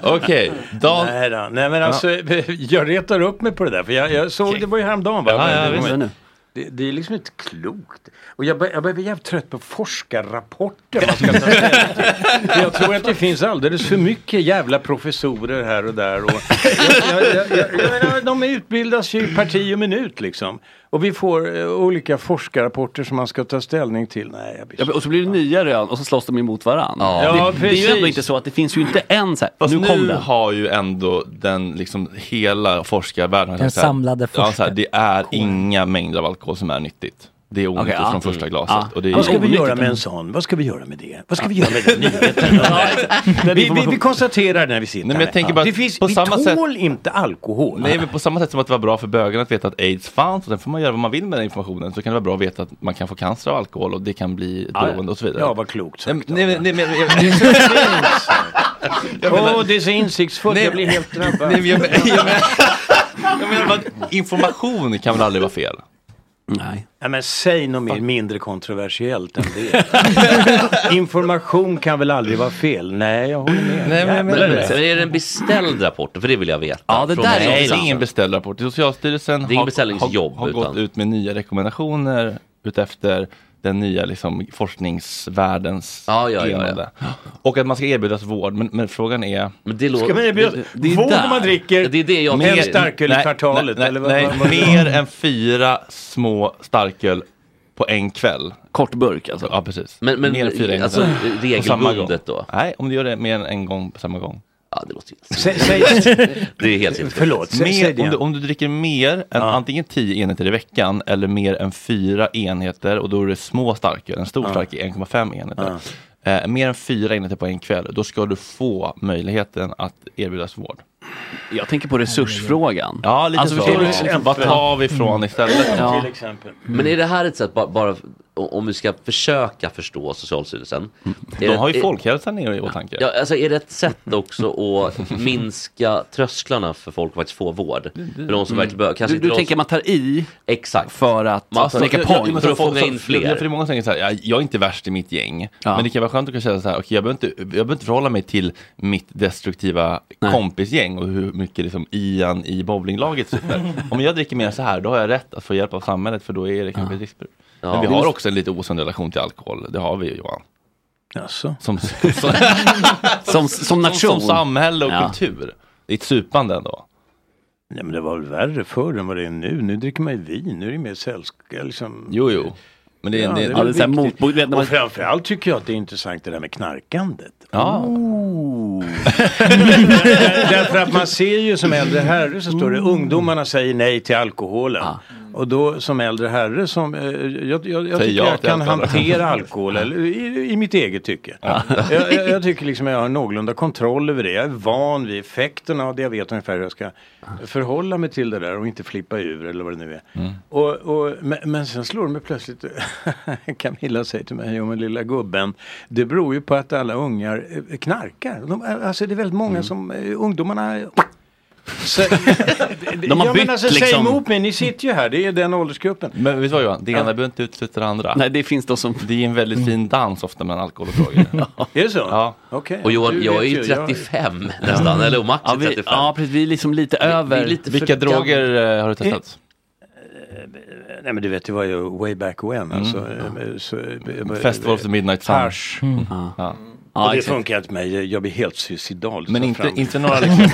[SPEAKER 1] Okej, Dan-
[SPEAKER 18] Nej, då. Nej men alltså, jag retar upp mig på det där. För jag, jag såg, det var ju häromdagen va?
[SPEAKER 1] Ja, ja,
[SPEAKER 18] Det-
[SPEAKER 1] visst.
[SPEAKER 18] det, det är liksom inte klokt. Och jag, bör, jag börjar bli jävligt trött på forskarrapporter man ska ta ställning till. För Jag tror att det finns alldeles för mycket jävla professorer här och där. Och jag, jag, jag, jag, jag menar, de utbildas ju i parti och minut liksom. Och vi får eh, olika forskarrapporter som man ska ta ställning till. Nej, jag blir
[SPEAKER 6] Ja, och så blir det nya rön och så slåss de emot varandra.
[SPEAKER 1] Ja,
[SPEAKER 6] det, det är ju
[SPEAKER 1] precis.
[SPEAKER 6] ändå inte så att det finns ju inte en så här,
[SPEAKER 1] Fast
[SPEAKER 6] nu
[SPEAKER 1] nu,
[SPEAKER 6] kom den.
[SPEAKER 1] har ju ändå den liksom hela forskarvärlden.
[SPEAKER 8] Den
[SPEAKER 1] så här-
[SPEAKER 8] samlade
[SPEAKER 1] Ja, så här, det är inga mängder av alkohol som är nyttigt. Det är onyttigt
[SPEAKER 18] Okej, ja. Mm.
[SPEAKER 1] från första glaset.
[SPEAKER 18] Ja.
[SPEAKER 1] Och det är
[SPEAKER 18] Vad ska vi
[SPEAKER 1] onyttigt.
[SPEAKER 18] göra med en sån? Vad ska vi göra med det? Vad ska vi göra med den nyheten? vi, vi, vi konstaterar när vi sitter
[SPEAKER 1] Nej, men jag
[SPEAKER 18] här.
[SPEAKER 1] tänker bara
[SPEAKER 18] det
[SPEAKER 1] att
[SPEAKER 18] finns,
[SPEAKER 1] på
[SPEAKER 18] vi
[SPEAKER 1] samma
[SPEAKER 18] tål
[SPEAKER 1] sätt-
[SPEAKER 18] inte alkohol.
[SPEAKER 1] Nej, men på samma sätt som att det var bra för bögarna att veta att aids fanns och sen får man göra vad man vill med den informationen så kan det vara bra att veta att man kan få cancer av alkohol och det kan bli ett
[SPEAKER 18] Ja, ja.
[SPEAKER 1] beroende och så vidare.
[SPEAKER 18] Ja, vad klokt
[SPEAKER 1] sagt. Nej, men- nej, men- jag- jag
[SPEAKER 18] Åh,
[SPEAKER 1] menar-
[SPEAKER 18] det är så insiktsfullt.
[SPEAKER 1] Nej,
[SPEAKER 18] jag blir helt drabbad.
[SPEAKER 1] Nej, men jag, men- jag, menar, jag menar bara att information kan väl aldrig vara fel?
[SPEAKER 18] Nej. men säg något mer mindre kontroversiellt än det. Information kan väl aldrig vara fel? Nej, jag håller med.
[SPEAKER 7] Nej, men,
[SPEAKER 18] Jävlar,
[SPEAKER 7] men,
[SPEAKER 18] det
[SPEAKER 7] men är det en beställd rapport? För det vill jag veta. Från
[SPEAKER 1] Nej, det är
[SPEAKER 7] Socialstyrelsen.
[SPEAKER 1] ingen beställd rapport. Socialstyrelsen
[SPEAKER 7] Det är ingen
[SPEAKER 1] har,
[SPEAKER 7] beställningsjobb,
[SPEAKER 1] har, har gått
[SPEAKER 7] utan-
[SPEAKER 1] ut med nya rekommendationer utefter den nya liksom, forskningsvärldens
[SPEAKER 7] ja, ja.
[SPEAKER 1] enande. Och att man ska erbjudas vård, men, men frågan är...
[SPEAKER 7] Men det
[SPEAKER 18] Ska man erbjudas det- det är vård där. om man dricker
[SPEAKER 7] Det är det jag
[SPEAKER 1] Mer-
[SPEAKER 7] tycker.
[SPEAKER 1] nej, Nej, nej, nej, mer än fyra små starköl på en kväll.
[SPEAKER 6] Kort burk alltså?
[SPEAKER 1] Ja, precis.
[SPEAKER 7] Men- men,
[SPEAKER 1] mer än fyra
[SPEAKER 7] alltså,
[SPEAKER 1] en kväll.
[SPEAKER 7] regelbundet
[SPEAKER 1] På samma gång.
[SPEAKER 7] då?
[SPEAKER 1] Nej, om du gör det mer än en gång på samma gång.
[SPEAKER 7] Ja, det låter
[SPEAKER 18] Säg- säg-
[SPEAKER 7] Det är helt sinnessjukt. Förlåt, säg- säg det
[SPEAKER 1] mer, om, du,
[SPEAKER 7] igen.
[SPEAKER 1] om du dricker mer än antingen 10 enheter i veckan eller mer än fyra enheter och då är det små starköl, en stor
[SPEAKER 15] Ja.
[SPEAKER 1] stark är 1,5 enheter. Eh, mer än fyra enheter på en kväll, då ska du få möjligheten att erbjudas vård.
[SPEAKER 6] Jag tänker på resursfrågan.
[SPEAKER 1] Ja, lite
[SPEAKER 6] Alltså,
[SPEAKER 1] så.
[SPEAKER 6] förstår du?
[SPEAKER 1] Liksom, Vad tar vi från istället?
[SPEAKER 7] Ja.
[SPEAKER 18] Till exempel.
[SPEAKER 1] Mm.
[SPEAKER 7] Men är det här ett sätt, bara, bara om vi ska försöka förstå Socialstyrelsen. är
[SPEAKER 1] Mm. De
[SPEAKER 7] det-
[SPEAKER 1] har ju
[SPEAKER 7] är-
[SPEAKER 1] folkhälsan i i åtanke.
[SPEAKER 7] Ja, alltså är det ett sätt också att minska trösklarna för folk att faktiskt få vård? För
[SPEAKER 1] Mm.
[SPEAKER 7] de som verkligen behöver. Kanske
[SPEAKER 6] Mm.
[SPEAKER 7] inte
[SPEAKER 6] Du, du
[SPEAKER 7] de
[SPEAKER 6] tänker
[SPEAKER 7] som...
[SPEAKER 6] man tar i
[SPEAKER 7] Exakt.
[SPEAKER 6] för att man
[SPEAKER 1] Alltså,
[SPEAKER 6] släcker
[SPEAKER 1] jag-
[SPEAKER 6] på
[SPEAKER 1] jag- men
[SPEAKER 6] för
[SPEAKER 1] så
[SPEAKER 6] att fånga
[SPEAKER 1] så-
[SPEAKER 6] in
[SPEAKER 1] För, för det är
[SPEAKER 6] fler.
[SPEAKER 1] många som säger så här, "Ja, jag är inte värst i mitt gäng. Men det kan vara skönt att kunna känna så här, okej jag behöver inte, jag behöver inte förhålla mig till mitt destruktiva
[SPEAKER 15] Nej.
[SPEAKER 1] kompisgäng och hur mycket liksom Ian i bowlinglaget super. Om jag dricker mer så här, då har jag rätt att få hjälp av samhället för då är det kanske ett riskbruk.
[SPEAKER 15] Ja.
[SPEAKER 1] Men vi
[SPEAKER 15] Det är
[SPEAKER 1] har
[SPEAKER 15] just-
[SPEAKER 1] också en lite osund relation till alkohol, det har vi ju Johan.
[SPEAKER 18] Jaså?
[SPEAKER 1] Som, som,
[SPEAKER 6] som, som nation.
[SPEAKER 1] Som, samhälle och
[SPEAKER 18] Ja.
[SPEAKER 1] kultur. Det är ett supande ändå.
[SPEAKER 18] Nej men det var väl värre förr än vad det är nu. Nu dricker man ju vin, nu är det mer sällskap. Liksom.
[SPEAKER 1] Jo, jo. Men det är- det-
[SPEAKER 18] väl
[SPEAKER 1] ja, det är så här
[SPEAKER 18] viktigt.
[SPEAKER 1] motbok- vet när man-
[SPEAKER 18] Och framförallt tycker jag att det är intressant det där med knarkandet.
[SPEAKER 1] Ja. Mm.
[SPEAKER 18] Därför att man ser ju som äldre herre så står det ungdomarna säger nej till alkoholen. Och då som äldre herre som, eh, jag, jag, jag
[SPEAKER 1] Säg
[SPEAKER 18] tycker
[SPEAKER 1] ja
[SPEAKER 18] jag
[SPEAKER 1] till
[SPEAKER 18] kan
[SPEAKER 1] allt andra.
[SPEAKER 18] hantera alkohol, eller, i, i mitt eget tycke. jag, jag, jag tycker liksom jag har någorlunda kontroll över det. Jag är van vid effekterna och det jag vet ungefär hur jag ska förhålla mig till det där och inte flippa ur eller vad det nu är.
[SPEAKER 1] Mm.
[SPEAKER 18] Och, och, men, men sen slår det mig plötsligt, Camilla säger till mig, jo men lilla gubben, det beror ju på att alla ungar eh, knarkar. De, alltså det är väldigt
[SPEAKER 1] Mm.
[SPEAKER 18] många som, eh, ungdomarna så,
[SPEAKER 1] har
[SPEAKER 18] ja,
[SPEAKER 1] bytt,
[SPEAKER 18] men alltså, Säg
[SPEAKER 1] liksom.
[SPEAKER 18] emot mig, ni sitter ju här, det är den åldersgruppen.
[SPEAKER 1] Men vet du vad Johan, det
[SPEAKER 18] Ja.
[SPEAKER 1] ena behöver inte utesluta det andra.
[SPEAKER 6] Nej, det finns då som...
[SPEAKER 1] Det är en väldigt fin dans ofta mellan alkohol och droger.
[SPEAKER 18] är det så?
[SPEAKER 1] Ja.
[SPEAKER 18] Okej.
[SPEAKER 7] Och Johan, jag är ju 35 nästan, eller och Max
[SPEAKER 6] Ja,
[SPEAKER 7] är
[SPEAKER 6] vi,
[SPEAKER 7] 35.
[SPEAKER 6] ja, precis. Vi är liksom lite över.
[SPEAKER 7] vi är lite Vilka för gamla. droger,
[SPEAKER 1] eh, har du
[SPEAKER 18] testat? Eh, Nej men du vet, det var ju way back when.
[SPEAKER 1] Mm.
[SPEAKER 18] Alltså, eh, så, eh,
[SPEAKER 1] Festival Mm. of the Midnight Sun.
[SPEAKER 18] Hasch.
[SPEAKER 1] Mm.
[SPEAKER 18] Ja.
[SPEAKER 1] Ja,
[SPEAKER 18] och det
[SPEAKER 1] exakt.
[SPEAKER 18] funkar inte mig, jag- jag blir helt suicidal.
[SPEAKER 1] Men
[SPEAKER 18] så
[SPEAKER 1] inte-
[SPEAKER 18] fram.
[SPEAKER 1] inte några liksom-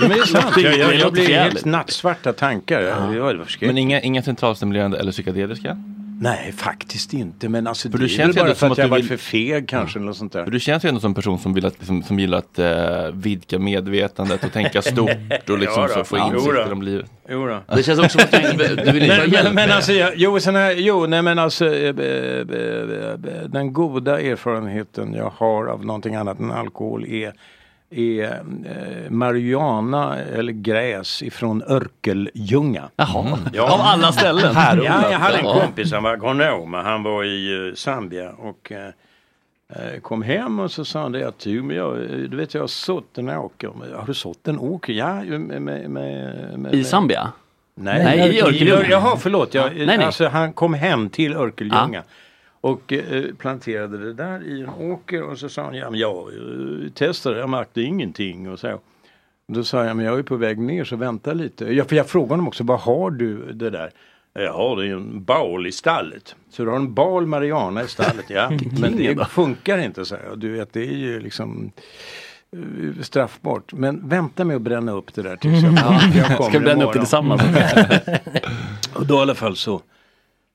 [SPEAKER 18] Men det är sant,
[SPEAKER 1] Det
[SPEAKER 18] jag, jag,
[SPEAKER 1] låter
[SPEAKER 18] jag blir
[SPEAKER 1] jävligt.
[SPEAKER 18] helt nattsvarta tankar. Jag, jag
[SPEAKER 1] Men inga, inga centralstimulerande eller psykedeliska?
[SPEAKER 18] Nej, faktiskt inte. Men alltså,
[SPEAKER 1] För
[SPEAKER 18] det
[SPEAKER 1] du
[SPEAKER 18] är
[SPEAKER 1] känns
[SPEAKER 18] väl
[SPEAKER 1] ju ändå
[SPEAKER 18] bara för
[SPEAKER 1] som
[SPEAKER 18] att
[SPEAKER 1] att
[SPEAKER 18] jag
[SPEAKER 1] du
[SPEAKER 18] varit
[SPEAKER 1] vill-
[SPEAKER 18] för feg kanske eller något sånt
[SPEAKER 1] För
[SPEAKER 18] där.
[SPEAKER 1] du känns ju ändå som en person som, vill att, liksom, som gillar att eh, vidga medvetandet och tänka stort och liksom
[SPEAKER 18] Ja,
[SPEAKER 1] så
[SPEAKER 18] då.
[SPEAKER 1] få
[SPEAKER 18] Ja. Jo
[SPEAKER 1] insikter
[SPEAKER 18] då.
[SPEAKER 1] om livet.
[SPEAKER 18] Jo då.
[SPEAKER 7] Det känns också som att du inte be- du vill inte ha
[SPEAKER 18] men,
[SPEAKER 7] hjälp
[SPEAKER 18] men, men
[SPEAKER 7] med
[SPEAKER 18] alltså, jag, jo, sen här, jo, nej men alltså eh, be- be- be- be- den goda erfarenheten jag har av någonting annat än alkohol är, är eh, marijuana eller gräs ifrån Örkeljunga.
[SPEAKER 6] Jaha, av alla ställen.
[SPEAKER 18] Här,
[SPEAKER 6] Härodlat.
[SPEAKER 18] ja, jag hade en
[SPEAKER 6] Ja.
[SPEAKER 18] kompis, han var agronom, men han var i eh, Zambia och eh, eh, kom hem och så sa han det att jo, men jag, eh, du vet jag har sått en åker. Men Har du sått en åker? Ja, ju, med, med, med, med,
[SPEAKER 6] I Zambia?
[SPEAKER 18] Nej,
[SPEAKER 6] Nej, i Örkelljunga.
[SPEAKER 18] Jaha, förlåt. Jag,
[SPEAKER 6] nej, nej.
[SPEAKER 18] Alltså, han kom hem till Örkelljunga. Och eh, planterade det där i en åker och så sa han, ja men jag eh, testade, jag märkte ingenting och så. Då sa jag, men jag är på väg ner så vänta lite. Jag, för jag frågade honom också, vad har du det där? Jag har det i en bal i stallet. Så du har en bal Mariana i stallet, ja. Men det funkar inte, så jag. Du vet, det är ju liksom eh, straffbart. Men vänta med att bränna upp det där tills jag,
[SPEAKER 6] Ja.
[SPEAKER 18] jag kommer
[SPEAKER 6] Ska vi bränna upp det
[SPEAKER 18] imorgon.
[SPEAKER 6] tillsammans?
[SPEAKER 18] Och då i alla fall så.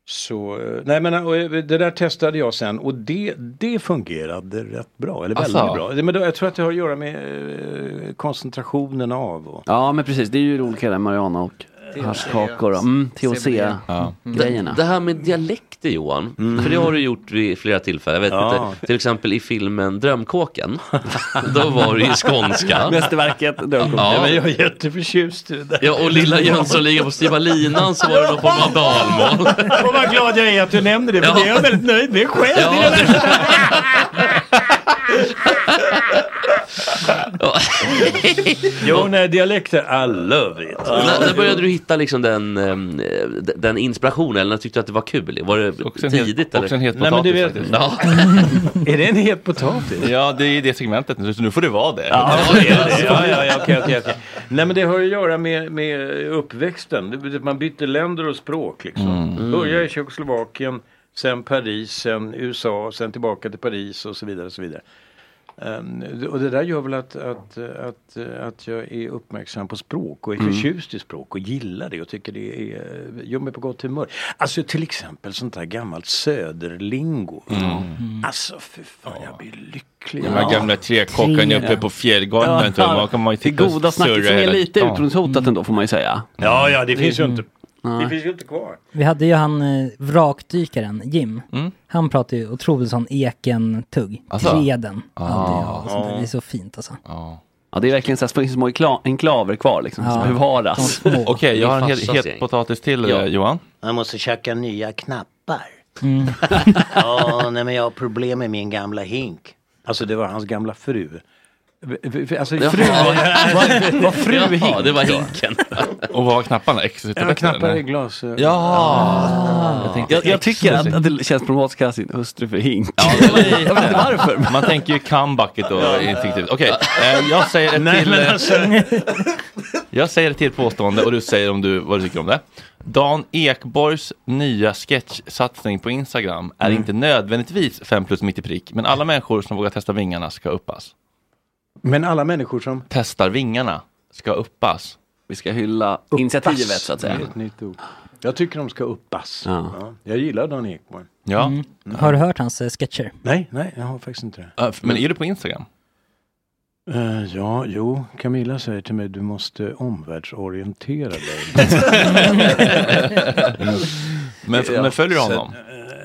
[SPEAKER 18] Så, eh, nej men eh, och, eh, det där testade jag sen och det, det fungerade rätt bra, eller väldigt
[SPEAKER 6] Asså.
[SPEAKER 18] bra. Det- Men då, jag tror att det har att göra med eh, koncentrationen av och
[SPEAKER 6] Ja, men precis. Det är ju olika där, Mariana och haschkakor. och- Mm, THC-grejerna.
[SPEAKER 7] Det här med dialekter Johan, för det har du gjort vid flera tillfällen. Jag vet
[SPEAKER 6] Ja.
[SPEAKER 7] inte, till exempel i filmen Drömkåken. Då var det ju skånska.
[SPEAKER 6] Mästerverket Drömkåken.
[SPEAKER 7] Ja.
[SPEAKER 18] Men jag är jätteförtjust i det där.
[SPEAKER 7] Ja, och lilla Jönssonligan på styva linan så var det någon form av dalmål.
[SPEAKER 18] Och vad glad jag är att du nämnde det, för
[SPEAKER 7] Ja.
[SPEAKER 18] det är jag väldigt nöjd med själv.
[SPEAKER 7] Ja,
[SPEAKER 18] Det är det där. Jo, nej, dialekter, I love it.
[SPEAKER 7] När, när började du hitta liksom den, ehm, d- den inspirationen? Eller när tyckte du att det var kul? Var det
[SPEAKER 1] Också en het-
[SPEAKER 7] tidigt? eller?
[SPEAKER 1] också en het
[SPEAKER 18] Nej, men du vet-
[SPEAKER 1] potatis
[SPEAKER 7] Ja.
[SPEAKER 18] Är det en het potatis?
[SPEAKER 1] Ja, det är det segmentet nu, så nu får det vara det.
[SPEAKER 18] Ja, ja, ja, okej, okej, okej. Nej, men det har att göra med, med uppväxten. Det- Man bytte länder och språk liksom.
[SPEAKER 1] Mm.
[SPEAKER 18] Började i Tjeckoslovakien, sen Paris, sen USA, sen tillbaka till Paris och så vidare. Och så vidare. Ehm, och det där gör väl att, att, att, att jag är uppmärksam på språk och är
[SPEAKER 6] Mm.
[SPEAKER 18] förtjust i språk och gillar det och tycker det är, gör mig på gott humör. Alltså till exempel sånt där gammalt söderlingo.
[SPEAKER 1] Mm.
[SPEAKER 18] Alltså för fan, jag blir lycklig.
[SPEAKER 1] De här gamla trekockarna uppe på fjällgatan.
[SPEAKER 6] Ja.
[SPEAKER 1] Man kan man ju
[SPEAKER 6] Det
[SPEAKER 1] titta och
[SPEAKER 6] goda snacket
[SPEAKER 1] surra
[SPEAKER 6] som är
[SPEAKER 1] hela Mm.
[SPEAKER 6] lite
[SPEAKER 1] dagen.
[SPEAKER 6] utrotningshotat ändå, får man ju säga.
[SPEAKER 18] Ja, ja, det finns ju
[SPEAKER 1] Mm.
[SPEAKER 18] inte.
[SPEAKER 6] Nej.
[SPEAKER 18] Det finns ju inte kvar.
[SPEAKER 8] Vi hade ju han eh, vrakdykaren, Jim.
[SPEAKER 18] Mm.
[SPEAKER 8] Han pratar ju otroligt sån eken-tugg.
[SPEAKER 6] Alltså?
[SPEAKER 8] Treden.
[SPEAKER 6] Ah.
[SPEAKER 8] hade jag och sånt där.
[SPEAKER 6] Ah.
[SPEAKER 8] Det är så fint alltså.
[SPEAKER 6] Ja, det är verkligen så här, det finns små enkla- enklaver kvar liksom,
[SPEAKER 8] Ja.
[SPEAKER 6] som bevaras.
[SPEAKER 8] De små.
[SPEAKER 1] Okej, jag har en het, het potatis till
[SPEAKER 6] Ja.
[SPEAKER 1] eh, Johan.
[SPEAKER 20] Man måste köka nya knappar.
[SPEAKER 8] Mm.
[SPEAKER 20] Ja, nej men jag har problem med min gamla hink.
[SPEAKER 18] Alltså det var hans gamla fru. Alltså
[SPEAKER 20] Jaha.
[SPEAKER 18] fru, var, var fru
[SPEAKER 20] Jaha,
[SPEAKER 18] hink
[SPEAKER 20] det var
[SPEAKER 18] då?
[SPEAKER 20] hinken.
[SPEAKER 1] Och vad var knapparna? Extra
[SPEAKER 18] Ja, knappar i glas. eh.
[SPEAKER 6] Ja, jag, jag, tycker att, att det känns problematiskt att kalla sin hustru för hink. jag vet inte varför.
[SPEAKER 1] Man tänker ju comebucket och instinktivt. Okej, eh, jag säger ett
[SPEAKER 18] Nej,
[SPEAKER 1] till.
[SPEAKER 18] men
[SPEAKER 1] eh,
[SPEAKER 18] alltså-
[SPEAKER 1] Jag säger ett till påstående och du säger om du, vad du tycker om det. Dan Ekborgs nya sketchsatsning på Instagram
[SPEAKER 18] Mm.
[SPEAKER 1] är inte nödvändigtvis 5 plus mitt i prick, men alla människor som vågar testa vingarna ska uppas.
[SPEAKER 18] Men alla människor som...
[SPEAKER 1] Testar vingarna ska uppas. Mm.
[SPEAKER 6] Vi ska hylla initiativet så att säga.
[SPEAKER 18] Det är Mm. ett nytt ord. Jag tycker de ska uppas. Ja. Jag gillar Dan Ekborg.
[SPEAKER 1] Ja.
[SPEAKER 8] Mm. Har du hört hans eh, sketcher?
[SPEAKER 18] Nej, nej, jag har faktiskt inte det.
[SPEAKER 1] Eh, f- Men är du på Instagram?
[SPEAKER 18] Eh, ja, jo, Camilla säger till mig du måste omvärldsorientera dig.
[SPEAKER 1] Men-
[SPEAKER 18] Ja,
[SPEAKER 1] men följer du
[SPEAKER 18] sen-
[SPEAKER 1] honom?
[SPEAKER 18] eh,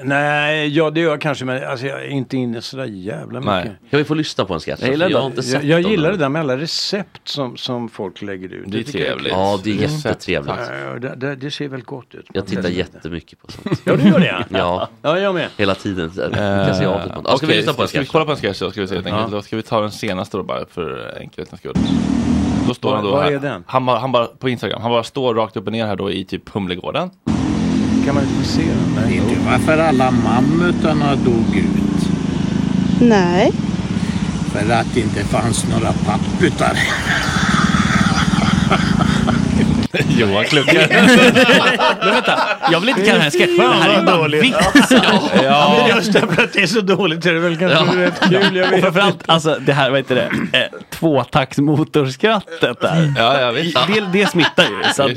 [SPEAKER 18] nej, ja det gör jag kanske men alltså, jag är inte inne så där jävla mycket.
[SPEAKER 7] Nej. Kan vi få lyssna på en sketch? Alltså,
[SPEAKER 18] Jag gillar,
[SPEAKER 7] För jag har
[SPEAKER 18] det.
[SPEAKER 7] inte sett
[SPEAKER 18] jag, jag
[SPEAKER 7] dem
[SPEAKER 18] gillar
[SPEAKER 7] än.
[SPEAKER 18] det där med alla recept som, som folk lägger ut.
[SPEAKER 7] Det är
[SPEAKER 18] tycker jag
[SPEAKER 7] trevligt.
[SPEAKER 18] kul.
[SPEAKER 7] Ja, det är
[SPEAKER 18] Mm.
[SPEAKER 7] jättetrevligt.
[SPEAKER 18] Ja, det, det, det ser väl gott ut. Mm.
[SPEAKER 7] Jag tittar jättemycket på sånt.
[SPEAKER 18] Ja, du gör det?
[SPEAKER 7] ja.
[SPEAKER 18] ja, jag med.
[SPEAKER 7] Hela tiden. så här, Kan se av det på något. typ. Ja, Ska vi
[SPEAKER 1] Eh, Okej,
[SPEAKER 7] lyssna på en
[SPEAKER 1] ska vi
[SPEAKER 7] sketch?
[SPEAKER 1] kolla på en sketch då? Ska vi, se, helt
[SPEAKER 7] Ja.
[SPEAKER 1] enkelt. då ska vi ta den senaste då bara för enkelhetens skull. Då står
[SPEAKER 18] Var-
[SPEAKER 1] han då
[SPEAKER 18] var
[SPEAKER 1] här.
[SPEAKER 18] är den?
[SPEAKER 1] Han, bara, han bara på Instagram. Han bara står rakt upp och ner här då i typ Humlegården.
[SPEAKER 18] Kan man inte se den? Nej.
[SPEAKER 21] Vet du varför alla mammutarna dog ut?
[SPEAKER 4] Nej.
[SPEAKER 21] För att det inte fanns några papputar.
[SPEAKER 1] Johan kluckar.
[SPEAKER 4] Men vänta, jag vill inte kalla det här sketch. Det här är
[SPEAKER 18] Fan,
[SPEAKER 4] bara
[SPEAKER 18] vad dåligt.
[SPEAKER 4] vits.
[SPEAKER 18] Ja. Men just därför att det är så dåligt är det väl kanske rätt kul. Jag
[SPEAKER 6] Och
[SPEAKER 18] vet.
[SPEAKER 6] framförallt, alltså det här, vad heter det, eh, tvåtaktsmotorskrattet där.
[SPEAKER 1] Ja, jag vet.
[SPEAKER 6] Det, det smittar ju. Så att...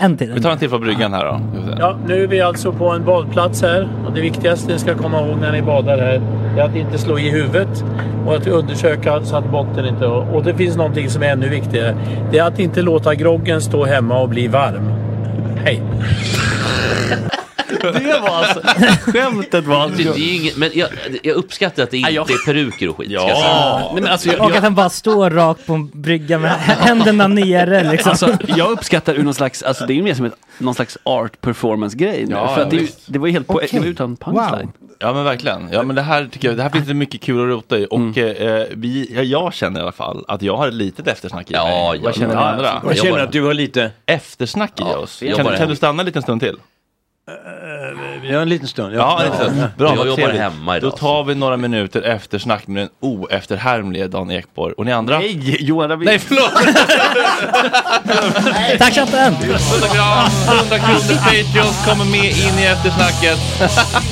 [SPEAKER 8] En till.
[SPEAKER 1] Vi tar en till från bryggan här då.
[SPEAKER 9] Ja, nu är vi alltså på en badplats här och det viktigaste ni ska komma ihåg när ni badar här är att inte slå i huvudet och att undersöka så att botten inte... Och det finns någonting som är ännu viktigare. Det är att inte låta groggen stå hemma och bli varm. Hej!
[SPEAKER 6] Det var alltså, skämtet var alltså...
[SPEAKER 7] Det är ju inget, men jag, jag uppskattar att det inte är peruker och skit. ska jag säga.
[SPEAKER 6] Nej, men alltså, jag,
[SPEAKER 8] och att han bara står rakt på en brygga med händerna nere liksom.
[SPEAKER 6] Alltså, jag uppskattar ur någon slags, alltså det är ju mer som ett, någon slags art performance grej nu.
[SPEAKER 1] Ja,
[SPEAKER 6] för att
[SPEAKER 1] ja,
[SPEAKER 6] det, är ju-
[SPEAKER 1] visst.
[SPEAKER 6] det var ju helt poäng, det var ju utan punchline.
[SPEAKER 1] Ja men verkligen. Ja men det här tycker jag, det här finns det mycket kul att rota i och
[SPEAKER 18] Mm.
[SPEAKER 1] eh, vi, ja, jag känner i alla fall att jag har ett litet eftersnack i mig. Ja, Vad känner ni
[SPEAKER 18] Ja,
[SPEAKER 1] andra?
[SPEAKER 18] jag känner att
[SPEAKER 1] du har lite eftersnack i oss.
[SPEAKER 18] jag
[SPEAKER 1] Kan,
[SPEAKER 18] bara-
[SPEAKER 1] kan du stanna en liten stund
[SPEAKER 18] Eh,
[SPEAKER 1] till?
[SPEAKER 18] Vi har en liten stund.
[SPEAKER 1] Ja, en liten stund. Bra, vad trevligt. Då
[SPEAKER 18] Då tar-
[SPEAKER 1] tar vi några minuter eftersnack med den oefterhärmlige Dan Ekborg. Och ni andra?
[SPEAKER 6] Nej, Johan Rabbin.
[SPEAKER 1] Nej, förlåt!
[SPEAKER 8] Tack chatten!
[SPEAKER 1] 100 gram, 100 kronor Patreons kommer med in i eftersnacket.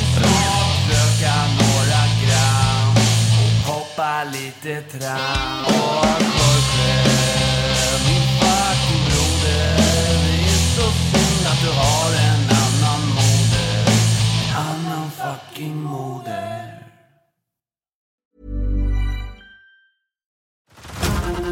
[SPEAKER 4] Hoppa lite tram och Jorge, min fucking broder Det är så synd att du har en annan moder En annan fucking moder